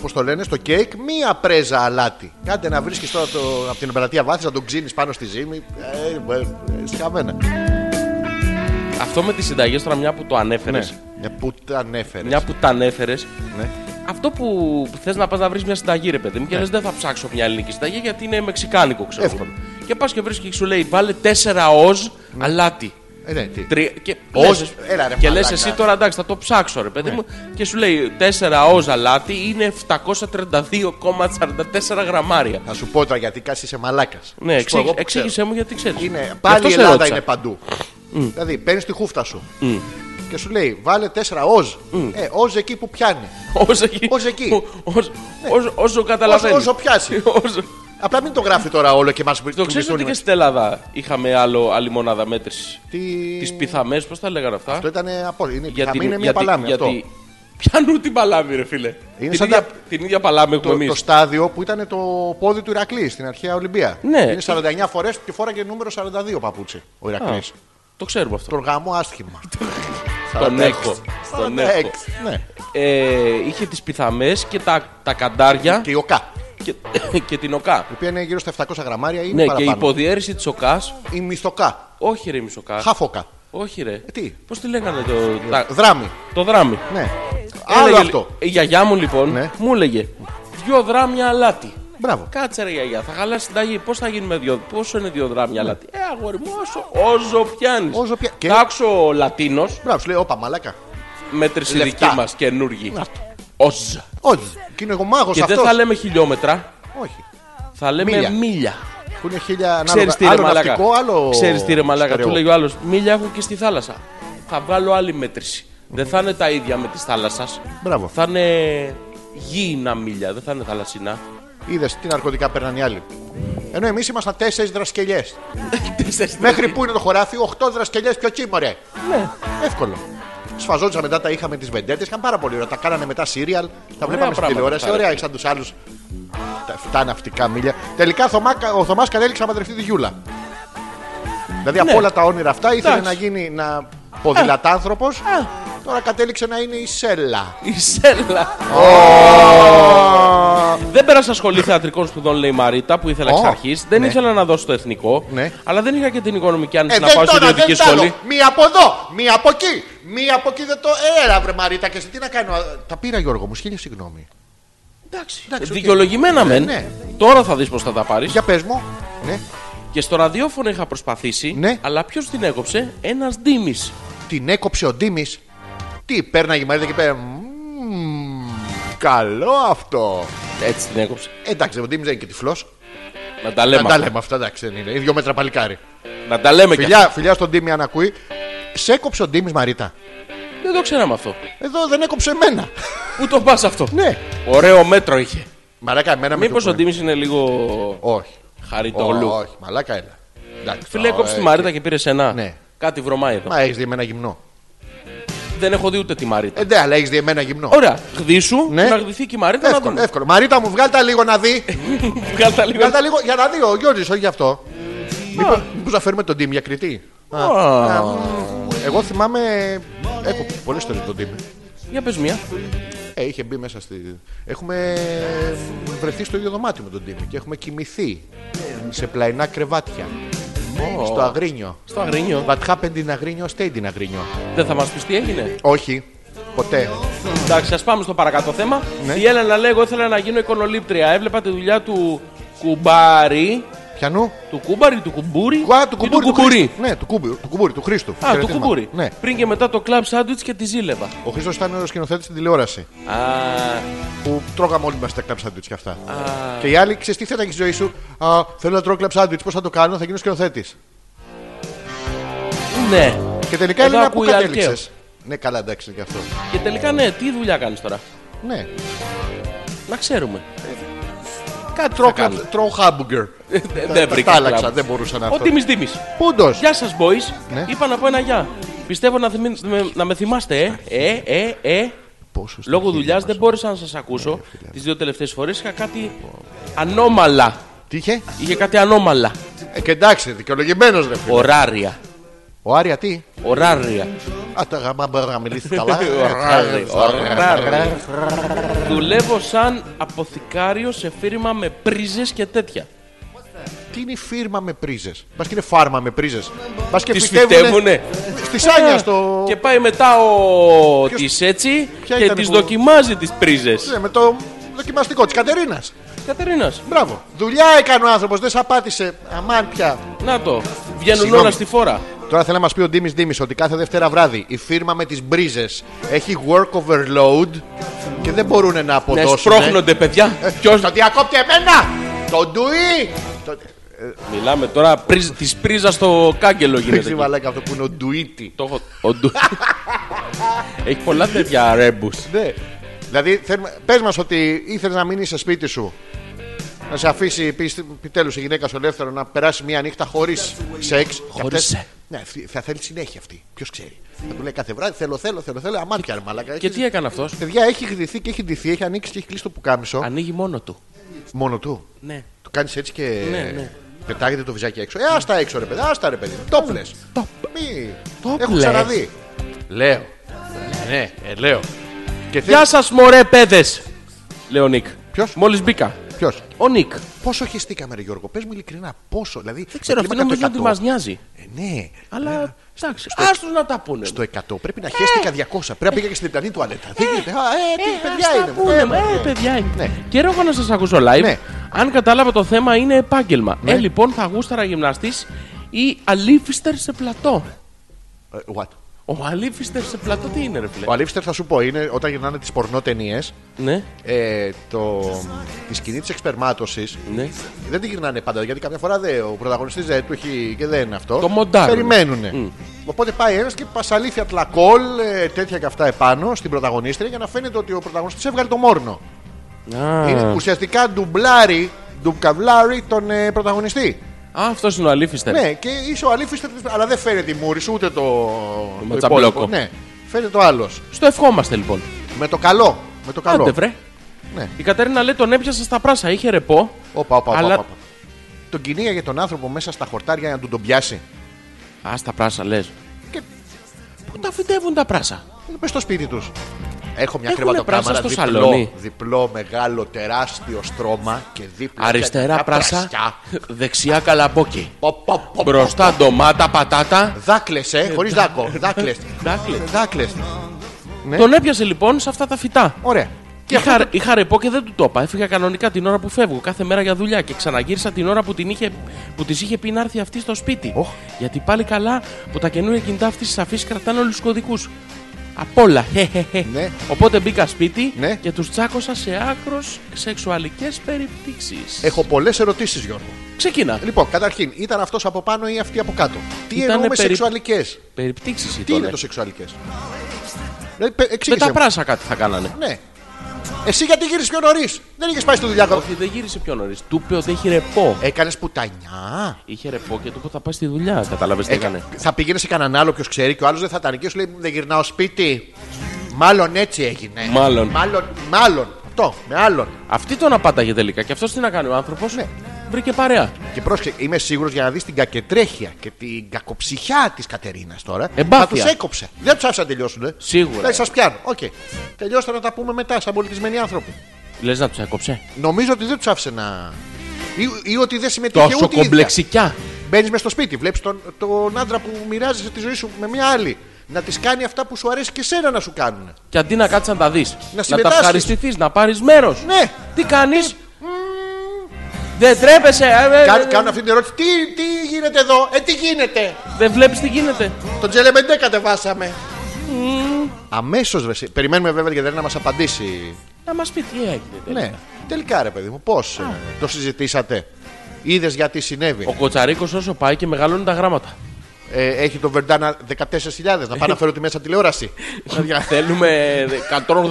Πώς το λένε, στο κέικ μία πρέζα αλάτι. Κάντε να βρίσκεις τώρα το, από την επερατεία βάθης να τον ξύνεις πάνω στη ζύμη. Ε, ε, ε, σκαμμένα. Αυτό με τις συνταγές τώρα, μια που το ανέφερες. Μια που τα ανέφερες. Ναι. Μια που τα ανέφερες, Ναι. αυτό που θες να πας να βρεις μια συνταγή, ρε παιδί μου, και λες δεν θα ψάξω μια ελληνική συνταγή γιατί είναι μεξικάνικο, ξέρω εγώ. Εύκολο. Και πας και βρει και σου λέει βάλε τέσσερα οζ αλάτι. Ε, ναι, τι. Τρι... Και, Λες, οζ, έλα ρε και λες μαλάκα. Ναι. εσύ τώρα εντάξει θα το ψάξω ρε παιδί μου και σου λέει 4 όζα αλάτι είναι 732,44 γραμμάρια. Θα σου πω τώρα γιατί κάσει είσαι μαλάκας. Ναι, εξήγη- εξήγησε μου γιατί ξέρεις. Είναι, πάλι η Ελλάδα είναι παντού. Δηλαδή, παίρνεις τη χούφτα σου και σου λέει, βάλε τέσσερα οζ. Ε, οζ εκεί που πιάνει. Όζο εκεί. Ως εκεί. Ναι. Ω- ως- ως- Όσο καταλαβαίνεις. Όσο- όσο πιάσει. Απλά μην το γράφει τώρα όλο και μας βρει Το ξέρει ότι και στην Ελλάδα είχαμε άλλο, άλλη μονάδα μέτρηση. Τι πιθαμές, πώς τα λέγανε αυτά. Ε, Αυτό ήταν από. Είναι, Για για την- είναι μια για την- παλάμη για αυτό. την- Πιανού την παλάμη, ρε φίλε. Την σαν ίδια- τα- την ίδια παλάμη έχουμε Το, εμείς. το στάδιο που ήταν το πόδι του Ηρακλή στην αρχαία Ολυμπία. Ναι. Είναι 49 φορές και φοράγε νούμερο 42 παπούτσι ο Ηρακλής. Το ξέρουμε αυτό. Τον γαμό άσχημα. Τον 46. έχω. Τον 46, έχω. Ναι. Ε, είχε τις πιθαμές και τα, τα καντάρια Και η ΟΚΑ. και, και την οκά. Η οποία είναι γύρω στα 700 γραμμάρια ή Ναι, και η παραπάνω. υποδιέρεση της οκά. Η μισθοκά. Όχι, ρε, μισοκά. Χαφόκα. Όχι, ρε. Ε, τι? Πώς τη λέγανε το, τα- Ε, Δράμι. το δράμι. Ναι. Άλλο Έλεγε, αυτό. Η γιαγιά μου λοιπόν Ναι. μου έλεγε Δυο δράμια αλάτι. Μπράβο. Κάτσε ρε γιαγιά, θα χαλάσει την ταγή. Πώς θα γίνει με δυο, πόσο είναι δυο δράμια αλάτι. Ε, αγόρι μου, όσο, όσο πιάνεις. Ναι. Όσο πια- και- Τάξω ο Λατίνος, Μπράβο, σου λέει, όπα μαλάκα. μέτρηση Λεφτά. δική μα καινούργη. Όζα. Όχι. Και είναι ο μάγος Και αυτό. δεν θα λέμε χιλιόμετρα, Όχι. θα λέμε Μίλια. μίλια. Που είναι χίλια Ξέρει ανάλογα. τι ρε Άλλο μαλάκα. ναυτικό, άλλο. Ξέρεις τι ρε μαλάκα, στερεό. του λέει ο άλλος. Μίλια έχω και στη θάλασσα. Θα βγάλω άλλη μέτρηση. Δεν θα είναι τα ίδια με τη θάλασσας. Μπράβο. Θα είναι γήινα μίλια, δεν θα είναι θαλασσινά. Είδες τι ναρκωτικά παίρναν οι άλλοι. Ενώ εμείς ήμασταν τέσσερις δρασκελιές. Μέχρι που είναι το χωράφι, 8 δρασκελιές πιο τσίμωρε. Ναι. Εύκολο. Σφαζόντουσαν μετά, τα είχαμε τις βεντέτες, είχαν πάρα πολύ ωραία. Τα κάνανε μετά σύριαλ, τα βλέπαμε στην πράγματα, τηλεόραση. πάρα Ωραία, σαν τους άλλους. Τα, τα ναυτικά μίλια. Τελικά Θωμά- ο Θωμάς κατέληξε να παντρευτεί τη Γιούλα. Δηλαδή από Ναι. όλα τα όνειρα αυτά ήθελε Εντάξει. να γίνει να ποδηλατάνθρωπος. Τώρα κατέληξε να είναι η Σέλα. Η Σέλα. Δεν πέρασα σχολή θεατρικών σπουδών, λέει η Μαρίτα, που ήθελα εξ Ω, αρχής. Δεν ναι. ήθελα να δώσω το εθνικό, Ναι. αλλά δεν είχα και την οικονομική άνεση Ε, να δεν πάω στην τώρα, ιδιωτική δεν σχολή. σχολή. Μία από εδώ, μία από εκεί. Μία από εκεί δεν το. Ε, Έλα, βρε Μαρίτα, και σε τι να κάνω. Α, Τα πήρα, Γιώργο μου, χίλια συγγνώμη. Εντάξει, εντάξει, οκ. δικαιολογημένα Ναι, μεν. ναι. Τώρα θα δεις πώς θα τα πάρεις. Για πες μου. Ναι. Και στο ραδιόφωνο είχα προσπαθήσει, Ναι. αλλά ποιος την έκοψε, ένας Ντίμης. Την έκοψε ο Ντίμης. Τι, πέρναγε η Μαρίτα και πέρα. Καλό αυτό. Έτσι την έκοψε. Εντάξει, ο Ντίμης δεν είναι και τυφλός. Να τα Να λέμε. τα λέμε αυτά, εντάξει δεν είναι. Δύο μέτρα παλικάρι. Να τα λέμε κι αυτά. Φιλιά, φιλιά στον Ντίμη αν ακούει. Σε έκοψε ο Ντίμης, Μαρίτα. Δεν το ξέραμε αυτό. Εδώ δεν έκοψε εμένα. Πού το πας αυτό. Ναι. Ωραίο μέτρο είχε. Μαλάκα, εμένα με Μήπως ο κοπάνε. Ντίμης είναι λίγο Όχι. χαριτόλου. Όχι, μαλάκα, έλα. Εντάξει, Φίλε, ω, έκοψε τη ε, Μαρίτα και πήρε ένα. Ναι. Κάτι βρωμάει εδώ. Μα έχεις δει εμένα γυμνό. Δεν έχω δει ούτε τη Μαρίτα. Ε, ναι, αλλά έχεις δει εμένα γυμνό. Ωραία, χδίσου, Ναι. να χδυθεί και η Μαρίτα να Εύκολο, δούμε. Ε, εύκολο. Μαρίτα μου, βγάλ' τα λίγο να δει. Βγάλ' τα λίγο. βγάλ' τα λίγο για να δει ο Γιώργης, όχι γι' αυτό. Μήπως να φέρουμε τον Τίμ για κριτή. Α, α, μ, Εγώ θυμάμαι. Έχω πολλές ιστορίες τον Τίμ. Για πες μία. Ε, είχε μπει μέσα στη. Έχουμε βρεθεί στο ίδιο δωμάτιο με τον Τίμ και έχουμε κοιμηθεί σε πλαϊνά κρεβάτια. Στο Αγρίνιο. Στο αγρίνιο. What happened in Αγρίνιο, stayed in Αγρίνιο. Δεν θα μας πεις τι έγινε. Όχι, ποτέ. Εντάξει, ας πάμε στο παρακάτω θέμα. Ναι. Η Έλενα λέει: Εγώ ήθελα να γίνω εικονολήπτρια. Έβλεπα τη δουλειά του κουμπάρι. Πιανού. Του κουμπάρι, του κουμπούρι. Κουά, του ή κουμπούρι. του Χρήστου. Ναι, του κουμπούρι, του, κουμπούρι, του Χρήστου. Α, του Χαιρετίσμα. κουμπούρι. Ναι. Πριν και μετά το κλαμπ σάντουιτ και τη ζήλευα. Ο Χρήστος ήταν ο σκηνοθέτης στην τηλεόραση. Α, Που τρώγαμε όλοι μας τα κλαμπ σάντουιτ και αυτά. Και οι άλλοι ξέρεις τι θέλει να έχει ζωή σου. Α, θέλω να τρώω κλαμπ σάντουιτ. Πώς θα το κάνω, θα γίνω σκηνοθέτης. ναι. Και τελικά Εδώ Ελένα που ακούει κατέληξε. αρκαίο. Ναι, καλά, εντάξει και αυτό. Και τελικά, ναι, τι δουλειά κάνεις τώρα. Ναι. Να ξέρουμε. Κάτι τρώω, κάνω. κλαμπ- τρώω χάμπουργκερ. Δεν Ε, Τα- Ε, δεν τα- βρήκα. Τα άλλαξα, κλαμπ. δεν μπορούσα να Ο το. Ντίμης Ντίμης. Πούντο. Γεια σας boys. Ναι. Είπα να πω ένα γεια. Πιστεύω να, θυμι- με- να με θυμάστε, ε. Ε, ε, ε. Πόσο στα Λόγω χέρια δουλειάς μας. Ε, δεν μπόρεσα να σας ακούσω. Τις δύο τελευταίες φορές είχα κάτι ανώμαλα. Τι είχε. Είχε κάτι ανώμαλα. Ε, και εντάξει, δικαιολογημένος ρε φίλε. Ωράρια. Ο Άρια τι. Ωράρια. Α, τα γάμα μπορεί να μιλήσει καλά. Ωράρι, ωράρι. Δουλεύω σαν αποθηκάριο σε φίρμα με πρίζες και τέτοια. και είναι φίρμα με πρίζες. Μπας και είναι φάρμα με πρίζες. Μπας και Τις φυτεύουνε. φυτεύουνε. Στη Σάνια στο. Ε, Και πάει μετά ο Ποιος- τη έτσι Ποια και ήταν τι που- δοκιμάζει τις πρίζες. Ναι, με το δοκιμαστικό της Κατερίνας. Κατερίνας, Μπράβο. Δουλειά έκανε ο άνθρωπος, δεν σαπάτησε. Αμάν πια. να το. Βγαίνουν Συγγνώμη. όλα στη φόρα. Τώρα θέλει να μας πει ο Ντίμης Ντίμης ότι κάθε Δευτέρα βράδυ η φίρμα με τις μπρίζες έχει work overload και δεν μπορούν να Ναι, αποδώσουν. σπρώχνονται παιδιά. Ποιο. Το διακόπτει εμένα! Το ντουί! Το... Μιλάμε τώρα της πρίζας στο κάγκελο γίνεται. Παίζει εκεί. μαλάκα αυτό που είναι ο ντουίτι. Το έχω. ο ντου- Έχει πολλά τέτοια ρέμπους. Ναι. Δηλαδή, θέλουμε- πες μας ότι ήθελες να μείνεις σε σπίτι σου. Να σε αφήσει πίστη- επιτέλους η γυναίκα σου ελεύθερο να περάσει μια νύχτα χωρίς σεξ. Και Χωρίς αυτές- σεξ. Ναι, αυτή- θα θέλει συνέχεια αυτή. Ποιος ξέρει. Θα του λέει κάθε βράδυ: Θέλω, θέλω, θέλω, θέλω. Αμάτια, ρε μαλάκα. Και Έχεις- τι έκανε αυτός. Παιδιά, έχει γδυθεί και έχει ντυθεί, έχει ανοίξει και έχει κλείσει το πουκάμισο. Ανοίγει μόνο του. Μόνο του. Ναι. Το κάνεις έτσι και. Ναι, ναι. Πετάγεται το βυζάκι έξω. Ε, άστα έξω, ρε παιδί. Άστα, ρε παιδί. Το πλες. Το- Μη. το Έχω πλες. ξαναδεί. Λέω. Ναι, ε, λέω. Και Γεια σας, μωρέ, παιδες! Λέει ο Νικ. Ποιος? Ε, Μόλις μπήκα. Ποιος. Ο Νικ. Πόσο χεστήκαμε, ρε Γιώργο. Πες μου ειλικρινά, πόσο. Δηλαδή, Δεν ξέρω, αυτό νομίζω ότι μας νοιάζει. ναι, Αλλά εντάξει, άστος να τα πούνε. στο 100 πρέπει να χαίστηκα 200. Πρέπει να πήγα και στην διπλανή τουαλέτα. Δεν γίνεται. Α, ε, τι παιδιά είναι. μου. Πούνε, Ε, Ε. ε, παιδιά είναι. Ναι. Καιρό έχω να σας ακούσω live. Ναι. Αν κατάλαβα το θέμα, είναι επάγγελμα. Ε, λοιπόν, θα γούσταρα γυμναστή ή αλήφιστερ σε πλατό. ε, what? Ο αλήφιστερ σε πλατό τι είναι, ρε φίλε. Ο Αλίφστερ θα σου πω είναι όταν γυρνάνε τις πορνό ταινίε. Ναι, Ε, το, τη σκηνή της εξπερμάτωσης ναι. Δεν τη γυρνάνε πάντα γιατί κάποια φορά δεν, ο πρωταγωνιστής δεν του έχει και δεν είναι αυτό. Το μοντάρουν. Περιμένουνε. Οπότε πάει ένας και πασαλήθει ατλακόλ, ε, τέτοια και αυτά επάνω στην πρωταγωνίστρια για να φαίνεται ότι ο πρωταγωνιστής έβγαλε το μόρνο. Α, Είναι ουσιαστικά ντουμπλάρι, ντουμπκαβλάρι τον ε, πρωταγωνιστή. αυτός είναι ο αλήφιστερ. Ναι, και είσαι ο αλήφιστο, αλλά δεν φαίνεται η μούρη σου ούτε το. Το ματσαμπλόκο. υπόλοιπο. Ναι, φαίνεται το άλλος. Στο ευχόμαστε λοιπόν. Με το καλό. Με το καλό. Άντε, βρε. Ναι. Η Κατερίνα λέει τον έπιασε στα πράσα, είχε ρεπό. Όπα, όπα, όπα, Αλλά- όπα. Τον κυνήγαγε τον άνθρωπο μέσα στα χορτάρια να του τον πιάσει. Α, στα πράσα λες. Και- Πού τα φυτεύουν τα πράσα. Μες στο σπίτι τους. Έχω μια Έχουνε κρεβατοκάμαρα πράσα στο διπλό, σαλόνι. διπλό, μεγάλο, τεράστιο στρώμα και δίπλα. Αριστερά πια- πράσα, πρασιά. δεξιά καλαμπόκι. Πο, πο, πο, Μπροστά ντομάτα, πατάτα. Δάκλεσε, χωρί ε, δάκο. Δάκλεσε. δάκλες. Δάκλεσε. Ε. Τον έπιασε λοιπόν σε αυτά τα φυτά. Ωραία. Και αυτό Είχα, είχα ρεπό και δεν του το είπα. Έφυγα κανονικά την ώρα που φεύγω, κάθε μέρα για δουλειά και ξαναγύρισα την ώρα που, την είχε, που της είχε πει να έρθει αυτή στο σπίτι. Οχ. Γιατί πάλι καλά που τα καινούργια κινητά αυτής της αφής κρατάνε όλους τους κωδικούς. Απ' όλα. Χεχεχε. Ναι. Οπότε μπήκα σπίτι Ναι. και τους τσάκωσα σε άκρος σεξουαλικές περιπτύξεις. Έχω πολλές ερωτήσεις, Γιώργο. Ξεκινά. Λοιπόν, καταρχήν, ήταν αυτός από πάνω ή αυτή από κάτω. Τι Ήτανε εννοούμε περι- σεξουαλικές. Περιπτύξεις Τι είναι ήταν. το σεξουαλικές. Δηλαδή, πε- Με εξήγησε. τα μου. πράσα κάτι θα κάνανε. Ναι. Εσύ γιατί γύρισες πιο νωρίς. Δεν είχες πάει στη δουλειά. Όχι, δεν γύρισε πιο νωρίς. Του είπε ότι έχει ρεπό. Έκανες πουτανιά. Είχε ρεπό και του είπε θα πάει στη δουλειά. Κατάλαβες τι Ε, έκανε. Θα πήγαινε σε κανέναν άλλο, ποιος ξέρει, και ο άλλος δεν θα ήταν εκεί. Σου λέει Δεν γυρνάω σπίτι. Μάλλον έτσι έγινε. Μάλλον. Μάλλον. μάλλον. Αυτό. Με άλλον. Αυτή τον απάταγε τελικά. Και αυτός τι να κάνει ο άνθρωπος. Ναι. Βρήκε παρέα. Και πρόσεξε, είμαι σίγουρος για να δεις την κακετρέχεια και την κακοψυχιά της Κατερίνας τώρα. Εμπάθεια. Θα τους έκοψε. Δεν τους άφησε να τελειώσουν. Ε. Σίγουρα. Δηλαδή, σας πιάνω. Οκ. Τελειώστε να τα πούμε μετά, σαν πολιτισμένοι άνθρωποι. Λες να τους έκοψε. Νομίζω ότι δεν τους άφησε να. Ή, ή ότι δεν συμμετείχε ούτε. Τόσο η ίδια. κομπλεξικιά. Μπαίνει μέσα στο σπίτι, βλέπεις τον, τον άντρα που μοιράζεσαι τη ζωή σου με μια άλλη. Να της κάνει αυτά που σου αρέσει και σένα να σου κάνουν. Και αντί να κάτσεις να τα δεις, τα συμμετάσχεις. ευχαριστηθείς, να πάρεις μέρος. Ναι. Τι κάνεις. Δεν τρέπεσαι. ε, ε, Κάν, ε, κάνουν αυτή την ερώτηση. Τι, τι γίνεται εδώ, Ε, τι γίνεται. Δεν βλέπεις τι γίνεται. Τον Τζελεμεντέ κατεβάσαμε. Αμέσως ρε. εσύ. Περιμένουμε βέβαια γιατί δεν να μας απαντήσει. Να μας πει τι έγινε. τελικά. Ναι. Τελικά ρε παιδί μου, πώς το συζητήσατε. Είδες γιατί συνέβη. Ο Κοτσαρίκος όσο πάει και μεγαλώνουν τα γράμματα. Ε, έχει τον Βερντάνα 14.000. Να πάει να φέρω τη μέσα τηλεόραση. Δηλαδή, Θέλουμε 187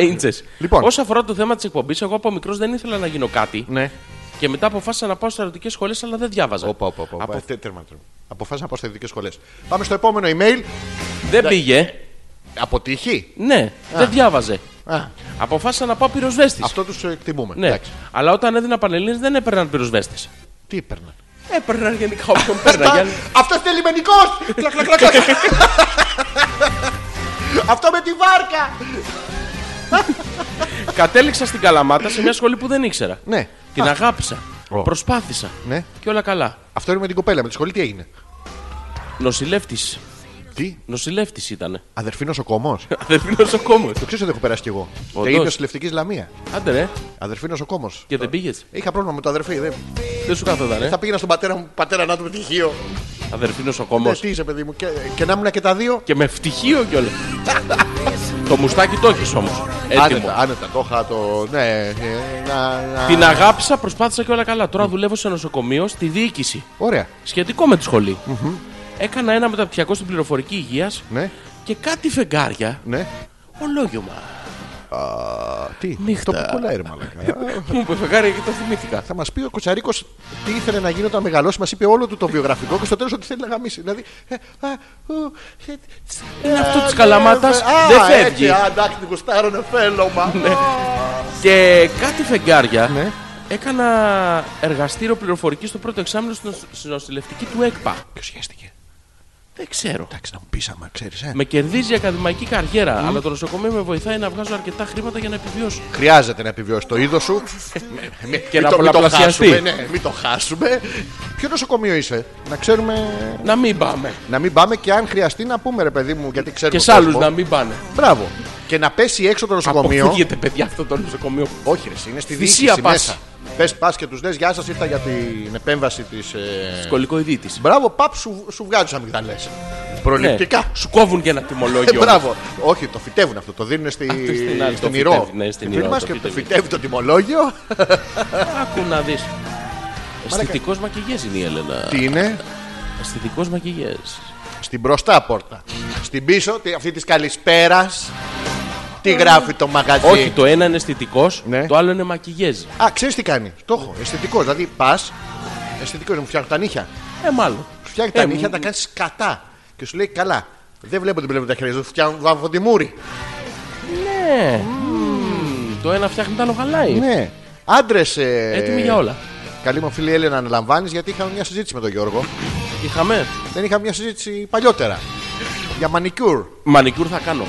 ίντσες. Λοιπόν. Όσο αφορά το θέμα της εκπομπής, εγώ από μικρός δεν ήθελα να γίνω κάτι. ναι. Και μετά αποφάσισα να πάω σε ερωτικέ σχολές, αλλά δεν διάβαζα. Όπα, όπα, όπα. Από- Ε, τε- Τέρμα, τέρμα. Αποφάσισα να πάω σε ειδικέ σχολές. Πάμε στο επόμενο email. Ναι. Δεν πήγε. Αποτύχει. Ναι, δεν διάβαζε. Α, Αποφάσισα να πάω πυροσβέστης. αυτό τους εκτιμούμε. Ναι. Εντάξει. Αλλά όταν έδινα πανελίνε δεν έπαιρναν πυροσβέστε. Τι έπαιρναν. Έπαιρναν γενικά όποιον πέρναγε. Αυτό είναι λιμενικός! Αυτό με τη βάρκα! Κατέληξα στην Καλαμάτα σε μια σχολή που δεν ήξερα. Ναι. Την αγάπησα. Ω. Προσπάθησα. Ναι. Και όλα καλά. Αυτό είναι με την κοπέλα, με τη σχολή τι έγινε. Νοσηλεύτης. Τι, Νοσηλεύτης ήταν. αδερφή νοσοκόμος. Αδερφή νοσοκόμος. Το ξέρω ότι έχω περάσει κι εγώ. Όντως. Και είπε νοσηλευτική λαμία. Άντε ρε. Αδερφή νοσοκόμος. Και δεν πήγες. Είχα πρόβλημα με το αδερφή. Δεν... Δεν σου κάθονταν, ε. Θα πήγαινα στον πατέρα μου, πατέρα να του πτυχίο. Αδερφή νοσοκόμο. Ναι, τι είσαι, παιδί μου. Και, και να ήμουν και τα δύο. Και με ευτυχίο κιόλας. το μουστάκι το έχεις όμως. Άνετα, Έτοιμο. άνετα, το είχα το. Ναι, ε, να, να- Την αγάπησα, προσπάθησα και όλα καλά. Τώρα δουλεύω σε νοσοκομείο στη διοίκηση. Ωραία. Σχετικό με τη σχολή. Έκανα ένα μεταπτυχιακό στην πληροφορική υγείας Ναι, και κάτι φεγγάρια. ναι. Ολόγιωμα. Α, τι, Νύχτα. το πικολά ρε μαλακά. Μου είπε φεγγάρια και το θυμήθηκα. Θα μας πει ο Κοτσαρίκος τι ήθελε να γίνει όταν μεγαλώσει, μας είπε όλο του το βιογραφικό και στο τέλος ότι θέλει να γαμίσει. Δηλαδή. ε, α, ου, ε, τσ, Είναι α, αυτό της ναι, καλαμάτας, βε- δεν α, φεύγει. έτσι, α, Εντάξει, την γουστάρω, ναι, θέλω, μα. Και κάτι φεγγάρια Ναι. έκανα εργαστήριο πληροφορικής στο πρώτο εξάμεινο στην νοσ- στην νοσηλευτική του ΕΚΠΑ. Ποιος σχέστηκε. Δεν ξέρω. Εντάξει, να μου πεις άμα ξέρεις. Ε. Με κερδίζει η ακαδημαϊκή καριέρα, αλλά το νοσοκομείο με βοηθάει να βγάζω αρκετά χρήματα για να επιβιώσω. Ναι. Χρειάζεται να επιβιώσει το είδος σου. Μη- μη- Ε, Και μη Ε, το- μη να το πολλαπλασιαστεί. χάσουμε, Ναι, μην το χάσουμε. Ποιο νοσοκομείο είσαι, να ξέρουμε. Να μην πάμε. Να μην πάμε και αν χρειαστεί να πούμε, ρε παιδί μου, γιατί ξέρουμε. Και σ' τον άλλους κόσμο. να μην πάνε. Μπράβο. Και να πέσει έξω το νοσοκομείο. Αποφύγεται, παιδιά, αυτό το νοσοκομείο. Όχι, ρε, εσύ, είναι στη Θυσία διοίκηση πας. μέσα. Πες πας και τους λες, Γεια σας, ήρθα για την επέμβαση της. Ε... Σκολικοειδή τη. Μπράβο, παπ, σου, σου βγάζει τι αμυγδαλέ. Προληπτικά. Ναι. Σου κόβουν και ένα Ε, τιμολόγιο. μπράβο. Όχι, το φυτεύουν αυτό. Το δίνουν στη... το στην άλλη, στην το Ηρώ. φυτεύει, ναι, στην Η φίλη Ηρώ μας το και το φυτεύει. φυτεύει το τιμολόγιο. Άκου να δεις. Αισθητικό μακηγέ είναι η Έλενα. Τι είναι Αισθητικός μακηγέ. στην μπροστά πόρτα. Στην πίσω, τη- αυτή της καλησπέρας. Τι γράφει το μαγαζί. Όχι, το ένα είναι αισθητικός, Ε. Ναι. το άλλο είναι μακηγέζ. Α, ξέρεις τι κάνει. Το έχω. Αισθητικός. Δηλαδή πας. Αισθητικός μου φτιάχνει τα νύχια. Ε, μάλλον. Σου φτιάχνει τα Ε, νύχια, μ- τα κάνει κατά. Και σου λέει καλά. Δεν βλέπω την πλευρά τα χέρια σου. Φτιάχνουν βάβω τη μούρη. Ναι. Μμμ, Το ένα φτιάχνει, το άλλο χαλάει. Ναι. Άντρες. Έτοιμοι για όλα. ε, Καλή μου φίλη Έλενα, αναλαμβάνεις γιατί είχαμε μια συζήτηση με τον Γιώργο. Είχαμε. Δεν είχαμε μια συζήτηση παλιότερα. Για μανικιούρ. Μανικιούρ θα κάνω.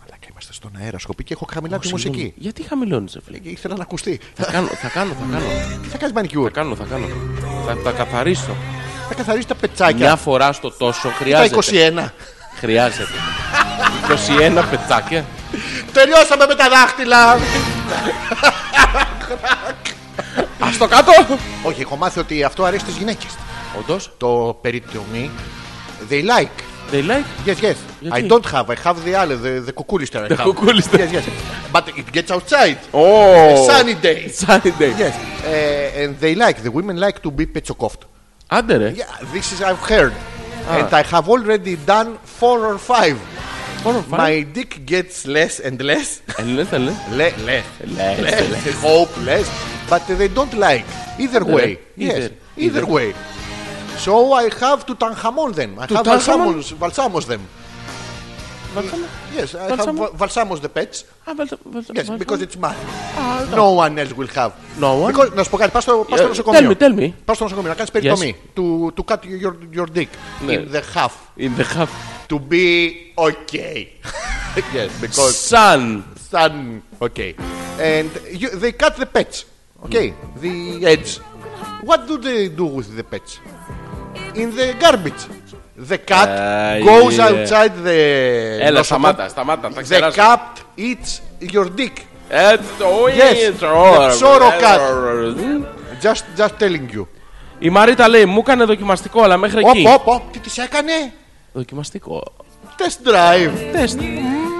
Μαλάκα, είμαστε στον αέρα. Σου έχω πει και έχω χαμηλά τη Συγγνώμη, μουσική. Γιατί χαμηλώνεις, φίλε. Και Ήθελα να ακουστεί. Θα κάνω, θα κάνω, θα κάνω. Τι θα κάνεις Θα μανικιούρ. κάνω, θα κάνω. Θα τα καθαρίσω. Θα καθαρίσει τα πετσάκια. Μια φορά στο τόσο Τα χρειάζεται. 21. Χρειάζεται. 21 πετσάκια. Τελειώσαμε με τα δάχτυλα. Ας το κάτω! Όχι, έχω μάθει ότι αυτό αρέσει στι γυναίκες. Όντως. Το περιτομή. They like. They Yes, like. yes. Γιατί? I don't have. I have the other, the, the cuculister. I The have. cuculister. Yes, yes. But it gets outside. Oh. Sunny day. Sunny day. Yes. Uh, and they like. The women like to be petsokoft. Άντε ρε. Yeah, this is I've heard. And I have already done four or five. Μόνο My dick gets less and less. Ελληνέ, Ελληνέ. Le- less. Less, Less. Hope less. But they don't like. Either way. Ναι, Either. Yes. Either. Either way. So I have to tanhamol them. I have Tutankhamun? balsamos, balsamos them. Yes, I have Balsamo? va- balsamos the pets. Yes, because it's mine. Ah, No one else will have. No one? Because, να σου πω κάτι, πα στο, πας στο Yeah, νοσοκομείο. tell me, tell me. Πας στο νοσοκομείο να κάνει περιτομή. To, to cut your, your dick Ναι. in the half. In the half. To be okay. yes, because Sun. sun. Okay. And you, they cut the pets. Okay, the edge. What do they do with the pets? In the garbage. The cat Ah, goes yeah. outside the. Έλα, νοσοκομ- σταμάτα, σταμάτα. Θα The ξεράσω. cat eats your dick. Έτσι, το Yes, it's the all- Zorro cat. Mm. Just, just telling you. Η Μαρίτα λέει, μου έκανε δοκιμαστικό, αλλά μέχρι Οπ, εκεί. οπ, οπ, τι της έκανε. Δοκιμαστικό. Test drive. Τεστ.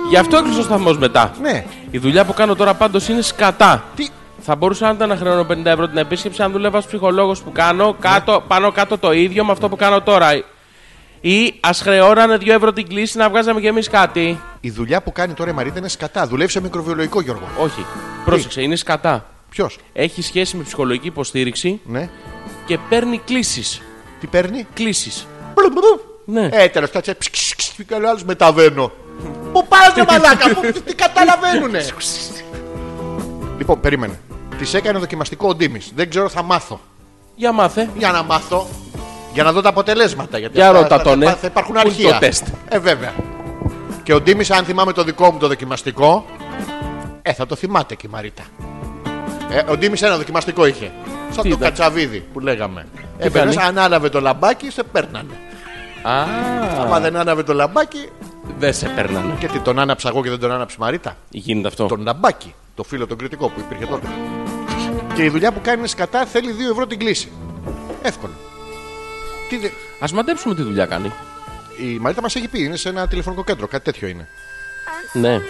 Γι' αυτό έκλεισε ο σταθμός μετά. Ναι. Η δουλειά που κάνω τώρα πάντως είναι σκατά. Τι. Θα μπορούσα να ήταν χρόνο 50 ευρώ την επίσκεψη αν δούλευα ως ψυχολόγος που Ναι. κάνω κάτω, πάνω κάτω το ίδιο με αυτό που κάνω τώρα. Ή ας χρεώνανε 2 ευρώ την κλίση να βγάζαμε κι εμείς κάτι. Η δουλειά που κάνει τώρα η Μαρίτα είναι σκατά. Δουλεύει σε μικροβιολογικό Γιώργο. Όχι. Πρόσεξε, είναι σκατά. Ποιος. Έχει σχέση με ψυχολογική υποστήριξη Ναι. και παίρνει κλήσει. Τι παίρνει. Κλήσει. Ναι. Ναι. Ε, τέλος κάτσε. Και ο άλλο μεταβαίνω. Πού πας, ρε μαλάκα, που, τι καταλαβαίνουνε. λοιπόν, περίμενε. Της έκανε δοκιμαστικό ο Ντίμης. Δεν ξέρω, θα μάθω. Για μάθε. Για να μάθω. Για να δω τα αποτελέσματα. Γιατί Για αυτά- ρώτα θα- τον, θα- ε. Θα υπάρχουν Πού είναι αρχεία. το τεστ? Ε, βέβαια. Και ο Ντίμης, αν θυμάμαι το δικό μου το δοκιμαστικό, ε, θα το θυμάται και η Μαρίτα. Ε, ο Ντίμης ένα δοκιμαστικό είχε. Σαν Τι το ήταν? κατσαβίδι που λέγαμε. κάνει? Έπαιρνε, ανάλαβε το λαμπάκι, σε παίρνανε. Α, Άμα δεν άναβε το λαμπάκι, δεν σε παίρνανε. και τι τον άναψα εγώ και δεν τον άναψε η Μαρίτα. Γίνεται αυτό. Τον λαμπάκι, το φίλο τον κριτικό που υπήρχε τότε. Και η δουλειά που κάνει κατά θέλει 2 ευρώ την κλίση. Εύκολο. Τι δε... Ας μαντέψουμε τι δουλειά κάνει. Η Μαρίτα μας έχει πει, είναι σε ένα τηλεφωνικό κέντρο, κάτι τέτοιο είναι. Ναι. Ναι.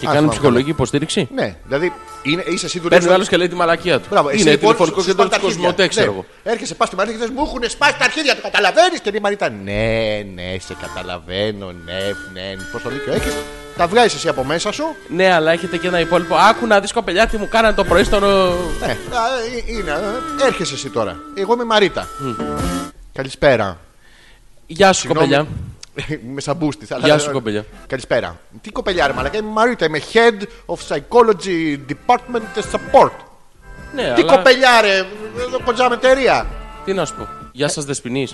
Και Ας κάνει πάμε ψυχολογική υποστήριξη. καλά. Ναι, δηλαδή είναι, είσαι εσύ δουλεύεις. Παίρνει ο άλλος και λέει τη μαλακία του. Μπράβο, εσύ Είναι λοιπόν, τηλεφωνικό σου κέντρο σπάνε τη τα αρχίδια. Κοσμοτέ, ξέρω εγώ. Ναι. Έρχεσαι, πας στη Μαρίτα και λε: Μου έχουν σπάσει τα αρχίδια, το καταλαβαίνεις. Και λέει η Μαρίτα: Ναι, ναι, σε καταλαβαίνω, ναι, ναι. Πώ το δίκιο έχεις. Τα βγάζεις εσύ από μέσα σου. Ναι, αλλά έχετε και ένα υπόλοιπο. Άκου να δεις κοπελιά τι μου κάνανε το πρωί στον. ε, Ναι, α, ε, είναι. ε, Έρχεσαι εσύ τώρα. Εγώ είμαι η Μαρίτα. Καλησπέρα. Γεια σου, Συγγνώμη. κοπελιά. Είμαι σαν μπούστη. αλλά- Γεια σου, κοπελιά. Καλησπέρα. Τι κοπελιά, ρε Μαλακά, είμαι η Μαρίτα. Είμαι head of psychology department support. Ναι, Τι αλλά- κοπελιά, ρε. Εδώ κοντζάμε εταιρεία. Τι να σου πω. Γεια σας, Δεσπινή.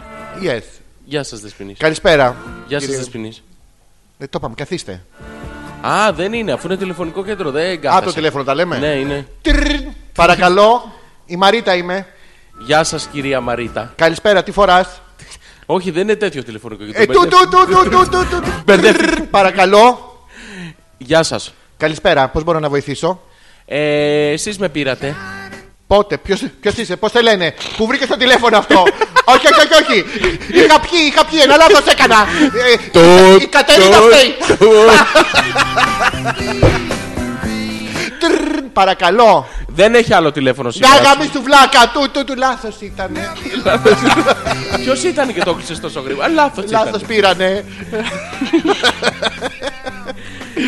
Yes. Γεια σα, Δεσπινή. Καλησπέρα. Γεια σας, κύριε. Δεσπινή. Ε, το είπαμε, καθίστε. Α, δεν είναι, αφού είναι τηλεφωνικό κέντρο, δεν Α, κάθεσαι. το τηλέφωνο τα λέμε. Ναι, είναι. Τυρρρρ. Παρακαλώ, η Μαρίτα είμαι. Γεια σας, κυρία Μαρίτα. Καλησπέρα, τι φοράς. Όχι, δεν είναι τέτοιο τηλεφωνικό κέντρο. Ε, του, του, του, του, του, του, του. Τυρρρρ. Παρακαλώ. Γεια σας. Καλησπέρα, πώς μπορώ να βοηθήσω. Ε, Εσείς με πήρατε. Πότε, ποιος είσαι, πώς σε λένε, που βρήκε το τηλέφωνο αυτό. όχι, όχι, όχι, όχι. είχα πιει, είχα πιει, ένα λάθος έκανα. Ε, Το- η Κατερίνα το- φταίει. Τρρρ, Παρακαλώ. Δεν έχει άλλο τηλέφωνο Για σήμερα. γαμί του βλάκα, του, του, του, λάθο ήταν. Ποιο ήταν και το κλείσε τόσο γρήγορα. Λάθο ήταν. Λάθο πήρανε.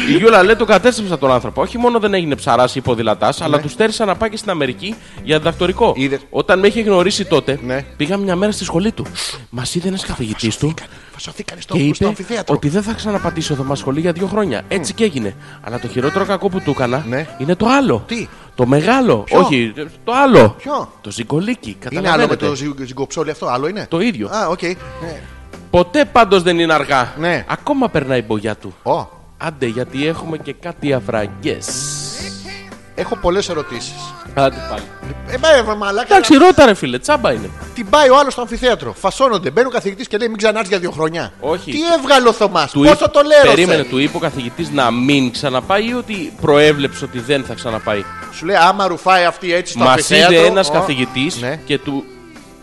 Η Γιούλα λέει: Το κατέστρεψα τον άνθρωπο. Όχι μόνο δεν έγινε ψαράς ή ποδηλατάς, Ναι. αλλά του στέρισα να πάει και στην Αμερική για διδακτορικό. Είδες. Όταν με είχε γνωρίσει τότε, Ναι. πήγα μια μέρα στη σχολή του. Μας είδε ένας καθηγητής του Φασωθήκανε στο, και στο είπε αμφιθέατρο. ότι δεν θα ξαναπατήσω εδώ μας σχολή για δύο χρόνια. Έτσι και έγινε. Αλλά το χειρότερο κακό που του έκανα Ναι. είναι το άλλο. Τι? Το μεγάλο. Ποιο? Όχι, το άλλο. Ποιο? Το ζυγκολίκι. Είναι άλλο με Καταλαβαίνετε. το ζυ- ζυγκοψόλι αυτό, άλλο είναι. Το ίδιο. Α, οκ. Ε, Ποτέ πάντως δεν είναι αργά. Ναι. Ακόμα περνάει η μπογιά του. Ω, Άντε, γιατί έχουμε και κάτι αφραγκές. Έχω πολλές ερωτήσεις. Άντε πάλι. Ε, μα, ε, μαλάκα. Εντάξει, ρώτα ρε φίλε, τσάμπα είναι. Την πάει ο άλλος στο αμφιθέατρο. Φασώνονται. Μπαίνει ο καθηγητή και λέει: Μην ξανάρθεις για δύο χρόνια. Όχι. Τι έβγαλε ο Θωμάς. Του Πόσο είπε- το λέω. Περίμενε, του είπε ο καθηγητής να μην ξαναπάει ή ότι προέβλεψε ότι δεν θα ξαναπάει. Σου λέει: Άμα ρουφάει αυτή έτσι στο Μας αμφιθέατρο. είδε ένας ο- καθηγητής Ναι. και του.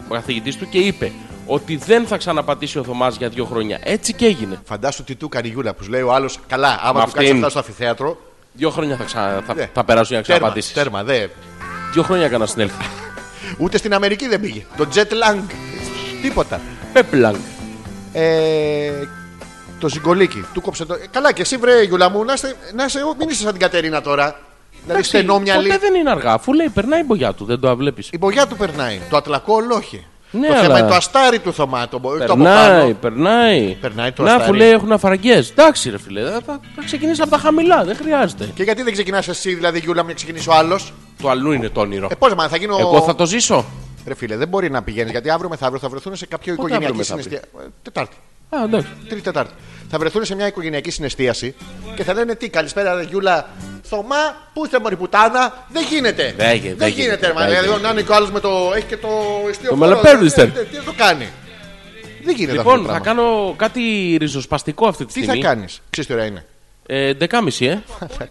Ο καθηγητή του και είπε ότι δεν θα ξαναπατήσει ο Θωμάς για δύο χρόνια. Έτσι και έγινε. Φαντάσου τι του κάνει η Γιούλα που σου λέει ο άλλος. Καλά, άμα Μα του κάνεις αυτήν. αυτά στο αμφιθέατρο. Δύο χρόνια θα, ξα... θα... ναι. θα περάσουν για Τέρμα, να ξαναπατήσεις. Τέρμα, δε. Δύο χρόνια έκανα στην Ελφα. Ούτε στην Αμερική δεν πήγε. Το jet lag. Τίποτα. Πέπλανγκ. Δηλαδή Ε, το συγκολίκι. Του κόψε το. Ε, Καλά, και εσύ βρε Γιούλα μου, να είσαι. Να είσαι μην είσαι σαν την Κατερίνα τώρα. Δηλαδή στενόμυαλη. Ποτέ δεν είναι αργά. Αφού λέει περνάει η μπογιά του, δεν το βλέπεις. Η μπογιά του περνάει. Το ατλακό όλο όχι. Ναι, το θέμα αλλά- είναι το αστάρι του Θωμά. Το, μπο- το από Περνάει, πάνω. περνάει. Περνάει το Να, αστάρι. αφού λέει έχουν αφαραγκέ. Εντάξει, ρε φίλε, θα, θα, θα ξεκινήσει από τα χαμηλά, δεν χρειάζεται. Και γιατί δεν ξεκινάς εσύ, δηλαδή, Γιούλα, μου να ξεκινήσει ο άλλος. Το αλλού είναι το όνειρο. Ε, πώς, μα θα γίνω. Εγώ θα το ζήσω. Ρε φίλε, δεν μπορεί να πηγαίνεις γιατί αύριο μεθαύριο θα βρεθούν σε κάποιο Πότε οικογενειακή αύριο συναισθία. Ε, Τετάρτη. Α, εντάξει. Τρίτη Τετάρτη. Θα βρεθούν σε μια οικογενειακή συναισθίαση και θα λένε τι, καλησπέρα, ρε Γιούλα. Θωμά, πού είστε μορυπουτάνα, δεν γίνεται. Δεν γίνεται, δεν γίνεται, ρε γίνεται. μαλάκα. Δηλαδή, να είναι και ο άλλος με το. Έχει και το ιστιό Το φθορό. μελαπέρδιστερ. Ε, Τι τι θα το κάνει. Δεν γίνεται αυτό Λοιπόν, το θα πράγμα. κάνω κάτι ριζοσπαστικό αυτή τη Τι στιγμή. θα κάνεις, ξέρεις τι ωραία είναι. Ε, 11.30, ε.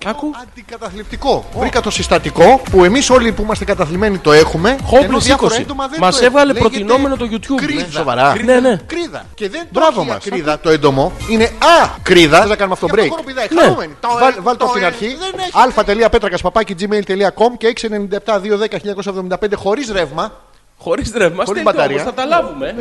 Άκου. Αντικαταθλιπτικό. Βρήκα το συστατικό που εμείς όλοι που είμαστε καταθλιμμένοι το έχουμε. Hopeless ενώ διάφορα 20. έντομα δεν Μας το έχουν. έβγαλε Λέγεται προτινόμενο το YouTube. Κρίδα. Ναι, σοβαρά. Κρίδα. Ναι, ναι. κρίδα. Και δεν το Μπράβο έχει μας. ακρίδα το έντομο. Είναι α κρίδα. Θες να κάνουμε αυτό break. Ναι. Χαρούμενοι. Το Βάλ, ε, βάλ το το από την ε, αρχή. δεν έχει. αλφα.πέτρακα παπάκι gmail.com και 697-210-1975 χωρίς ρεύμα. Χωρίς ρεύμα, Χωρίς στέλνει μπαταρία. Ναι. όμως, θα τα λάβουμε. ε.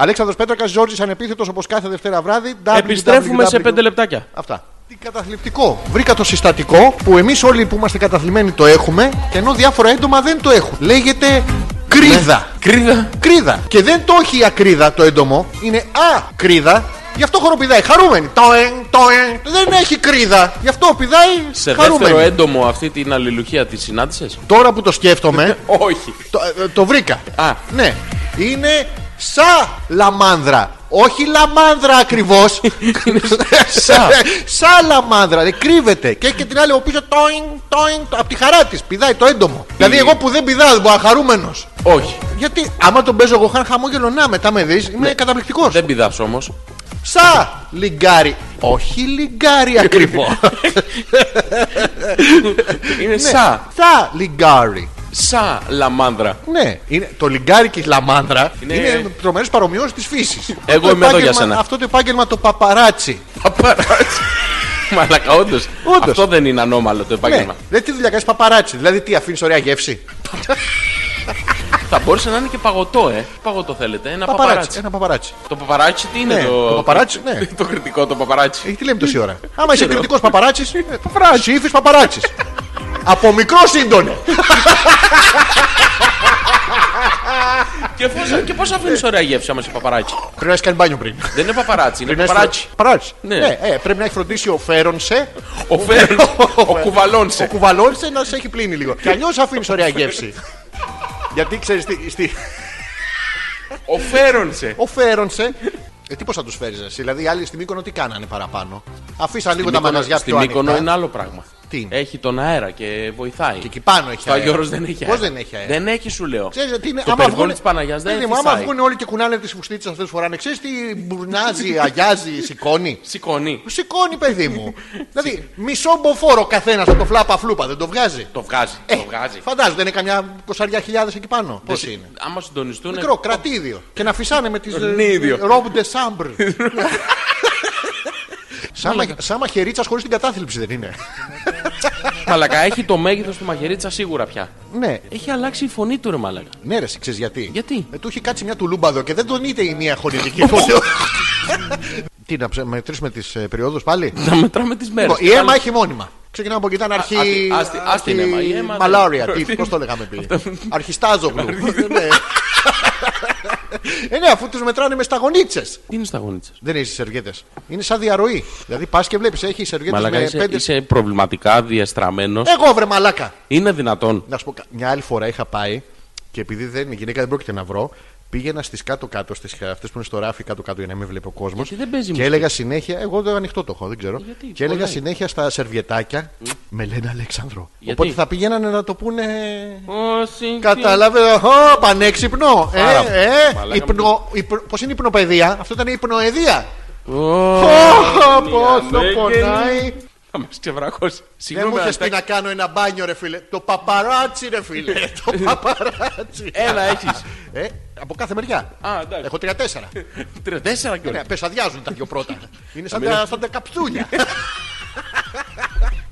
Αλέξανδρος Πέτρακας, Ζόρζης ανεπίθετος όπως κάθε Δευτέρα βράδυ. Επιστρέφουμε σε 5 λεπτάκια. Αυτά. Τι καταθλιπτικό. Βρήκα το συστατικό που εμείς όλοι που είμαστε καταθλιμμένοι το έχουμε και ενώ διάφορα έντομα δεν το έχουν. Λέγεται κρίδα. Ναι. Κρίδα. Κρίδα. Και δεν το έχει η ακρίδα το έντομο. Είναι α κρίδα. Γι' αυτό χοροπηδάει. Χαρούμενη. Το εν, το εν. Δεν έχει κρίδα. Γι' αυτό πηδάει Σε δεύτερο χαρούμενη. έντομο αυτή την αλληλουχία τη συνάντησες. Τώρα που το σκέφτομαι, Όχι. το, ε, το βρήκα. Α. Ναι. Είναι σα λαμάνδρα. Όχι λαμάνδρα ακριβώς. σα. Σαν λαμάνδρα. ρε, Κρύβεται. Και έχει και την άλλη από πίσω. Τόιν, τόιν. Από τη χαρά της. Πηδάει το έντομο. Δηλαδή, εγώ που δεν πηδάω, δεν μπορώ χαρούμενος. Όχι. Γιατί άμα τον παίζω εγώ χαν χαμόγελο να μετά με δεις, είμαι καταπληκτικό. Ναι. Δεν πηδάς όμως. Σα λιγκάρι. Όχι λιγκάρι ακριβώς. Είναι σα. Σα λιγκάρι. Σα λαμάνδρα. Ναι, είναι, το λιγκάρι και η λαμάνδρα είναι, Είναι- είναι τρομερές παρομοιώσεις της φύσης. Εγώ είμαι εδώ για σένα. Αυτό το επάγγελμα το παπαράτσι. Παπαράτσι. Μαλακά, όντως. Όντως. Αυτό δεν είναι ανώμαλο το Ναι, επάγγελμα. δεν τι δουλειά κάνεις παπαράτσι. Δηλαδή τι αφήνεις ωραία γεύση. Θα μπορούσε να είναι και παγωτό, ε. Παγωτό θέλετε. Ένα Παπαράτσι. παπαράτσι. Ένα παπαράτσι. Το παπαράτσι τι είναι Ναι, το. το παπαράτσι, ναι. το κριτικό το παπαράτσι. Ε, τι λέμε τόση ώρα. Άμα είσαι ε, κριτικό παπαράτσι, ψήφι παπαράτσι. Από μικρό σύντονο. και, φως- και πώς αφήνεις ωραία γεύση άμα είσαι παπαράτσι. Πρέπει να έχεις κάνει μπάνιο πριν. δεν είναι παπαράτσι, είναι Πριν να έχεις παπαράτσι. φρο- Παπαράτσι. Ναι. Ναι, ε, πρέπει να έχεις φροντίσει ο φέρονσε, Ο Φέρν, ο ο κουβαλόνσε. κουβαλόνσε να σε έχει πλύνει λίγο. Και αλλιώς αφήνεις ωραία γεύση. Γιατί ξέρεις τι. Στη... Ο Φέρονσε. Ο φέρονσε. Ε, τι πώς θα τους φέρεις, εσύ. Δηλαδή, οι άλλοι στην Μύκονο τι κάνανε παραπάνω. Αφήσαν λίγο τα Μύκονο- μαγαζιά Στην πιο ανοιχτά. Μύκονο Ε, είναι άλλο πράγμα. Τι είναι? Έχει τον αέρα και βοηθάει. Και εκεί πάνω έχει Το Αγιώρος δεν έχει αέρα. Πώ δεν έχει αέρα. Δεν έχει, σου λέω. Ξέρεις ότι είναι, Το άμα περιβόλι βγουνε- της Παναγιάς δεν Παιδί μου, Άμα φυσάει. βγουν όλοι και κουνάνε τις φουστίτσες αυτές που φοράνε, ξέρεις τι μπουρνάζει, αγιάζει, σηκώνει. Σηκώνει. Σηκώνει, παιδί μου. δηλαδή, μισό μποφόρο καθένας από το φλάπα φλούπα δεν το βγάζει. Το βγάζει. Ε, Το βγάζει. Φαντάζομαι δεν είναι καμιά κοσαριά χιλιάδες εκεί πάνω. Πώ Δεν- είναι. Άμα συντονιστούν. Μικρό, κρατήδιο. Και να φυσάνε με τις ε, Νίδιο. Ρομπ Ντεσάμπρ. Σαν, μα- σαν μαχαιρίτσα χωρίς την κατάθλιψη δεν είναι. Μαλακά, έχει το μέγεθος του μαχαιρίτσα σίγουρα πια. ναι, Έχει αλλάξει η φωνή του, ρε Μαλακά. ναι, ρε, εσύ ξέρεις γιατί. Γιατί? Ε, του έχει κάτσει μια τουλούμπα εδώ και δεν τον είτε η μία χονιδική φωτιά. Τι να ψε- μετρήσουμε τις ε, περιόδους πάλι. Να μετράμε τις μέρες. Λοιπόν, η αίμα έχει μόνιμα. Ξεκινάμε από εκεί, ήταν αρχή. ας τη- ας την αίμα, η αίμα δεν- Μαλάρια, πώς το λέγαμε πριν. Αρχιστάζογλου. Ναι. Ε, ναι, αφού τους μετράνε με σταγονίτσες. Τι είναι στα γονίτσα. Δεν έχει σερβιέτε. Είναι σαν διαρροή. Δηλαδή πας και βλέπεις, έχει σερβιέτε με Μαλακά, είσαι, πέντε. Ε- είσαι προβληματικά διαστραμμένος. Εγώ βρε μαλάκα. Είναι δυνατόν. Να σου πω, κα- μια άλλη φορά είχα πάει και επειδή δεν, η γυναίκα δεν πρόκειται να βρω, πήγαινα στις κάτω-κάτω, στις αυτές που είναι στο ράφι κάτω-κάτω για να μην βλέπει ο κόσμος. Γιατί δεν παίζει Και μουσική. Ε, έλεγα συνέχεια, εγώ το ανοιχτό το έχω, δεν ξέρω. Γιατί, και έλεγα πονάει. συνέχεια στα σερβιετάκια, με λένε Αλέξανδρο. Γιατί? Οπότε θα πηγαίνανε να το πούνε. Όσοι- Κατάλαβε, Ω, πανέξυπνο. Ε, Πάρα πολύ. ε, Μαλάκα μου. υπνο, Πώς είναι η υπνοπαιδεία, αυτό ήταν η υπνοεδία. Ω, Πόσο Λέγε. πονάει. Θα μας ξεβρακώσει. Δεν Ε, μου Συγγνώμη, είχες αλλά πει να κάνω ένα μπάνιο, ρε φίλε. Το παπαράτσι, ρε φίλε. Το παπαράτσι. Ένα Ε, έχεις. Ε, από κάθε μεριά. Α, εντάξει. Έχω τρία-τέσσερα. τρία- Τέσσερα κιόλα. Ναι, πεσαδιάζουν τα δύο πρώτα. Είναι σαν τα, σαν τα καπτσούλια.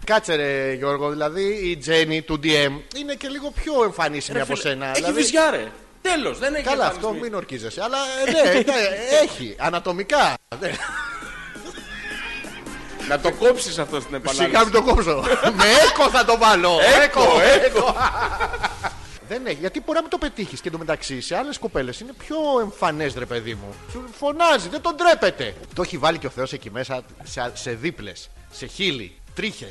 Κάτσε ρε Γιώργο, δηλαδή η Τζέννη του DM είναι και λίγο πιο εμφανίσιμη από σένα. Έχει δηλαδή, βυζιά, ρε. Τέλος, δεν έχει Καλά, εμφανισμή. αυτό μην ορκίζεσαι. Αλλά ε, ναι, ναι, έχει. Ανατομικά. Ναι, Να το κόψεις αυτό στην επανάληψη. Σιγά μην το κόψω. Με έκο θα το βάλω. Έκο, έκο. Δεν έχει, γιατί μπορεί να μην το πετύχεις και εντωμεταξύ σε άλλες κοπέλες είναι πιο εμφανές, ρε παιδί μου. Σου φωνάζει, δεν τον τρέπεται. Το έχει βάλει και ο Θεός εκεί μέσα σε, σε δίπλες, σε χείλη, τρίχες.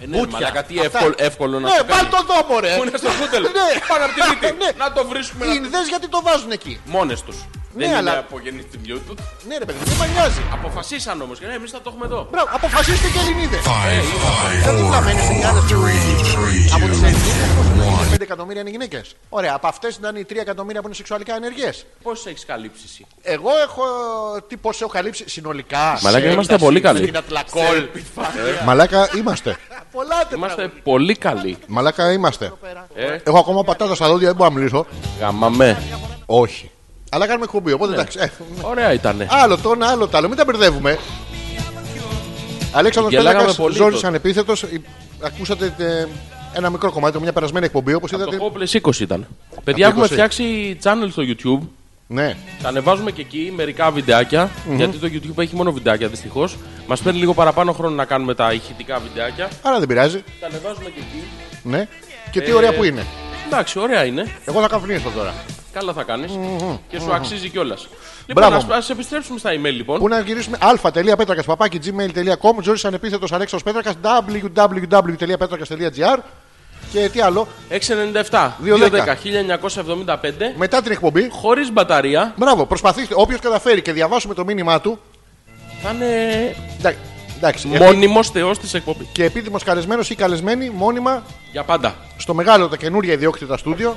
Ε, ναι, μαλάκα, τι εύκολο- εύκολο να ναι, το κάνει. βάλ το δόμο, ρε. Πού είναι στο κούτελο. Ναι. Πάνω από τη μύτη. Ναι. Να το βρίσκουμε. Οι Ινδές γιατί το βάζουν εκεί. Μόνες τους. δεν είναι αλλά- από γεννήθμιού του. Ναι, ρε παιδί, δεν μα νοιάζει. Αποφασίσαν όμως και ναι, εμείς θα το έχουμε εδώ. Μπράβο, αποφασίστε και Ε, Ελληνίδε. Five, five, Δεν four, δουλεύανε σε four, κανένα του- three, Από τις two, Ελληνίδες, 5 εκατομμύρια είναι γυναίκες. Ωραία, από αυτές ήταν οι 3 εκατομμύρια που είναι σεξουαλικά ενεργές. Πώς έχεις καλύψει εσύ. Εγώ έχω. Τι πώς έχω καλύψει συνολικά. Μαλάκα, σε είμαστε ένταση, πολύ καλοί. Ε. Στην Ατλακόλ. Μαλάκα είμαστε. Πολλά τε- Είμαστε πολύ καλοί. Μαλάκα είμαστε. Ε. Έχω ακόμα πατάτα στα δόντια, δεν μπορώ να μιλήσω. Γαμαμέ. Όχι. Αλλά κάνουμε εκπομπή, Ναι. οπότε εντάξει. Ε, Ωραία ήταν. άλλο το ένα, άλλο το άλλο. Μην τα μπερδεύουμε. Αλέξανδρος Γελάγαμε Πέλακας, πολύ Ζόρις τότε. Ανεπίθετος. Ε, Ακούσατε ε, ένα μικρό κομμάτι από μια περασμένη εκπομπή, όπως Το είδατε. Hopeless 20 ήταν. Παιδιά, έχουμε 20. φτιάξει channel στο YouTube. Ναι. Τα ανεβάζουμε και εκεί μερικά βιντεάκια, Γιατί το YouTube έχει μόνο βιντεάκια δυστυχώς. Μας παίρνει λίγο παραπάνω χρόνο να κάνουμε τα ηχητικά βιντεάκια. Άρα δεν πειράζει. Τα ανεβάζουμε και εκεί. Ναι. Και τι ωραία που είναι. Εντάξει, ωραία είναι. Εγώ θα καφνίσω τώρα. Καλά θα κάνεις. Και σου αξίζει κιόλας. Λοιπόν, Μπράβο ας, μου. ας επιστρέψουμε στα email λοιπόν. Πού να γυρίσουμε α.πέτρακα παπάκι gmail.com Ζόρι ανεπίθετο Αλέξανδρο Πέτρακα www.πέτρακα.gr Και τι άλλο. 697 210. 1975 Μετά την εκπομπή. χωρίς μπαταρία Μπράβο, προσπαθήστε. Όποιος καταφέρει και διαβάσουμε το μήνυμά του. θα είναι εντά- Εντάξει. επί- μόνιμος θεός της εκπομπής. Και επίτιμο καλεσμένος ή καλεσμένη μόνιμα Για πάντα. στο μεγάλο τα καινούρια ιδιόκτητα στούντιο.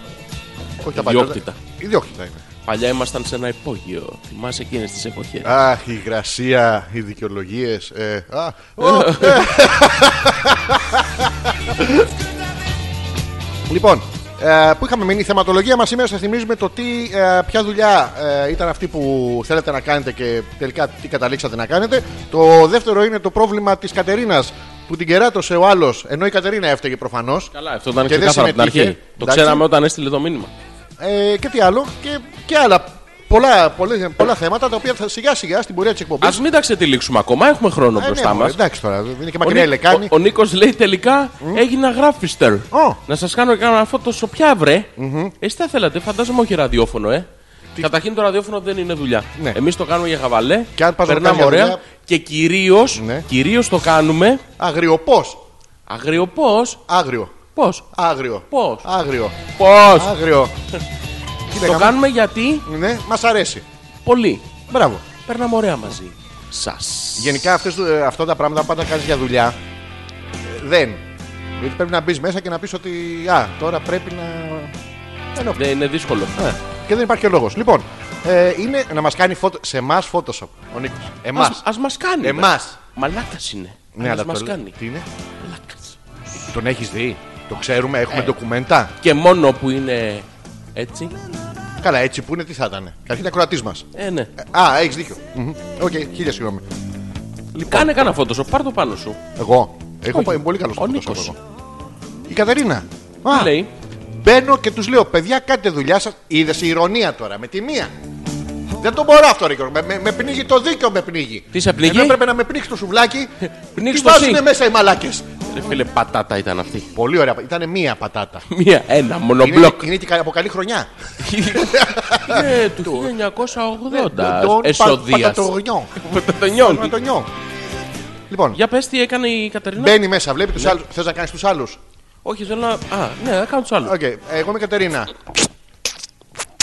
Όχι τα Ιδιόκτητα. Ιδιόκτητα είναι. Παλιά ήμασταν σε ένα υπόγειο. Θυμάσαι εκείνες τις εποχές. Αχ, η γρασία, οι δικαιολογίες. Ε, α, ω, ε. λοιπόν, ε, που είχαμε μείνει, η θεματολογία μας σήμερα σας θυμίζουμε το τι, ε, ποια δουλειά ε, ήταν αυτή που θέλετε να κάνετε και τελικά τι καταλήξατε να κάνετε. Το δεύτερο είναι το πρόβλημα της Κατερίνας που την κεράτωσε ο άλλος, ενώ η Κατερίνα έφταιγε προφανώς. Καλά, αυτό ήταν Και δεν ξεκάθαρο από την αρχή. συμμετείχε. Το Εντάξει. ξέραμε όταν έστειλε το μήνυμα. Ε, και τι άλλο, και, και άλλα. Πολλά, πολλά, πολλά θέματα τα οποία θα σιγά σιγά στην πορεία της εκπομπής. Ας μην τα ξετυλίξουμε ακόμα, έχουμε χρόνο Ε, ναι, μπροστά μωρέ, μας. Εντάξει τώρα, δεν είναι και Ο, μακριά η Νίκ- λεκάνη. ο, ο Νίκος λέει τελικά έγινα γράφιστερ. Ω. Να σας κάνω και ένα φώτο σοπιά, βρε. Εσύ τα θέλατε, φαντάζομαι όχι ραδιόφωνο, ε. Καταρχήν το ραδιόφωνο δεν είναι δουλειά. Ναι. Εμείς το κάνουμε για χαβαλέ. Και αν πας να περνάμε κάνεις ωραία. δουλειά- Και κυρίως Ναι. κυρίως το κάνουμε Αγριοπός. αγριό πώ. Άγριο. Πώς. Άγριο. Πώς. Άγριο. Πώς. Άγριο. Τι Το λέγαμε? κάνουμε γιατί Ναι, μας αρέσει. πολύ. Μπράβο. Περνάμε ωραία μαζί. Σας. Γενικά αυτές, ε, αυτά τα πράγματα πάντα κάνεις για δουλειά. ε, δεν. Γιατί πρέπει να μπεις μέσα και να πεις ότι α, τώρα πρέπει να. Ενώ, Δεν είναι δύσκολο. ε, και δεν υπάρχει και λόγος. Λοιπόν, ε, είναι να μας κάνει φωτο... σε εμάς Photoshop ο Νίκος. Εμάς. Ας μας κάνει. Εμάς. Μαλάκας είναι. α μα κάνει. Ναι, Ε. Τι είναι, Μαλάκας. τον έχεις δει. Το ξέρουμε, έχουμε ντοκουμέντα. Και μόνο που είναι έτσι. Καλά, έτσι που είναι, τι θα ήταν. Καταρχήν ακροατή μας. Ε, ναι. Α, έχεις δίκιο. Μμμ. Οκ, χίλια συγγνώμη. Λοιπόν. Κάνε κανένα φωτοσοπ, πάρ το πάνω σου. Εγώ. Έχω Όχι. πάει πολύ καλό Ο στο Photoshop. Νίκος. εγώ. Η Κατερίνα. Α, Λέει. Μπαίνω και τους λέω, παιδιά, κάντε δουλειά σας. Είδες η ηρωνία τώρα, με τη μία. Δεν το μπορώ αυτό, ρε Γιώργο. Με, με, με πνίγει το δίκαιο, με πνίγει. Τι σε πνίγει? Ενώ έπρεπε να με πνίξει το σουβλάκι. Πνίξ' Τι το βάζουνε sink. μέσα οι μαλάκες. Ρε φίλε, πατάτα ήταν αυτή. Πολύ ωραία. Ήταν μία πατάτα. Μία, ένα, Είναι, μονομπλοκ. είναι και κα- από καλή χρονιά. Είναι Ε, του 1980. Εσοδία. Πατατογνιό. Πατατονιών. Πατατογνιό. Λοιπόν, Για πες τι έκανε η Κατερίνα. μπαίνει μέσα, βλέπει τους άλλους. Θες να κάνεις τους άλλους. Όχι, θέλω να. Α, ναι, θα κάνω τους άλλους. Οκ, εγώ είμαι η Κατερίνα.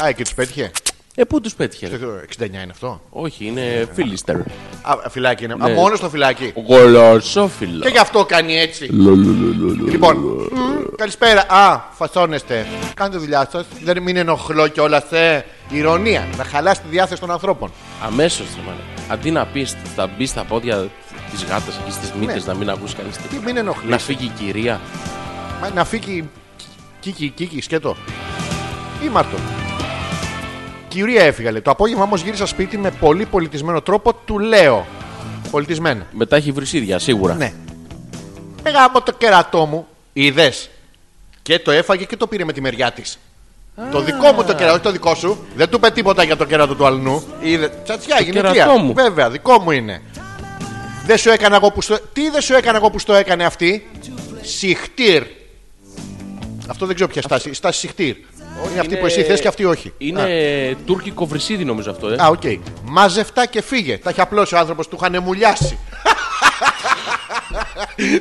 Α, εκεί τους πέτυχε. Ε, πού τους πέτυχε. ρε. 69 είναι αυτό. Όχι, είναι φίλιστερ. Α, φυλάκι είναι. Ναι. Α, μόνος στο φυλάκι. Γολοσόφιλος. Και γι' αυτό κάνει έτσι. Λοιπόν, μμ, καλησπέρα. Α, φασώνεστε. Κάντε δουλειά σας. Δεν μην ενοχλώ κιόλας. Ε. Ηρωνία. Να χαλάσει τη διάθεση των ανθρώπων. Αμέσως μάνα. Αντί να πεις, θα μπεις στα πόδια της γάτας και στι μύτες να Ναι. μην ακούσει κανείς Τι τίποτα. μην ενοχλεί. Να φύγει η κυρία. Μα, Να φύγει. Κίκι, κίκι, σκέτο. Ή Μάρτο. Κυρία έφυγα, λέει. Το απόγευμα όμως γύρισα σπίτι με πολύ πολιτισμένο τρόπο. Του λέω. Πολιτισμένα. Μετά έχει βρυσίδια, σίγουρα. Ναι. Έγα Ναι. από το κερατό μου. Είδες. Και το έφαγε και το πήρε με τη μεριά της. Το δικό μου το κερατό, όχι το δικό σου. Δεν του είπε τίποτα για το κερατό του αλλού. Είδε. Τσατσιά, γυναικεία. κερατό μου. Βέβαια, δικό μου είναι. Δεν σου έκανα εγώ που στο... Τι δεν σου έκανα εγώ που στο έκανε αυτή. Σιχτήρ. Αυτό δεν ξέρω ποια στάση. Στάση σιχτήρ. είναι αυτή Ε, που εσύ θες και αυτή όχι. Είναι τουρκικό βρυσίδι νομίζω αυτό, ε. Α, οκ. Μάζευτά και φύγε. Τα έχει απλώσει ο άνθρωπος, του είχαν μουλιάσει.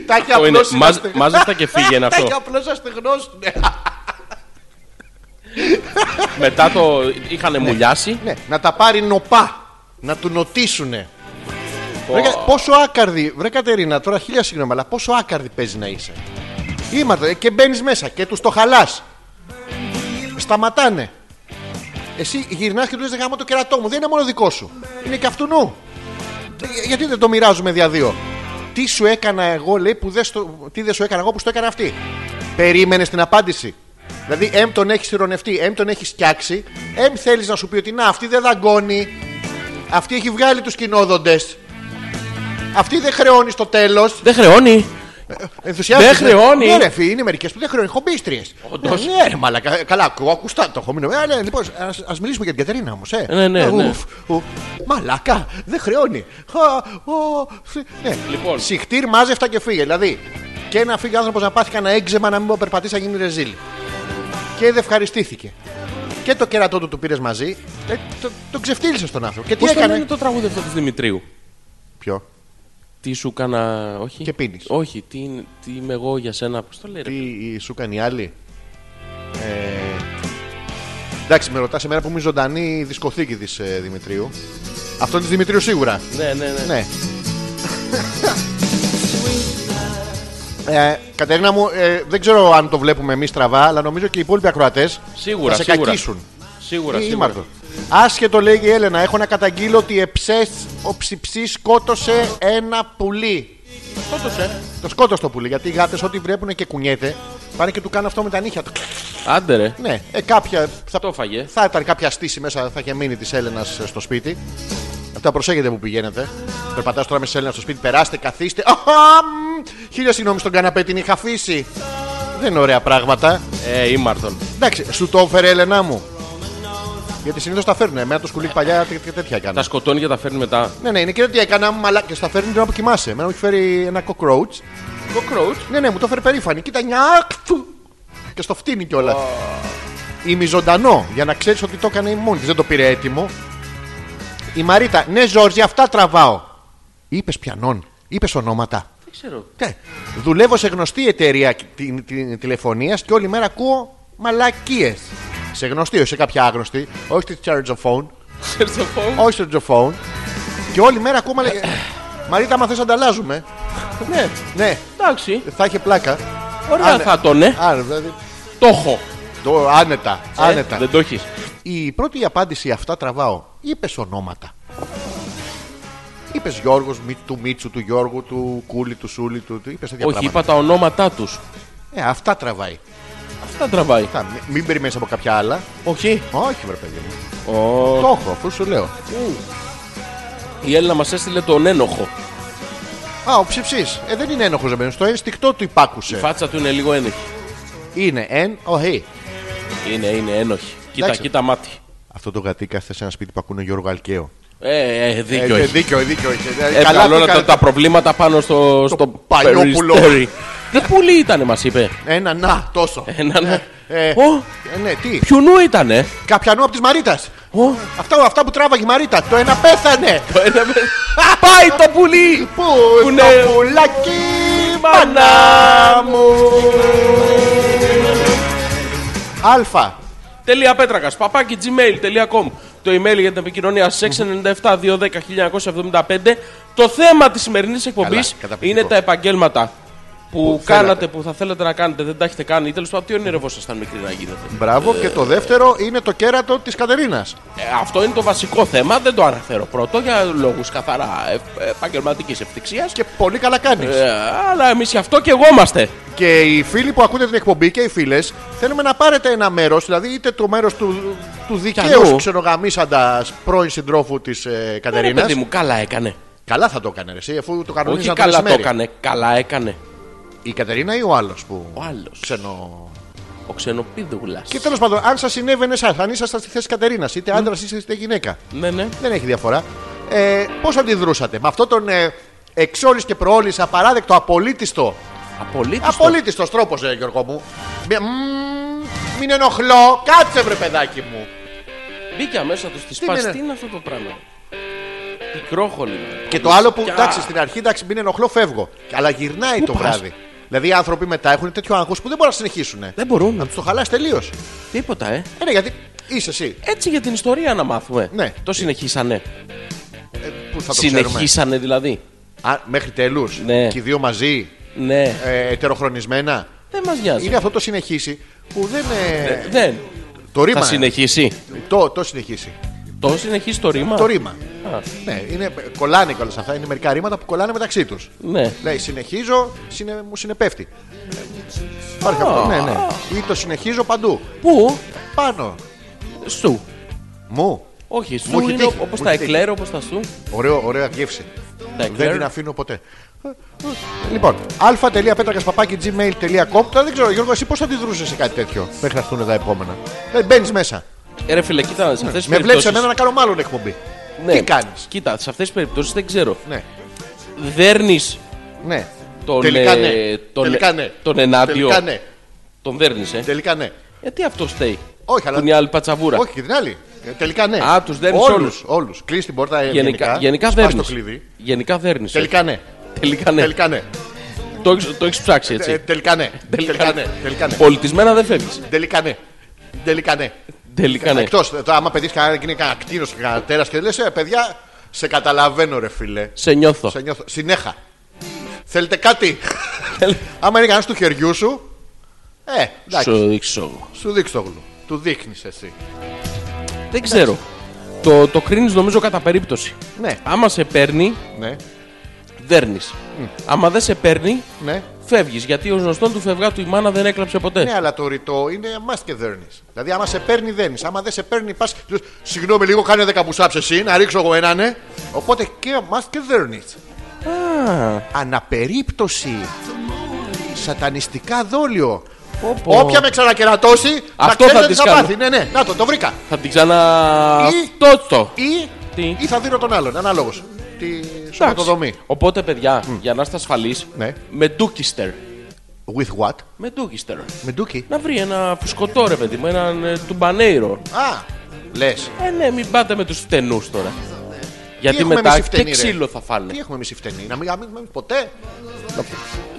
Τα έχει Αυτό είναι. απλώσει. να Μάζ- στε- Μάζεστα και φύγε είναι Τα αυτό. έχει απλώσει να στεγνώσουν. Μετά το είχαν μουλιάσει. Ναι, να τα πάρει νοπά. Να του νοτίσουνε. Βρε, κα- πόσο άκαρδη, βρε Κατερίνα, τώρα χίλια συγγνώμη, αλλά πόσο άκαρδη παίζει να είσαι. Είμαστε και μπαίνεις μέσα και τους το χαλάς. Σταματάνε. Εσύ γυρνάς και του λες: Γάμο το κερατό μου, δεν είναι μόνο δικό σου. Είναι και αυτού νου. Ε, Γιατί δεν το μοιράζουμε δια δύο. Τι σου έκανα εγώ, λέει, που δεν στο... Τι δεν σου έκανα εγώ που στο έκανα αυτή. Περίμενε την απάντηση. Δηλαδή, εμ τον έχεις ηρωνευτεί, εμ τον έχεις φτιάξει, εμ θέλεις να σου πει ότι να, αυτή δεν δαγκώνει. Αυτή έχει βγάλει τους κοινόδοντες. Αυτή δεν χρεώνει στο τέλος. Δεν χρεώνει. Ενθουσιάζεται. Δεν χρεώνει. Ναι, ρε, φίλε, είναι μερικές που δεν χρεώνει. Χομπίστριες. Όντως. Ναι, ρε, μαλακά. Καλά, ακούω, ακουστά το έχω μείνει. Ε, ναι, Λοιπόν, ας μιλήσουμε για την Κατερίνα όμως. Ε. Ναι, ναι, Ε, ναι. ουφ, ου. Μαλακά, δεν χρεώνει. Χα, ο, φι- ναι. Λοιπόν. Συχτήρ, μάζευτα και φύγε. Δηλαδή, και ένα φύγει άνθρωπος να πάθει κανένα έξεμα να μην περπατήσει να γίνει ρεζίλ. Και δεν ευχαριστήθηκε. Και το κερατό του του πήρες μαζί. Ε, το, το ξεφτύλισες τον άνθρωπο. Και τι Πώς έκανε. είναι το τραγούδι αυτό της Δημητρίου. Ποιο. Τι σου κάνα, όχι. Και πίνεις. Όχι, τι, είναι- τι είμαι εγώ για σένα, πώς το λέει. ρε. Τι σου κάνει η άλλη. Ε, εντάξει, με ρωτάς εμένα που είμαι ζωντανή η δισκοθήκη της Δημητρίου. Αυτό είναι της Δημητρίου σίγουρα. Ναι, ναι, ναι. Ναι. Ε, Κατερίνα μου, ε, δεν ξέρω αν το βλέπουμε εμείς τραβά, αλλά νομίζω και οι υπόλοιποι ακροατές Σίγουρα, θα σε σίγουρα. κακίσουν. Σίγουρα, Ή σίγουρα. ήμαρτο. Άσχετο λέγει η Έλενα, έχω να καταγγείλω ότι εψές, ο ψιψή σκότωσε ένα πουλί. Σκότωσε. Το σκότωσε το πουλί, γιατί οι γάτες ό,τι βρέπουν και κουνιέται, πάνε και του κάνουν αυτό με τα νύχια του. Άντε ρε. Ναι, ε, κάποια. Θα, Το φάγε. θα ήταν κάποια στήση μέσα, θα είχε μείνει της Έλενας στο σπίτι. Αυτά προσέχετε που πηγαίνετε. Περπατάς τώρα με της Έλενας στο σπίτι, περάστε, καθίστε. Αχα, μ, χίλια συγγνώμη στον καναπέ, την είχα αφήσει. Δεν είναι ωραία πράγματα. Ε, ήμαρτον. Εντάξει, σου το έφερε Έλενα μου. Γιατί συνήθως τα φέρνουν. Εμένα το σκουλίκ παλιά τέ- τέ- τέτοια έκανα. Τα σκοτώνει και τα φέρνει μετά. Ναι, ναι, είναι και ότι έκανα μαλάκια. Στα φέρνει την ώρα που κοιμάσαι. Εμένα μου έχει φέρει ένα cockroach. Cockroach. Ναι, ναι, μου το έφερε περήφανη. Κοίτα, νιάκ! φου. Και στο φτύνει κιόλας. Ημιζωντανό, για να ξέρεις ότι το έκανε η μόνη της. Δεν το πήρε έτοιμο. Η Μαρίτα, ναι, Ζόρζι, αυτά τραβάω. Είπες πιανών, είπες ονόματα. Δεν ξέρω. Ναι. Δουλεύω σε γνωστή εταιρεία την, την, τηλεφωνίας και όλη μέρα ακούω μαλακίες. Σε γνωστή, όχι σε κάποια άγνωστη. Όχι στη Chargeophone. Ξέρεις το φόβο. Όχι στο Τζοφόουν. Και όλη μέρα ακούμε. λέγε, Μαρίτα, άμα θες, ανταλλάζουμε. ναι, ναι, Εντάξει. θα είχε πλάκα. Ωραία Άνε- θα τον, ε. Άρα, δηλαδή, Το έχω. το άνετα, Ε, άνετα. Δεν το έχεις. Η πρώτη απάντηση αυτά τραβάω. Είπες ονόματα. Είπες Γιώργος, του Μίτσου, του Γιώργου, του Κούλη, του Σούλη, του. του είπες τέτοια Όχι, πράγματα. είπα τα ονόματά τους. Ε, αυτά τραβάει. Αυτά τραβάει. Αυτά. Μη- Μην περιμένεις από κάποια άλλα. Όχι. Όχι, βρε παιδί μου. Ω, Το έχω, αφού σου λέω. Η Έλληνα μας έστειλε τον ένοχο. Α, ο ψυψή. Ε, δεν είναι ένοχος, δεν Στο ένστικτό του Η υπάκουσε. φάτσα του είναι λίγο ένοχη. Είναι εν, ο hey. Είναι, είναι ένοχη. Κοίτα, Εντάξει. κοίτα μάτι. Αυτό το γατί κάθεται σε ένα σπίτι που ακούνε Γιώργο Αλκαίο. Ε, ε, δίκιο Ε, έχει. Ε, δίκιο, δίκιο. έχει. Δηλαδή, καλά Έβγαλε που όλα τα, κάνε- τα προβλήματα πάνω στο, στο Παλιόπουλο. περιστέρι. Δεν πολύ ήτανε, μας είπε. Ένα να, τόσο. Ένα, ναι. Ε, Ω, ε, ναι, τι. ποιονού ήτανε. Καπιανού από τη Μαρίτας. Ω, Αυτά, αυτά που τράβαγε η Μαρίτα. Το ένα πέθανε. το ένα με- Α, Πάει το πουλί! Πού Που είναι ναι. το πουλάκι, μανά Μανά μου. Αλφα. Τελεία πέτρακας, παπάκι gmail.com. Το email για την επικοινωνία 697-210-1975. Το θέμα της σημερινής εκπομπής Καλά, καταπληκτικό. είναι τα επαγγέλματα που, θέλατε. κάνατε, που θα θέλατε να κάνετε, δεν τα έχετε κάνει. Τέλος πάντων, τι όνειρευό σα ήταν μικρή να γίνετε. Μπράβο. Και το δεύτερο είναι το κέρατο της Κατερίνας. Ε, αυτό είναι το βασικό θέμα. Δεν το αναφέρω πρώτο για λόγους καθαρά ε, επαγγελματικής ευτυχία. Και πολύ καλά κάνεις. Ε. αλλά εμείς γι' αυτό και εγώ είμαστε. Και οι φίλοι που ακούτε την εκπομπή και οι φίλες, θέλουμε να πάρετε ένα μέρος, δηλαδή είτε το μέρος του, του δικαίου αλλού. ξενογαμίσαντας πρώην συντρόφου της ε, Ρε Κατερίνας. παιδί μου, καλά έκανε. Καλά θα το έκανε, ρε, εσύ, αφού το Όχι κανονίζαν το καλά το μεσημέρι. έκανε, καλά έκανε. Η Κατερίνα ή ο άλλος που. Ο άλλος. Ξενο... Ο ξενοπίδουλας. Και τέλος πάντων, αν σας συνέβαινε εσάς, αν ήσασταν στη θέση Κατερίνας, είτε άντρα είτε γυναίκα. Ναι, ναι. Δεν έχει διαφορά. Ε, Πώς αντιδρούσατε με αυτόν τον ε, εξόλη και προόλη απαράδεκτο, απολύτιστο. Απολύτω. Απολύτιστος τρόπος, ε, Γιώργο μου. Μη- μμμ, Μην ενοχλώ, κάτσε βρε παιδάκι μου. Μπήκα μέσα του Τι στη είναι, σπάση. ρε? Τι είναι αυτό το πράγμα. Πικρόχολη. Και το άλλο που. Πια. Εντάξει, στην αρχή εντάξει, μην ενοχλώ, φεύγω. Αλλά γυρνάει το πας? βράδυ. Δηλαδή οι άνθρωποι μετά έχουν τέτοιο άγχος που δεν μπορούν να συνεχίσουν. Ε, Δεν μπορούν. Να τους το χαλάσει τελείως. Τίποτα, ε. Ε, ναι, γιατί είσαι εσύ. Έτσι για την ιστορία να μάθουμε. Ναι. Το συνεχίσανε. Ε, Πού θα το ξέρουμε. Συνεχίσανε δηλαδή. Α, μέχρι τέλους. Ναι. Και οι δύο μαζί, Ναι. ε, ετεροχρονισμένα. Δεν μας νοιάζει. Είναι αυτό το συνεχίσει που δεν. ε, Δεν. το ρήμα. Ναι. ε. Θα συνεχίσει. Το, το συνεχίσει. Το συνεχίσει το ρήμα. Το ρήμα. Α, Ναι, είναι, κολλάνε κιόλας αυτά. Είναι μερικά ρήματα που κολλάνε μεταξύ τους. ναι. Λέει συνεχίζω, συνε- μου συνεπέφτει. Υπάρχει αυτό. Ναι, ναι. Ή το συνεχίζω παντού. Πού? Πάνω. Σου. Μου. Όχι, σου Μου έχει είναι τύχει. όπως Μου τα έχει τύχει. εκλέρ, όπως τα σου. Ωραίο, ωραία γεύση. Τα Δεν την εκλέρ. αφήνω ποτέ. Λοιπόν, α.πέτρακα.gmail.com Τώρα δεν ξέρω, Γιώργο, εσύ πώς θα αντιδρούσες σε κάτι τέτοιο μέχρι να έρθουν τα επόμενα. Δηλαδή μπαίνεις μέσα. Ε, Ρε φίλε, κοίτα, σε αυτές τις Με βλέπεις περιπτώσεις. εμένα να κάνω μάλλον εκπομπή. Ναι. Τι κάνεις. Κοίτα, σε αυτές τις περιπτώσεις δεν ξέρω. Ναι. Δέρνεις ναι. τον, Τελικά ναι. ε, τον, Τελικά ναι. τον ενάντιο. Τελικά ναι. Τον δέρνεις, ε. Τελικά ναι. Ε, τι αυτό στέει. Όχι, αλλά- Που είναι η άλλη πατσαβούρα. Όχι και την άλλη. Ε, Τελικά ναι. Α, τους δέρνεις Όλους, όλους. όλους. Κλείς την πόρτα ε, γενικά. γενικά γενικά σπάς δέρνεις. το κλειδί. Γενικά δέρνεις. Τελικά ναι. όχι. Τελικά ναι. Τελικά ναι. Το, έχεις- το έχεις ψάξει Ε, έτσι. Τελικά ναι. Τελικά ναι. Τελικά ναι. Πολιτισμένα δεν φεύγεις. Τελικά ναι. Τελικά ναι. Τελικά ναι. Εκτός, άμα παιδί είναι κανένα κτίνο και κανένα τέρας και λες, ε, παιδιά, σε καταλαβαίνω, ρε φίλε. Σε νιώθω. Σε νιώθω. Συνέχα. Θέλετε κάτι. άμα είναι κανένας του χεριού σου, ε, εντάξει, Σου δείξω. σου δείξει το γλου. Του δείχνεις εσύ. Δεν ξέρω. Το, το κρίνει νομίζω κατά περίπτωση. Ναι. Άμα σε παίρνει, Ναι, δέρνεις. Άμα δεν σε παίρνει, ναι. φεύγεις. Γιατί ο γνωστόν του φευγάτου η μάνα δεν έκλαψε ποτέ. Ναι, αλλά το ρητό είναι μα και δέρνεις. Δηλαδή, άμα σε παίρνει, δέρνει. Άμα δεν σε παίρνει, πας. Συγγνώμη λίγο, κάνε δέκα που εσύ, να ρίξω εγώ έναν, ναι. Οπότε και μα και δέρνεις. Αναπερίπτωση. Σατανιστικά δόλιο. πω. Όποια με ξανακερατώσει, Αυτό ξέρετε θα ότι της κάνω. πάθει. Ναι, ναι, να το, το βρήκα. Θα την ξανα. Ή- Αυτό το. Ή, Τι? ή θα δίνω τον άλλον, ανάλογος. Τη σωματοδομή. Οπότε, παιδιά, για να είστε ασφαλείς, Ναι. με ντούκιστερ. With what? Με ντούκιστερ. Με ντούκι. Να βρει ένα φουσκωτό ρε παιδί μου, έναν ε, τουμπανέιρο. Α, λες. Ε, ναι, μην πάτε με τους φτενούς τώρα. Γιατί έχουμε μετά εμείς οι φτενοί, και ρε? ξύλο θα φάνε. Τι έχουμε εμείς οι φτενοί, να μην γαμίζουμε εμείς ποτέ.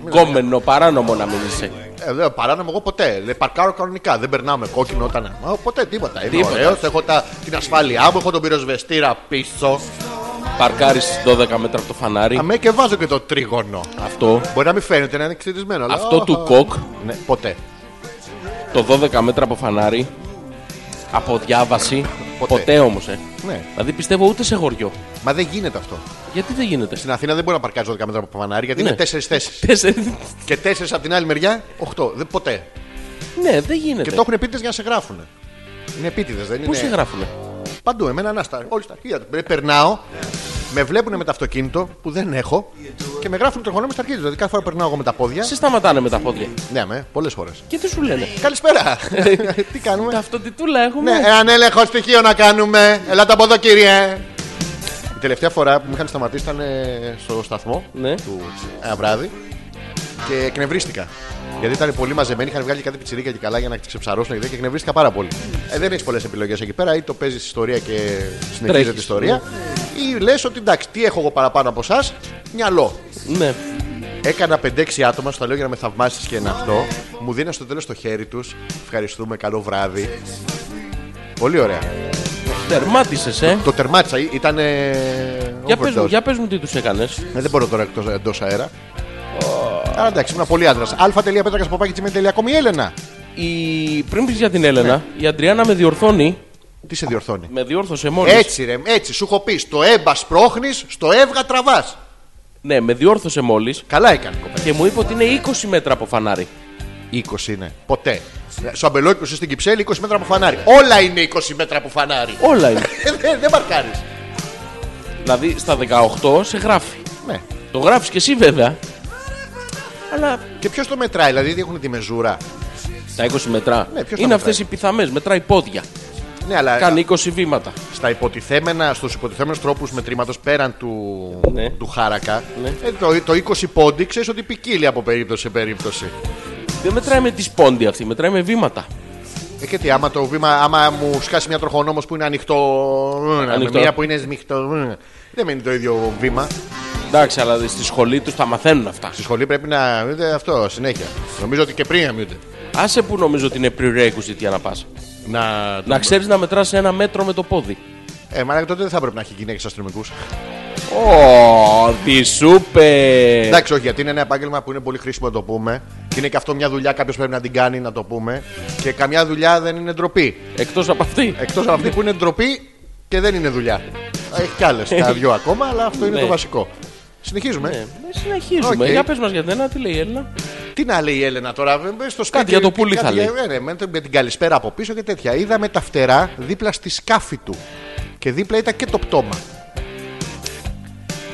Γκόμενο, παράνομο να μην είσαι. Ε, δεν παράνομο εγώ ποτέ. Λέει, παρκάρω κανονικά. Δεν περνάμε κόκκινο όταν. Μα, ποτέ τίποτα. Είμαι Τίποτα. ωραίος, Έχω τα, την ασφάλειά μου, έχω τον πυροσβεστήρα πίσω. Παρκάρεις 12 μέτρα από το φανάρι. Αμέ και βάζω και το τρίγωνο. Αυτό. Μπορεί να μην φαίνεται να είναι ξυρισμένο. Αλλά... Αυτό Αχα. του κοκ, Ναι, ποτέ. το 12 μέτρα από φανάρι. Από διάβαση. Ποτέ. Ποτέ, όμως, ε. Ναι. Δηλαδή πιστεύω ούτε σε χωριό. Μα δεν γίνεται αυτό. Γιατί δεν γίνεται. Στην Αθήνα δεν μπορεί να παρκάρεις 12 μέτρα από φανάρι γιατί Ναι. είναι τέσσερις θέσεις. Τέσσερι- και τέσσερις από την άλλη μεριά, 8. Δεν, ποτέ. ναι, δεν γίνεται. Και το έχουν ναι. επίτηδες για να σε γράφουν. Είναι επίτηδες, δεν Πού είναι. σε γράφουνε. Παντού, εμένα να στα. Όλοι στα αρχεία του. Ε, Περνάω, με βλέπουν με το αυτοκίνητο που δεν έχω και με γράφουν το χωνόμενο στα αρχεία τους. Δηλαδή κάθε φορά που περνάω εγώ με τα πόδια. Σε σταματάνε με τα πόδια. Ναι, με πολλές φορές. Και τι σου λένε. Ναι, Καλησπέρα. Τι κάνουμε. Ταυτοτιτούλα έχουμε. ναι, έναν έλεγχο στοιχείο να κάνουμε. Ελάτε από εδώ, κύριε. Η τελευταία φορά που με είχαν σταματήσει ήταν ε, στο σταθμό Ναι. του ένα βράδυ και εκνευρίστηκα. Γιατί ήταν πολύ μαζεμένοι, είχαν βγάλει κάτι πιτσιρίκια και καλά για να ξεψαρώσουν και τέτοια και εκνευρίστηκα πάρα πολύ. Ε, δεν έχεις πολλές επιλογές εκεί πέρα, ή το παίζεις ιστορία και συνεχίζεται Τρέχεις. η ιστορία, ή λες ότι εντάξει, τι έχω εγώ παραπάνω από εσάς, μυαλό. ναι. Έκανα 5-6 άτομα, στο λέω για να με θαυμάσεις και ένα αυτό. Μου δίνει στο τέλος το χέρι τους. Ευχαριστούμε, καλό βράδυ. Πολύ ωραία. Τερμάτισες, ε. Το τερμάτισα, ή- ήταν. Ε, Για πες, μου, overdose. για πες μου τι τους έκανες Ε, δεν μπορώ τώρα εκτός εντός αέρα. Άρα εντάξει, ήμουν πολύ άντρας. αλφα.πέτρακα η Έλενα. Η... Πριν πεις για την Έλενα, Ναι. η Αντριάννα με διορθώνει. Τι σε διορθώνει. Με διόρθωσε μόλις Έτσι, ρε, έτσι, σου έχω πει. Στο έμπα σπρώχνεις, στο έβγα τραβάς. Ναι, με διόρθωσε μόλις Καλά έκανε η κοπέλα. και μου είπε ότι είναι 20 μέτρα από φανάρι. 20 είναι. Ποτέ. Στο αμπελόκιο είσαι στην Κυψέλη 20 μέτρα από φανάρι. Όλα είναι 20 μέτρα από φανάρι. ε, Όλα είναι. δεν δεν μαρκάρεις. δηλαδή στα 18 σε γράφει. Ναι. Το γράφεις και εσύ βέβαια. Αλλά Και ποιος το μετράει, δηλαδή έχουν τη μεζούρα. τα 20 μέτρα Ναι, ποιος τα είναι μετράει. αυτές οι πιθαμές. Μετράει πόδια. Ναι, αλλά Κάνει 20 βήματα. στα υποτιθέμενα, στους υποτιθέμενους τρόπους μετρήματος πέραν του, Ναι. του χάρακα, Ναι. ε, το, το 20 πόντι ξέρεις ότι ποικίλει από περίπτωση σε περίπτωση. Δεν μετράει με τη σπόνδη αυτή, μετράει με βήματα. Ε, και τι, άμα το βήμα, άμα μου σκάσει μια τροχονόμος που είναι ανοιχτό, ε, Ανοιχτό. με μια που είναι σμιχτό, ε, δεν μένει το ίδιο βήμα. Εντάξει, αλλά στη σχολή τους τα μαθαίνουν αυτά. Στη σχολή πρέπει να. ε, αυτό συνέχεια. Νομίζω ότι και πριν αμύονται. Άσε που νομίζω ότι είναι prerequisite για να πας. Να. Να ξέρεις να μετράς ένα μέτρο με το πόδι. Ε, μάλλον τότε δεν θα πρέπει να έχει γυναίκες αστυνομικούς. Ε. Ω, τι σούπε! Εντάξει, όχι, γιατί είναι ένα επάγγελμα που είναι πολύ χρήσιμο να το πούμε. Και είναι και αυτό μια δουλειά, κάποιος πρέπει να την κάνει να το πούμε. Και καμιά δουλειά δεν είναι ντροπή. Εκτός από αυτή. Εκτός από αυτή που είναι ντροπή και δεν είναι δουλειά. Έχει κι άλλες, τα δυο ακόμα, αλλά αυτό είναι Ναι. το βασικό. Συνεχίζουμε. Ε, ναι, συνεχίζουμε. Οκ. Για πες μας για την ένα, τι λέει η Έλληνα. Τι να λέει η Έλενα τώρα, ε, στο σπίτι. για το πουλί κάτι θα για- λέει. ε, ναι, με, το- με την καλησπέρα από πίσω και τέτοια. Είδαμε τα φτερά δίπλα στη σκάφη του. Και δίπλα ήταν και το πτώμα.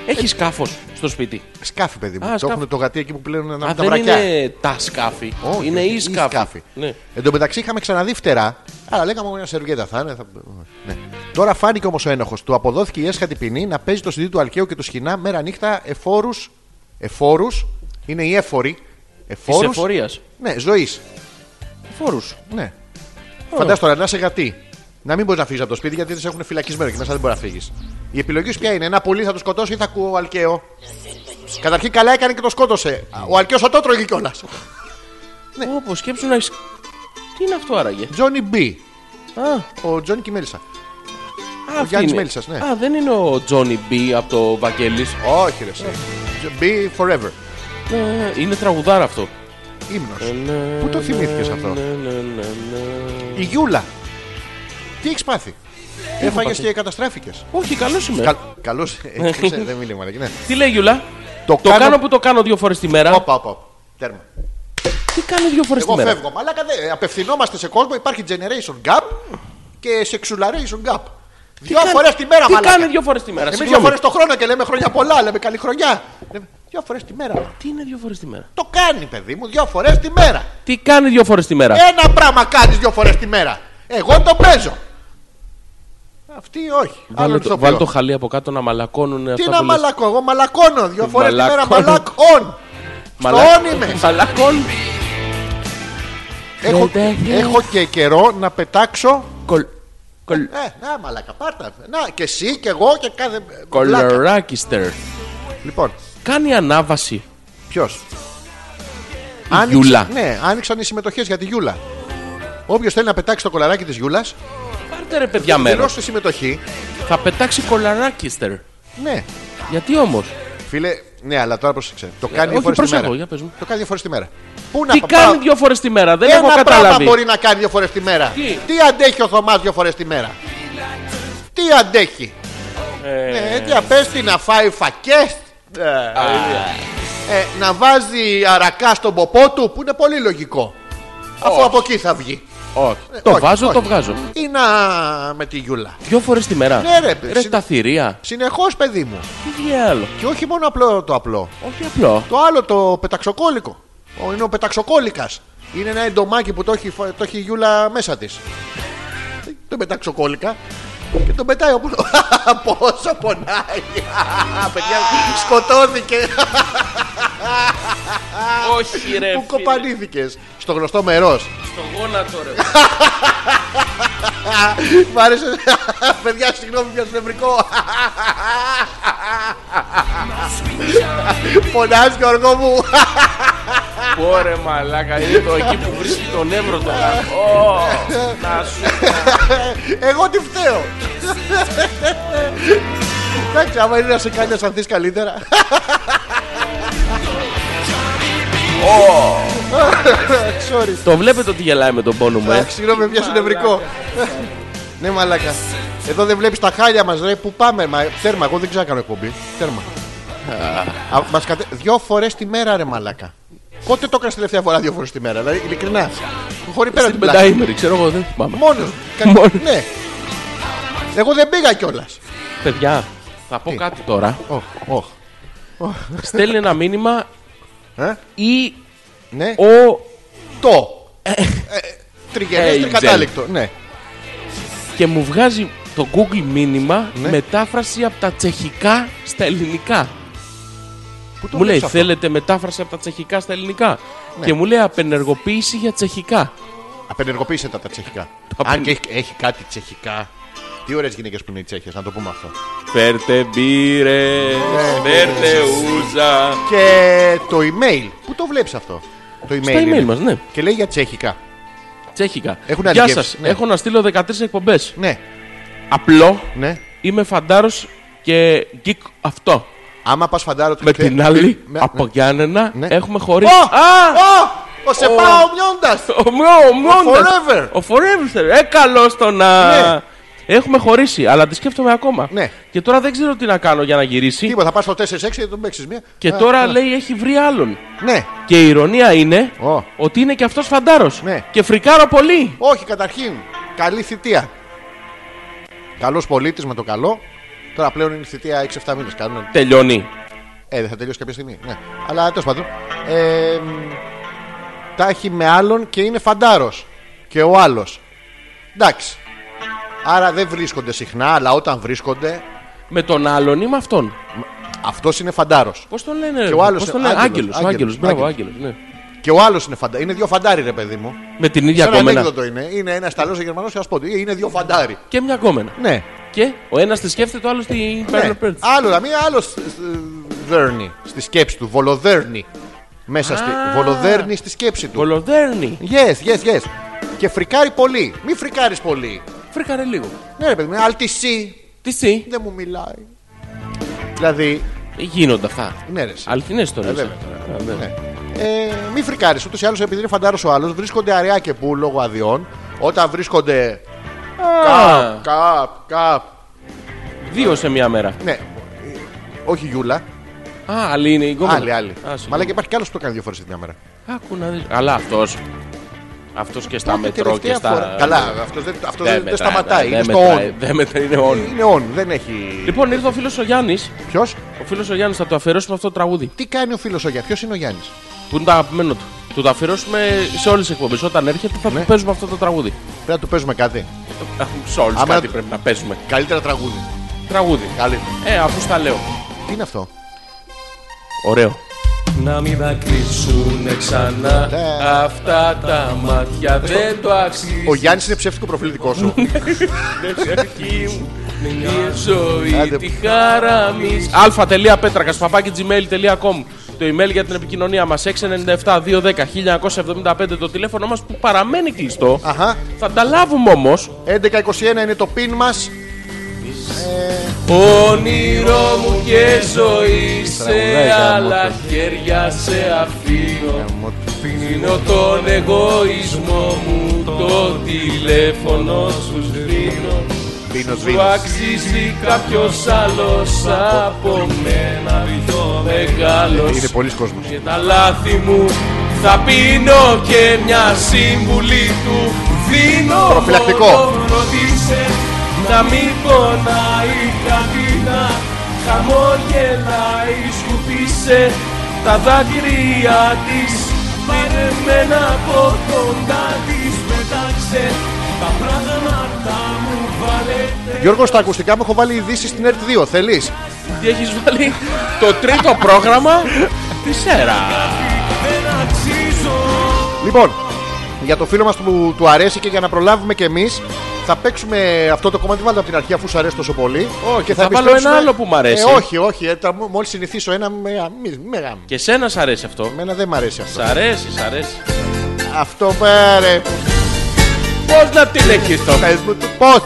Έχει σκάφος στο σπίτι. Σκάφη, παιδί μου. Α, το σκάφη. έχουν το γατί εκεί που πλένουν Α, να τα δεν βρακιά. είναι τα σκάφη. Όχι, είναι όχι, η σκάφη. Ναι. Εν τω μεταξύ είχαμε ξαναδεί φτερά, αλλά λέγαμε μια σερβιέτα θα είναι. Θα... Ναι. Τώρα φάνηκε όμως ο ένοχος. Του αποδόθηκε η έσχατη ποινή να παίζει το CD του Αλκαίου και του Σχοινά μέρα νύχτα εφόρους. Εφόρους είναι οι έφοροι. Τη Εφόρου. εφορίας. Ναι, ζωής. Φόρου. Ναι. Φαντάζομαι τώρα να είσαι γατή. Να μην μπορείς να φύγεις από το σπίτι γιατί σε έχουν φυλακισμένο και μέσα δεν μπορεί να φύγεις. Η επιλογή σου ποια είναι. Ένα πουλί θα του σκοτώσει ή θα ακούω Αλκαίο. Καταρχήν καλά έκανε και το σκότωσε. Ο Αλκαίος θα το τρώγε κιόλα. Όπω σκέψου να έχεις. Τι είναι αυτό άραγε. Τζόνι Μπι. Α, α, Ο Τζόνι και η Μέλισσα. αυτή Γιάννης είναι. Μέλισσας, ναι. Α, δεν είναι ο Τζόνι Μπι από το Βαγγέλης. Όχι, ρε. Μπι forever. Ναι, είναι τραγουδάρα αυτό. Ε, ναι, Ήμνο. Πού το θυμήθηκε αυτό. Η Γιούλα. Τι έχεις πάθει. Έφαγες πάθει? Ναι. και καταστράφηκες. Όχι, καλός είμαι. Καλώ. Ε, Δεν μιλήμα, ρε, ναι. Τι λέει Γιούλα. Το Το κάνω που το κάνω δύο φορές τη μέρα. Όπα, όπα, όπα. Τέρμα. Τι κάνω δύο φορές τη Εγώ μέρα. φεύγω. Μαλάκα δεν. Απευθυνόμαστε σε κόσμο. Υπάρχει generation gap και sexualization gap. Δύο κάνει- φορές τη μέρα, τι μαλάκα. κάνει δύο φορές τη μέρα, Εμείς δύο συγγνώμη. φορές το χρόνο και λέμε χρόνια πολλά, λέμε καλή χρονιά. Λέμε Δύο φορές τη μέρα. Τι είναι δύο φορές τη μέρα. Το κάνει, παιδί μου, δύο φορές τη μέρα. Τι κάνει δύο φορές τη μέρα. Ένα πράγμα κάνεις δύο φορές τη μέρα. Εγώ το παίζω. Αυτή όχι. Βάλε Άλλον το, ηθοποιό. βάλε το χαλί από κάτω να μαλακώνουν Τι αυτά να που λες. μαλακώ, εγώ μαλακώνω δύο φορέ τη μέρα. Μαλακώνω. Μαλακών. Μαλακ- Στον είμαι. Μαλακών. Έχω, Παιδάκι. έχω και καιρό να πετάξω. Κολ- κολ- Ε, να μαλακά, πάρτα. Να και εσύ και εγώ και κάθε. βλάκα. Κολοράκιστερ. Λοιπόν, Κάνει ανάβαση. ποιος. Γιούλα. Ναι, άνοιξαν οι συμμετοχές για τη Γιούλα. Όποιος θέλει να πετάξει το κολαράκι της Γιούλας, Πάρτε ρε παιδιά μέρο. δηλώσει συμμετοχή. Θα πετάξει κολαράκιστερ. Ναι, Γιατί όμως. φίλε, ναι, αλλά τώρα πρόσεξε. Το κάνει δύο Ε, Όχι, φορές τη προσέχω, για μέρα. πες μου. Το κάνει δύο φορές τη μέρα. Πού Τι πα- κάνει πάω- δύο φορές τη μέρα, δεν έχω Ένα πράγμα καταλάβει. μπορεί να κάνει δύο φορές τη μέρα. Τι? αντέχει ο Θωμάς δύο φορές τη μέρα. Τι αντέχει. Ε. Ναι, για πες τι να φάει φακές ε, να βάζει αρακά στον ποπό του που είναι πολύ λογικό. Αφού από εκεί θα βγει. Όχι. Το όχι, βάζω, όχι. το βγάζω. Ή να με τη γιούλα. Δύο φορές τη μέρα. Ναι, ρε, συν- τα θηρία. Συνεχώς παιδί μου. Τι διάλο. Και όχι μόνο απλό το απλό. Όχι απλό. Το άλλο το πεταξοκόλικο. Ο, είναι ο πεταξοκόλικας. Είναι ένα εντομάκι που το έχει, φο- το έχει η γιούλα μέσα της. Το πεταξοκόλικα. Και τον πετάει όπου... Πόσο πονάει. Παιδιά, σκοτώθηκε. Όχι ρε. Που κοπανήθηκες. Στο γνωστό μερός. Στο γόνατο ρε. Μ' άρεσε. Παιδιά, συγγνώμη για το νευρικό. Πονάς Γιώργο μου. Ωρε μαλάκα. Είναι το εκεί που βρίσκει τον εύρο το Να σου. Εγώ τι φταίω. Εντάξει, άμα είναι να σε κάνει να αισθανθείς καλύτερα. Sorry. Το βλέπετε ότι γελάει με τον πόνο μου, ε. Αχ, Συγγνώμη, πιάσε νευρικό. Ναι, μαλάκα. Εδώ δεν βλέπεις τα χάλια μας ρε. Πού πάμε, μα, τέρμα. Εγώ δεν ξέρω να κάνω εκπομπή. Τέρμα. Α, μας κατε... Δυο φορές τη μέρα, ρε μαλάκα. Πότε το έκανες τελευταία φορά δύο φορές τη μέρα, δηλαδή ειλικρινά. Χωρί πέρα Στην την πλάτη. πενταήμερη, ξέρω εγώ, δεν θυμάμαι. Μόνος. Κα- Μόνος. Ναι. Εγώ δεν πήγα κιόλας. Παιδιά, θα πω κάτι τώρα. Στέλνει ένα μήνυμα Ε? ή Ναι. ο. Ε, Το. Τριγενές Angel. τρικατάληκτο. Ναι. και μου βγάζει το Google μήνυμα μετάφραση από τα τσεχικά στα ελληνικά. Πού το Μου λέει, βλέπεις αυτό? θέλετε μετάφραση από τα τσεχικά στα ελληνικά. Και μου λέει, απενεργοποίηση για τσεχικά. Απενεργοποίησε τα, τα τσεχικά. Τα Αν απεν- και έχει, έχει κάτι τσεχικά. Τι ωραίες γυναίκες που είναι οι Τσέχες, να το πούμε αυτό. Φέρτε μπύρες, φέρτε ούζα. Και το email. Πού το βλέπεις αυτό. Το email. Στα email είναι. μας, ναι. Και λέει για τσεχικά. Τσέχικα. Έχουν Γεια αλληγεύσεις, σας. ναι. Έχω να στείλω 13 εκπομπές. Ναι, Απλό. ναι. Είμαι φαντάρος και γκικ αυτό. Άμα πας φαντάρο του Με καφέ- την άλλη, με- από Γιάννενα ναι. έχουμε χωρί. Ω! Α! Ω! Ο σε Ο- πάω μιώντα! Ο Μιο- ο Μιόντας. Forever. Ο Forever. sir. Ε, καλό στο να. Ναι. Έχουμε χωρίσει, αλλά τη σκέφτομαι ακόμα. Ναι. Και τώρα δεν ξέρω τι να κάνω για να γυρίσει. Τίποτα, θα πας στο 4-6 και τον παίξεις μία. Και Α, τώρα α, λέει έχει βρει άλλον. Ναι, Και η ηρωνία είναι Ω. ότι είναι και αυτός φαντάρος. Ναι. Και φρικάρω πολύ. όχι καταρχήν. Καλή θητεία. Καλός πολίτης με το καλό. Τώρα πλέον είναι η θητεία 6-7 μήνες. Κάνουν. Τελειώνει. Ε, δεν θα τελειώσει κάποια στιγμή. Ναι. Αλλά τέλος πάντων. Ε, μ, τα έχει με άλλον και είναι φαντάρος. Και ο άλλος. Εντάξει. Άρα δεν βρίσκονται συχνά, αλλά όταν βρίσκονται, Με τον άλλον ή με αυτόν. αυτός είναι φαντάρος. Πώς τον λένε, Και ο άλλος πώς τον είναι λένε, Άγγελος, Άγγελος, ο Άγγελος, Άγγελος, μπράβο, Άγγελος. Άγγελος, ναι. Και ο άλλος είναι φαντάρι. Είναι δύο φαντάρι, ρε παιδί μου. Με την ίδια Σαν κόμενα. ανέκδοτο είναι. Είναι ένας Ιταλό και Γερμανός και ένα Πόντο. Είναι δύο φαντάρι. Και μια κόμενα. Ναι. και ο ένας τη σκέφτεται, ο άλλος την Ναι. παίρνει. παίρνει. Άλλο να μην, άλλο σ- σ- δέρνει στη σκέψη του. Βολοδέρνει. Μέσα στη. Α. Βολοδέρνει στη σκέψη του. Βολοδέρνη. Yes, yes, yes. Και φρικάρει πολύ. Μη φρικάρεις πολύ. Φρίκαρε λίγο. Ναι, ρε παιδί μου, αλτισί. Τι τι, Δεν μου μιλάει. Δηλαδή, Ε, γίνονται αυτά. ναι, ρε. εσύ. Αληθινές Ε, ιστορίες. βέβαια, τώρα. Ναι. Ε, μη φρικάρεις. Ούτως ή άλλως, επειδή είναι φαντάρος ο άλλος, βρίσκονται αραιά και που λόγω αδειών. Όταν βρίσκονται. Καπ, καπ, καπ. Δύο σε μία μέρα. Ναι. Ε, Όχι Γιούλα. Α, άλλη είναι η γκόμενα. Άλλη, άλλη. Α, συγγνώμη. Μα λέει και υπάρχει κι άλλος που το κάνει δύο φορές την μια μέρα. Άκου να δεις. Αλλά αυτός. Αυτός και στα Τότε μετρό και τελευταία στα... φορά- Καλά, αυτός δεν, αυτός δεν, δεν μετράει, σταματάει. Δεν είναι στο μετράει, on. δεν μετράει, είναι on. Είναι on, δεν έχει. Λοιπόν, ήρθε ο φίλος ο Γιάννης. Ποιος, Ο φίλος ο Γιάννης θα του αφιερώσουμε αυτό το τραγούδι. τι κάνει ο φίλος ο Γιάννης, ποιος είναι ο Γιάννης. Που είναι το αγαπημένο του. Του το αφιερώσουμε σε όλες τις εκπομπές. Όταν έρχεται θα του παίζουμε αυτό το τραγούδι. Πρέπει να του παίζουμε κάτι. Ναι. σε όλους Άμα κάτι να- πρέπει να παίζουμε. Καλύτερα τραγούδι. Τραγούδι. Καλή. Ε, αφού στα λέω. Τι είναι αυτό. Ωραίο. Να μην δακρύσουνε ξανά αυτά τα μάτια Ναι. δεν το αξίζεις. Ο Γιάννης είναι ψεύτικο προφίλ δικό σου. Ναι. Η ζωή Άντε. τη χαραμής αλφα.πέτρακας παπάκι gmail.com Το email για την επικοινωνία μας 697-210-1975 Το τηλέφωνο μας που παραμένει κλειστό Αχα. Θα τα λάβουμε όμως 11-21 είναι το πιν μας. Όνειρο μου και ζωή σε άλλα χέρια σε αφήνω Αφήνω τον εγωισμό μου το τηλέφωνο σου σβήνω Πίνο Σου αξίζει κάποιος άλλος από μένα πιο Είναι μεγάλος πολλοί κόσμος. Και τα λάθη μου θα πίνω και μια σύμβουλη του δίνω Προφυλακτικό. μόνο Ρωτήσε να μην πονάει καμπίνα Χαμόγελάει σκουπίσε τα δάκρυα της Πάρε μένα από κοντά της πετάξε Τα πράγματα μου βάλετε Γιώργος, στα ακουστικά μου έχω βάλει ειδήσεις στην ΕΡΤ2. Θέλει. τι έχεις βάλει το τρίτο πρόγραμμα της ΕΡΑ. Λοιπόν, για το φίλο μας που του αρέσει και για να προλάβουμε κι εμείς, θα παίξουμε αυτό το κομμάτι. Βάλτε από την αρχή αφού σου αρέσει τόσο πολύ. Όχι, θα βάλω επιστρέψουμε- ένα άλλο που μ' αρέσει. Ε, όχι, όχι. Ε, Μόλις συνηθίσω ένα. με- μη- με γάμ. Και σένα σ' αρέσει αυτό. Εμένα δεν μ' αρέσει Σ' αυτό. αρέσει, σ' αρέσει. Αυτό πάρε. Πώς να την έχεις το Πες μου το πώς.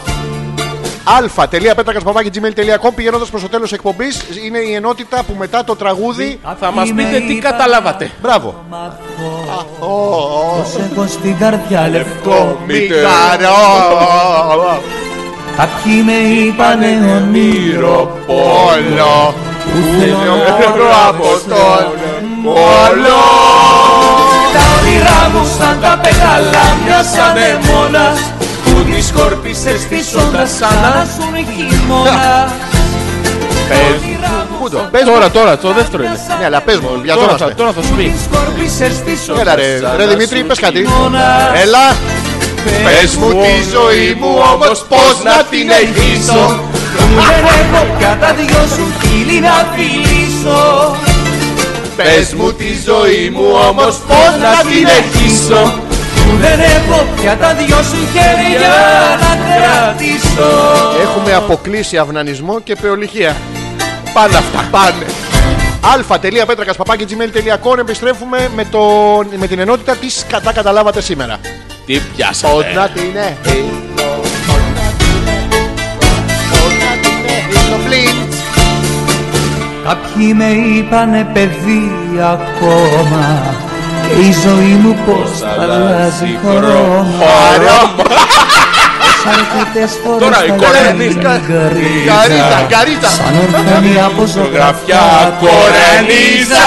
αλφα.πέτρακα.gmail.com Πηγαίνοντας προς το τέλος εκπομπής, είναι η ενότητα που μετά το τραγούδι. Θα μας πείτε τι καταλάβατε. Μπράβο. Πως έχω στην καρδιά λευκό Μηχαρό. Κάποιοι με είπανε ονείρο Όλο Που θέλω να νεκρό από τον Όλο Τα όνειρά μου σαν τα πέταλα μιας ανεμόνας Που τη σκόρπισες της όντας σαν να σου είναι χειμώνα Πού το, Πες πες τώρα, τώρα, το δεύτερο είναι. Ναι αλλά πες μου για Τώρα τώρα θα, είμαστε. τώρα θα σου πει. Σκόρπισες της Έλα όντας ρε, σαν ρε να Δημήτρη σου πες κάτι χειμώνα. Έλα Πες μου τη ζωή μου όμως πως να την εγγύσω Που δεν έχω πια τα δυο σου χείλη να φιλήσω Πες μου τη ζωή μου όμως πως να την εγγύσω Που δεν έχω πια τα δυο σου χέρια να κρατήσω Έχουμε αποκλείσει αυνανισμό και πεολυχία. Πάντα αυτά. Πάνε. αλφα.πέτρακα.gmail.com Επιστρέφουμε με, το, με την ενότητα της κατά καταλάβατε σήμερα. ε. Τι πιάσατε. Ποντά τι είναι. Κάποιοι με είπανε παιδί ακόμα Η ζωή μου πως αλλάζει χρώμα Όσα αρκετές φορές Τώρα η τα κορενή. λένε γκρίζα, Καρίτα, καρίτα. Σαν ορφανή από ζωγραφιά κορανίζα.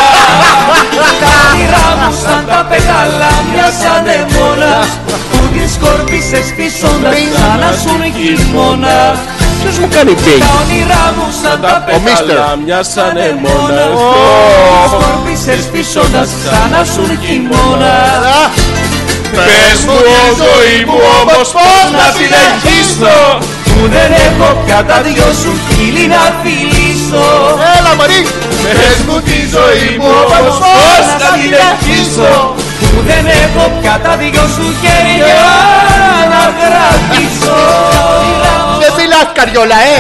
Τα όνειρά μου σαν τα πέταλα μιας ανεμόνας Που την σκόρπισες πίσοντας σαν να σου είναι χειμώνας Ποιος μου κάνει μπέι. Τα όνειρά μου σαν τα Ο Μίστερ. Ναι, Καλά, μια σαν ανεμόνας εμόνα. Που την σκόρπισες πίσοντας σαν να σου είναι χειμώνας Ναι. Πες Ναι. μου τη ζωή μου όμως πώς να συνεχίσω. Που δεν έχω πια τα δυο σου χείλη να φιλήσω Έλα, Μαρή. Πες μου τη ζωή μου όμως Πώς πώς να να την αρχίσω Που δεν έχω πια τα δυο σου χέρια να κρατήσω Δεν μιλά Μπατ καριόλα, ε!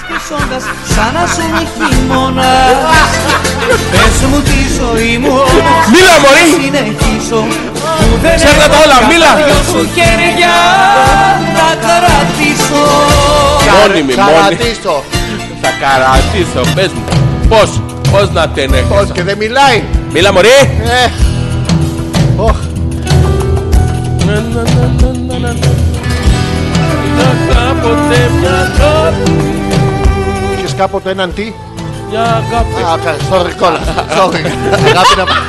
Σκίσοντας σαν να σου είναι χειμώνας Πες μου τη ζωή μου όμως Μίλα, μωρή! να Συνεχίσω που δεν Ξέχνα τα έχω όλα, μίλα! δυο σου χέρια να κρατήσω Μόνιμη, μόνιμη. Καρατίστο. Θα καρατήσω, πες μου. Πώς, πώς να την Πώς έχω. και δεν μιλάει. Μίλα μωρή. Ε. Ωχ. Είχες κάποτε έναν τι. Α, κα- στο ρικόλα. Στο ρικόλα. Αγάπη να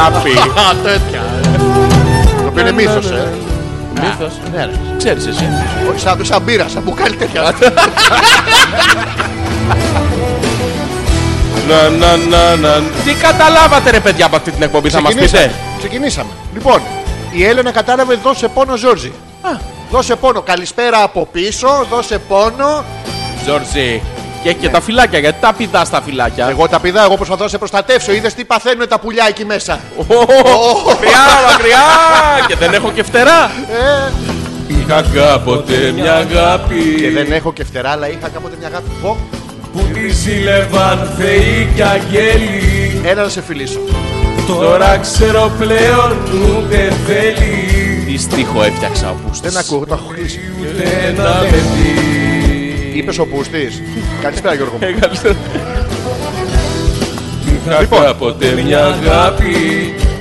Αράπη. Α, τέτοια. Το οποίο είναι μύθος, ε. Μύθος. Ναι, ρε. Ξέρεις εσύ. Όχι, σαν, σαν μπύρα, σαν μπουκάλι τέτοια. Να, να, να, να. Τι καταλάβατε ρε παιδιά από αυτή την εκπομπή θα μας πείτε. Ξεκινήσαμε. Λοιπόν, η Έλενα κατάλαβε δώσε πόνο Ζόρζι. Δώσε πόνο. Καλησπέρα από πίσω, δώσε πόνο. Τζόρτζι. Και, και τα φυλάκια, γιατί τα πηδάς τα φυλάκια. Εγώ τα πηδάω, εγώ προσπαθώ να σε προστατεύσω. Είδες τι παθαίνουν τα πουλιά εκεί μέσα. Μακριά, μακριά. Και δεν έχω και φτερά. Είχα κάποτε μια αγάπη. Και δεν έχω και φτερά, αλλά είχα κάποτε μια αγάπη. Πω, Που τη ζήλευαν θεοί και αγγέλοι έλα να σε φιλήσω. Τώρα ξέρω πλέον ούτε θέλει Τι στίχο έφτιαξα ο Πούστης. Δεν ακούω, το έχω κλείσει. ούτε να με δει Είπες ο Πούστης. Καλησπέρα, Γιώργο. μου. Είχα Λοιπόν. κάποτε μια αγάπη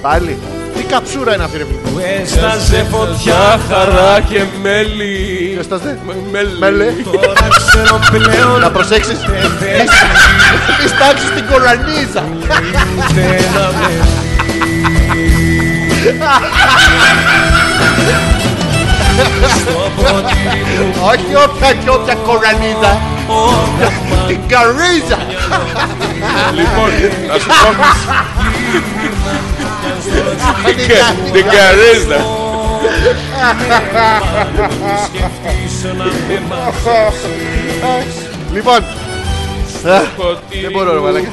Πάλι. Τι καψούρα είναι αυτή, ρε φίλε. που έσταζε φωτιά, χαρά και μέλι Έστας, δε. Μέλι. Μέλε. Τώρα ξέρω πλέον Να προσέξεις. δεν θέλει Τη τάξει την κορανίζα. ούτε να με δει. Όχι όποια και όποια κορανίζα. Την καρίζα. Λοιπόν, να σου πω Την και κα- την καρίζα. Λοιπόν. Ε. Δεν μπορώ, ρε μαλάκα.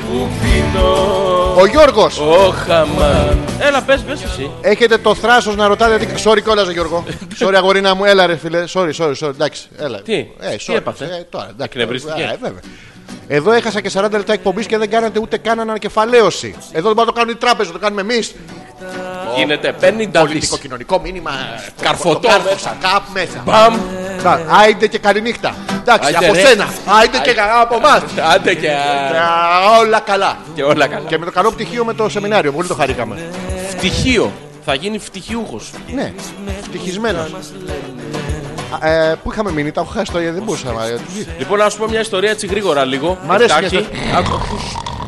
Ο Γιώργος. Όχαμα. Έλα, πες, πες εσύ. Έχετε το θράσος να ρωτάτε. τι- Sorry κιόλας, ρε Γιώργο. Sorry, αγορίνα μου, έλα, ρε φίλε. Sorry, sorry, sorry. Εντάξει, έλα. Τι? ε, Τι sorry. έπαθε? Ε, τώρα, εντάξει. Εκνευρίστηκε. Ε, βέβαια. Εδώ έχασα και 40 λεπτά εκπομπής και δεν κάνατε ούτε καν ανακεφαλαίωση. Εδώ δεν μπορούμε να το κάνουν οι τράπεζες, το κάνουμε εμείς. Γίνεται 50 Πολιτικό δις. κοινωνικό μήνυμα. ε, Καρφωτό Το κάρφωσα, κάπου μέσα. Μπαμ. Να, Άιντε και καλή νύχτα. Εντάξει, Άιντε, από ρε. σένα. Άιντε και καλά από εμάς. Άντε και, Όλα καλά. και όλα καλά. Και με το καλό πτυχίο με το σεμινάριο, πολύ το χαρήκαμε. Φτυχίο. Θα γίνει φτυχιούχος. Ναι, ευτυχισμένο. Ε, πού είχαμε μείνει, τα έχω χάσει τώρα, δεν μπορούσα. να- Λοιπόν, να σου πω μια ιστορία έτσι γρήγορα λίγο. Μ' αρέσει Εντάχει. μια Άκου, άκου.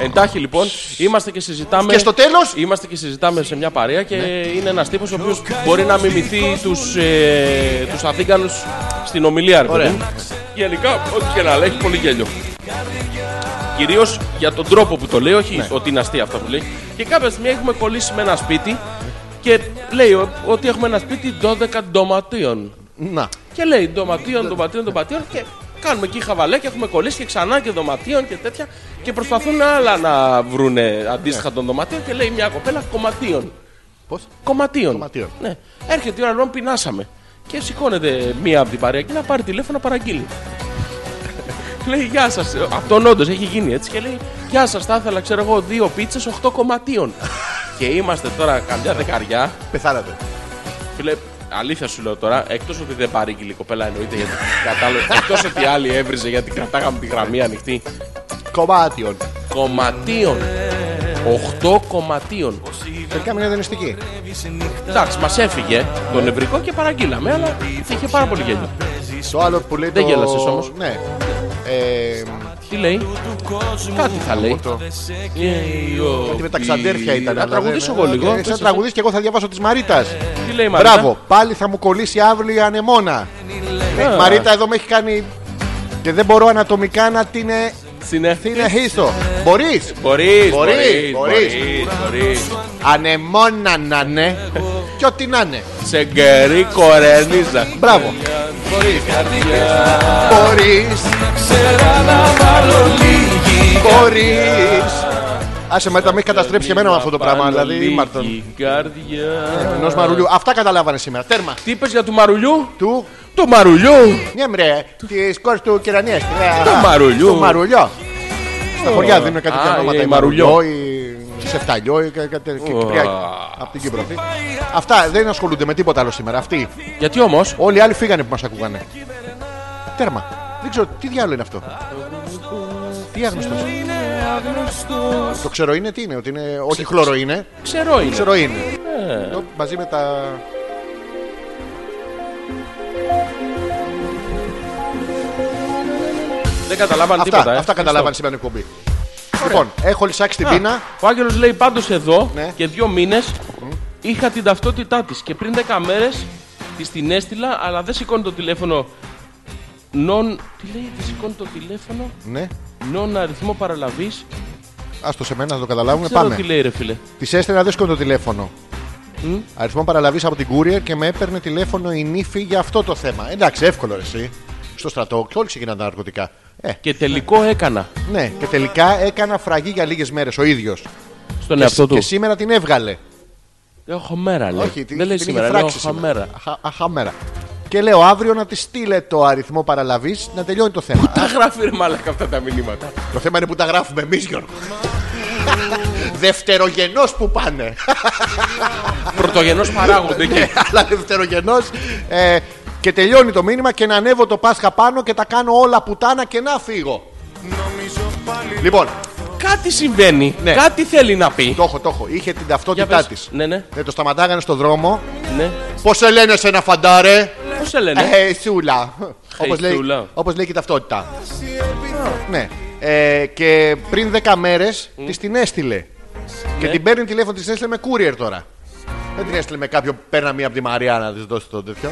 Εντάχει λοιπόν, είμαστε και συζητάμε. Και στο τέλος? Είμαστε και συζητάμε σε μια παρέα και είναι ένας τύπος ο οποίος μπορεί να μιμηθεί τους ε, τους Αθήκανου στην ομιλία. ρε παιδί μου. Γενικά, ό,τι και να λέει, έχει πολύ γέλιο. Κυρίως για τον τρόπο που το λέει, όχι ότι είναι αστεία αυτά που λέει. Και κάποια στιγμή έχουμε κολλήσει με ένα σπίτι και λέει ο- ότι έχουμε ένα σπίτι 12 ντοματίων. Να, Και λέει ντοματίων, ντοματίων, ντοματίων και κάνουμε εκεί χαβαλέ και έχουμε κολλήσει και ξανά και ντοματίων και τέτοια και προσπαθούν άλλα να βρούνε αντίστοιχα των ντοματίων και λέει μια κοπέλα κομματίων. πώς. Κομματίων. Κομματίων. Ναι. Έρχεται η ώρα λοιπόν πεινάσαμε και σηκώνεται μία από την παρέα και να πάρει τηλέφωνο να παραγγείλει. λέει γεια σας. Αυτόν όντως έχει γίνει έτσι και λέει γεια σας. Θα ήθελα ξέρω εγώ δύο πίτσες 8 κομματίων. και είμαστε τώρα καμιά δεκαριά Πεθάνατε. Φίλε, αλήθεια σου λέω τώρα, εκτός ότι δεν παρήγγειλε η κοπέλα εννοείται γιατί κατάλαβε. εκτός ότι η άλλη έβριζε γιατί κρατάγαμε τη γραμμή ανοιχτή. Κομμάτιον. Κομματίων. 8 κομματίων. Τελικά μια δανειστική. Εντάξει, μας έφυγε το νευρικό και παραγγείλαμε, αλλά είχε πάρα πολύ γέλιο. Το άλλο που λέει. Δεν το- γέλασες όμως. Ναι. Ε, Τι λέει, Κάτι θα λέει. τι με τα ξαντέρφια ήταν. Να αλλά τραγουδήσω δεν- εγώ Ε, λίγο. Πες εσύ να εσύ. τραγουδίσει και εγώ θα διαβάσω τη Μαρίτας. Τι λέει η Μαρίτα. Μπράβο, πάλι θα μου κολλήσει αύριο η ανεμόνα. Ε, Μαρίτα εδώ με έχει κάνει. Και δεν μπορώ ανατομικά να την Συνέχεια. εθίσω. Μπορείς. Μπορείς, Μπορείς, μπορείς, μπορείς. μπορείς. Ανεμόνα να είναι. Και ό,τι να είναι. Σε γκερί κορενίζα. Μπράβο. Μπορείς, Ξέρα να βάλω λίγη μπορείς Άσε με, τα με έχεις καταστρέψει και εμένα με αυτό το πράγμα. Δηλαδή, Μάρτον. Ενός μαρουλιού. Αυτά καταλάβανε σήμερα. Τέρμα. Τι είπες για του μαρουλιού? Του. Του μαρουλιού! Ναι, μρε. Της κόρης του κυρανίας. Του μαρουλιού. Του μαρουλιό. Στα χωριά δίνουν κάτι Α, τέτοια ονόματα. ε, Η μαρουλιό. μαρουλιό, η σεφταλιό, η κα- κάτι τέτοιο. Από την Κύπρο. Αυτά δεν ασχολούνται με τίποτα άλλο σήμερα. Αυτοί. Γιατί όμως. Όλοι οι άλλοι φύγανε που μας ακούγανε. Τέρμα. Δεν ξέρω τι διάλογο είναι αυτό. Τι άγνωστος. Το ξέρω είναι τι είναι, ότι είναι. Όχι χλώρο είναι. Ξέρω είναι. Ξέρω είναι. Ε. Το- Μαζί με τα. Δεν καταλάβανε Αυτά, τίποτα. ε. αυτά καταλάβανε σήμερα την εκπομπή. Λοιπόν, έχω λυσάξει την πείνα. Ο Άγγελος λέει πάντως εδώ Ναι. και δύο μήνες είχα την ταυτότητά της και πριν 10 μέρες της την έστειλα, αλλά δεν σηκώνει το τηλέφωνο. Non... Τι λέει, δεν σηκώνει το τηλέφωνο. Ναι, Non αριθμό παραλαβής. άστο σε μένα, θα το καταλάβουμε. Ξέρω τι Ε, Πάμε. λέει, ρε φίλε. Της έστειλα δεν σκότω το τηλέφωνο. Αριθμό παραλαβής από την Courier και με έπαιρνε τηλέφωνο η νύφη για αυτό το θέμα. Εντάξει, εύκολο ρε, εσύ. Στο στρατό και όλοι ξεκινάνε τα ναρκωτικά. Ε, Και τελικό έκανα ναι, και τελικά έκανα φραγή για λίγες μέρες ο ίδιος. Ναι, στον εαυτό του. Και σήμερα την έβγαλε. Έχω μέρα, λέει. Όχι, την, Ναι. δεν λέει την σήμερα, είχε λέω φράξει σήμερα. χαμέρα. Αχα- αχαμέρα. Και λέω αύριο να τη στείλε το αριθμό παραλαβής να τελειώνει το θέμα. Τα γράφει ρε μαλάκα αυτά τα μηνύματα. το θέμα είναι που τα γράφουμε εμείς, Γιώργο. Δευτερογενός που πάνε. Ναι, Πρωτογενό παράγοντα εκεί. Αλλά δευτερογενός. Ε, και τελειώνει το μήνυμα και να ανέβω το Πάσχα πάνω και τα κάνω όλα πουτάνα και να φύγω. Λοιπόν, Κάτι συμβαίνει. Ναι. Κάτι θέλει να πει. το έχω, το έχω. Είχε την ταυτότητά πες. της. Ναι, ναι. το σταματάγανε στο δρόμο. Ναι. Πώς σε λένε σε ένα φαντάρε. Πώς σε λένε. Ε, Σούλα. Όπως λέει, Σούλα. όπως λέει και η ταυτότητα. ναι. Ε, και πριν 10 μέρες της την έστειλε. Και την παίρνει τηλέφωνο, της έστειλε με courier τώρα. Δεν την έστειλε με κάποιον που παίρνα μία από τη Μαρία να της δώσει το τέτοιο.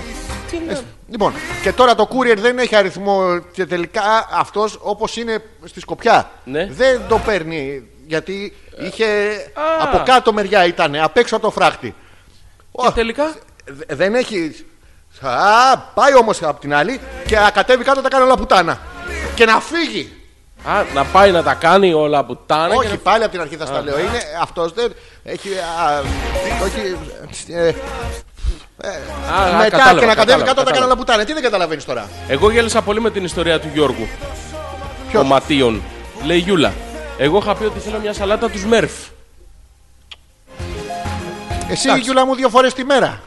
Έστειλε. Λοιπόν, και τώρα το courier δεν έχει αριθμό και τελικά αυτός όπως είναι στη Σκοπιά. Ναι. Δεν το παίρνει γιατί είχε από κάτω μεριά ήταν, απ' έξω από το φράχτη. Και Ω, τελικά. Δε- Δεν έχει. Α, πάει όμως από την άλλη και να κατέβει κάτω τα κάνει όλα πουτάνα. Και να φύγει. Α, να πάει να τα κάνει όλα από τάνα. Όχι, και να- πάλι από την αρχή θα στα λέω. Είναι αυτός δεν. Έχει. α, το έχει, ε, Α, α, μετά κατάλαβα, και να κατέβει κάτω κατάλαβα, τα κάνει κατάλαβα. όλα πουτάνα. Τι δεν καταλαβαίνεις τώρα. Εγώ γέλασα πολύ με την ιστορία του Γιώργου. Ποιος? Κομματίων. Λέει Γιούλα. Εγώ είχα πει ότι θέλω μια σαλάτα του Μέρφ. Εσύ Εντάξει. γιουλά μου δύο φορές τη μέρα.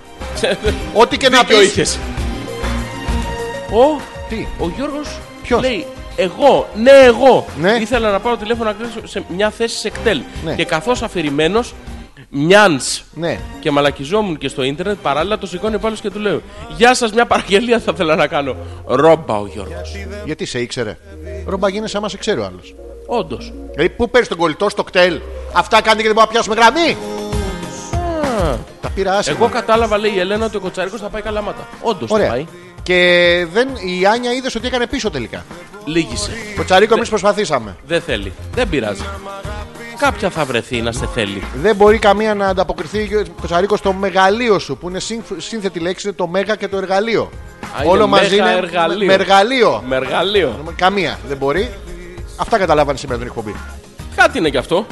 Ό,τι και να πει. Ποιο είχες. Ο, Τι. ο Γιώργος. Ποιος? Λέει, εγώ, ναι, εγώ. Ναι. Ήθελα να πάρω τηλέφωνο να κλείσω σε μια θέση σε κτέλ. Ναι. Και καθώς αφηρημένος, μιαν Ναι. και μαλακιζόμουν και στο ίντερνετ, παράλληλα το σηκώνει πάλι και του λέω: Γεια σας, μια παραγγελία θα ήθελα να κάνω. Ρόμπα ο Γιώργος. Γιατί σε ήξερε. Ρομπα γίνεσαι άμα σε ξέρει ο άλλος. Όντως. Δηλαδή, πού παίρνεις τον κολλητό στο κτέλ. Αυτά κάνετε και δεν μπορούμε να πιάσουμε γραμμή. Τα πήρα άσχημα. Εγώ κατάλαβα, λέει η Ελένα, ότι ο Κοτσάρικο θα πάει καλάματα. Όντως θα Ωραία. πάει. Και δεν, η Άνια είδες ότι έκανε πίσω τελικά. Λίγησε. Το τσαρίκο εμείς προσπαθήσαμε. Δεν θέλει. Δεν πειράζει. Κάποια θα βρεθεί να σε θέλει. Δεν μπορεί καμία να ανταποκριθεί το τσαρίκο στο μεγαλείο σου που είναι σύμφ- σύνθετη λέξη είναι το μέγα και το εργαλείο. είναι Όλο μαζί μέγα είναι εργαλείο. με εργαλείο. Με εργαλείο. Καμία δεν μπορεί. Αυτά καταλάβανε σήμερα την εκπομπή. Κάτι είναι κι αυτό.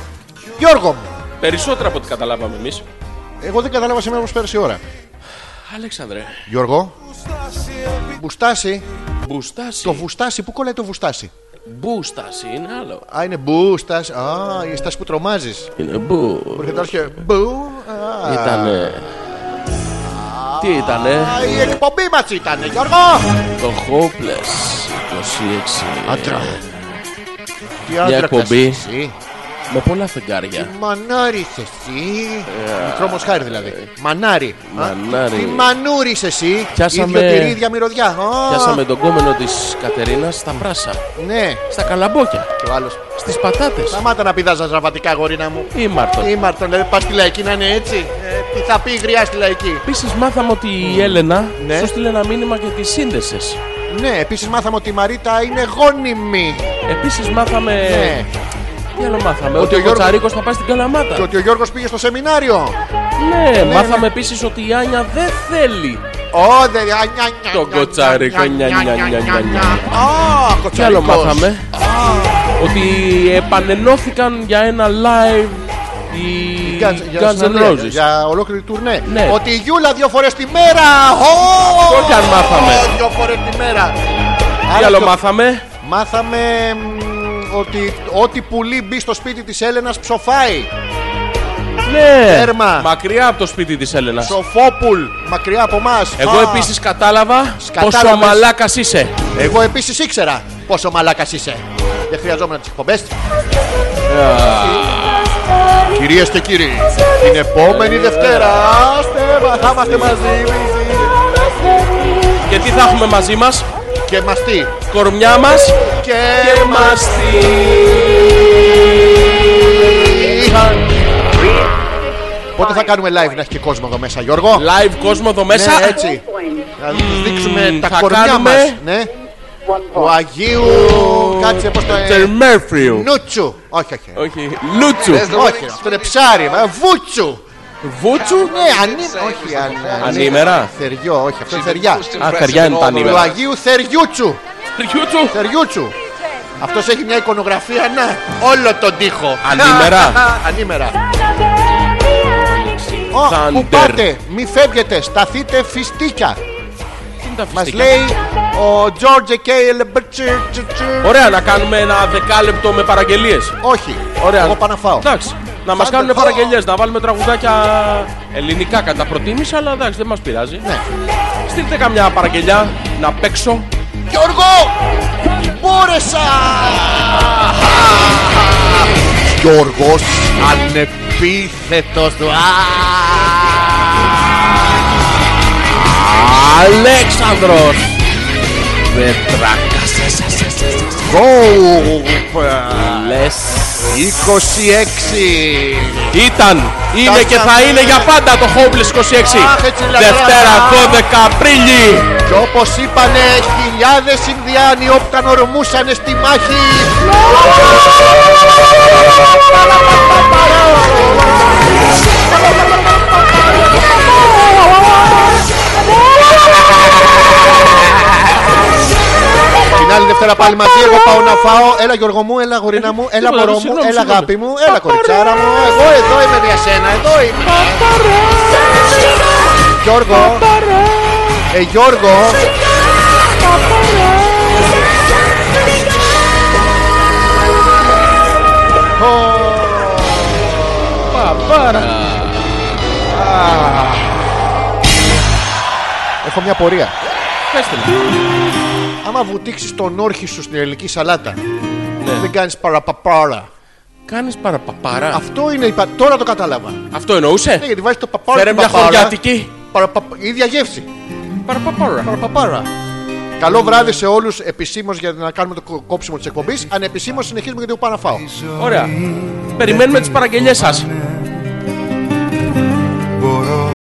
Γιώργο μου, Περισσότερα από ό,τι καταλάβαμε εμείς. εγώ δεν κατάλαβα σήμερα πώς πέρασε η ώρα. Αλέξανδρε, Γιώργο, μπουστάσι, μπουστάσι. το βουστάσι, πού κολλάει το βουστάσι. Μπουστάσι είναι άλλο. Α, είναι μπουστάσι. Α, η στάση που τρομάζεις. Είναι μπου. Έρχεται όλος και μπου. α. Ήτανε. Τι ήτανε, Α, Η εκπομπή μας ήταν, Γιώργο! το Hopeless 26. Άντρα. Τι Μια άντρα εκπομπή. κλασής εσύ. Με πολλά φεγγάρια. Μανάρις εσύ. Μικρό μοσχάρι δηλαδή. Μανάρι. Α, Ε, Μανάρι. Τι μανούρι εσύ. Πιάσαμε- Ιδιωτηρή, ίδια μυρωδιά. Α, Πιάσαμε τον κόμενο της Κατερίνας στα πράσα, Ναι. στα καλαμπόκια, Και ο άλλος. στις πατάτες. Σταμάτα να πηδάζα ραβατικά γορίνα μου. Ή Μάρτον. Τι Μάρτον, δηλαδή πας στη λαϊκή να είναι έτσι. Ε, τι θα πει η γριά στη λαϊκή. Επίσης, μάθαμε ότι η Έλενα Ναι. σου στείλε ένα μήνυμα για τις σύνδεσες. Ναι, επίσης μάθαμε ότι η Μαρίτα είναι γόνιμη. Επίσης, μάθαμε. Ναι. Τι άλλο μάθαμε. Ότι Ότι, ο ο Γιώργος- Κοτσαρίκο θα πάει στην Καλαμάτα. Και ότι ο Γιώργος πήγε στο σεμινάριο. Ναι, μάθαμε επίσης ότι η Άνια δεν θέλει. Ω, δε, α, νια, νια, Το νια, κοτσάρικο, νια, νια, νια, νια, νια. Α, Τι άλλο κοτσαρικός. μάθαμε. ότι επανενώθηκαν για ένα live οι Guns- για Guns στην N' Αγγλία, Roses. Για ολόκληρη τουρνέ. Ναι. Ότι η Γιούλα δύο φορές τη μέρα. Ω! Αυτό κι αν μάθαμε. Δύο φορές τη μέρα. Τι Άρα άλλο το- μάθαμε. Μάθαμε μ, ότι ό,τι πουλί μπει στο σπίτι της Έλενας ψοφάει. Ναι. Τέρμα. Μακριά από το σπίτι της Έλενας. Σοφόπουλ, μακριά από μας. Εγώ Α. επίσης κατάλαβα πόσο Κατάλαβες. μαλάκας είσαι. Εγώ επίσης ήξερα πόσο μαλάκας είσαι. Δεν χρειαζόμουν τις εκπομπές. Κυρίες και κύριοι, την επόμενη Δευτέρα στέβα, θα είμαστε μαζί Και τι θα έχουμε μαζί μας. και μαστί. Κορμιά μας. Και Και μαστί. πότε θα κάνουμε live να έχει και κόσμο εδώ μέσα, Γιώργο. Live κόσμο εδώ μέσα. Ναι, έτσι. Να τους δείξουμε Μμμ, τα θα κορμιά κάνουμε- μας. Ναι. Του Αγίου. Κάτσε πώς το. Mr. Murphy. Νούτσου. Όχι, όχι. Όχι. Λούτσου. There's the Όχι, winning αυτό είναι ψάρι. μα, Βούτσου. Βούτσου. Ναι, ανή... όχι, αν... Ανήμερα. Θεριό, όχι, αυτό είναι She's been θεριά. most Α, impressive θεριά in είναι all τα the Του ανήμερα. rounds. Αγίου Θεριούτσου. Τριχιούτσου. Θεριούτσου. Αυτός έχει μια εικονογραφία, να, όλο τον τοίχο. Ανήμερα. Ανήμερα. Ω, Thunder. Που πάτε, μη φεύγετε, σταθείτε φιστίκια. Τι είναι τα Μας φιστικά. λέει ο George K. Λεμπερτσίρ- τσιρ- τσιρ. Ωραία, να κάνουμε ένα δεκάλεπτο με παραγγελίες. Όχι, Ωραία. εγώ πάω να φάω. Εντάξει. Να μας Thunder κάνουν Power. παραγγελίες, να βάλουμε τραγουδάκια ελληνικά κατά προτίμηση, αλλά εντάξει, δεν μας πειράζει. Ναι. Στείλτε καμιά παραγγελιά να παίξω. Γιώργο, μπόρεσα! Γιώργος ανεπίθετος του. Αλέξανδρος Πετράκας Λες 26. Ήταν, είναι και θα είναι για πάντα το Homeless 26 Αχ, έτσι λατρεύω. Δευτέρα 12 Απρίλη Και όπως είπανε, χιλιάδες Ινδιάνοι όπταν ορμούσανε στη μάχη. Την άλλη Δευτέρα πάλι μαζί, εγώ πάω να φάω. Έλα Γιώργο μου, έλα γορίνα μου, έλα Τίποτα, μωρό μου, συγγνώμη, έλα συγγνώμη. αγάπη μου, έλα κοριτσάρα μου. Εγώ εδώ είμαι για σένα, εδώ είμαι. Γιώργο, ε Γιώργο, έχω μια πορεία. Πες τη μου. Άμα βουτήξεις τον όρχη σου στην ελληνική σαλάτα, Ναι. δεν κάνεις παραπαπάρα. Κάνεις παραπαπαρά Αυτό είναι. η πα- Τώρα το κατάλαβα. Αυτό Ναι, εννοούσε γιατί βάζεις το παπάρα. Φέρε στην μια παπάρα. χωριατική Παραπα- η ίδια γεύση. Παραπαπαρά Παραπαπάρα. Καλό βράδυ σε όλους επισήμως για να κάνουμε το κο- κόψιμο της εκπομπής. Ανεπισήμως συνεχίζουμε γιατί εγώ πάω να φάω. Ωραία Περιμένουμε τις παραγγελίες σας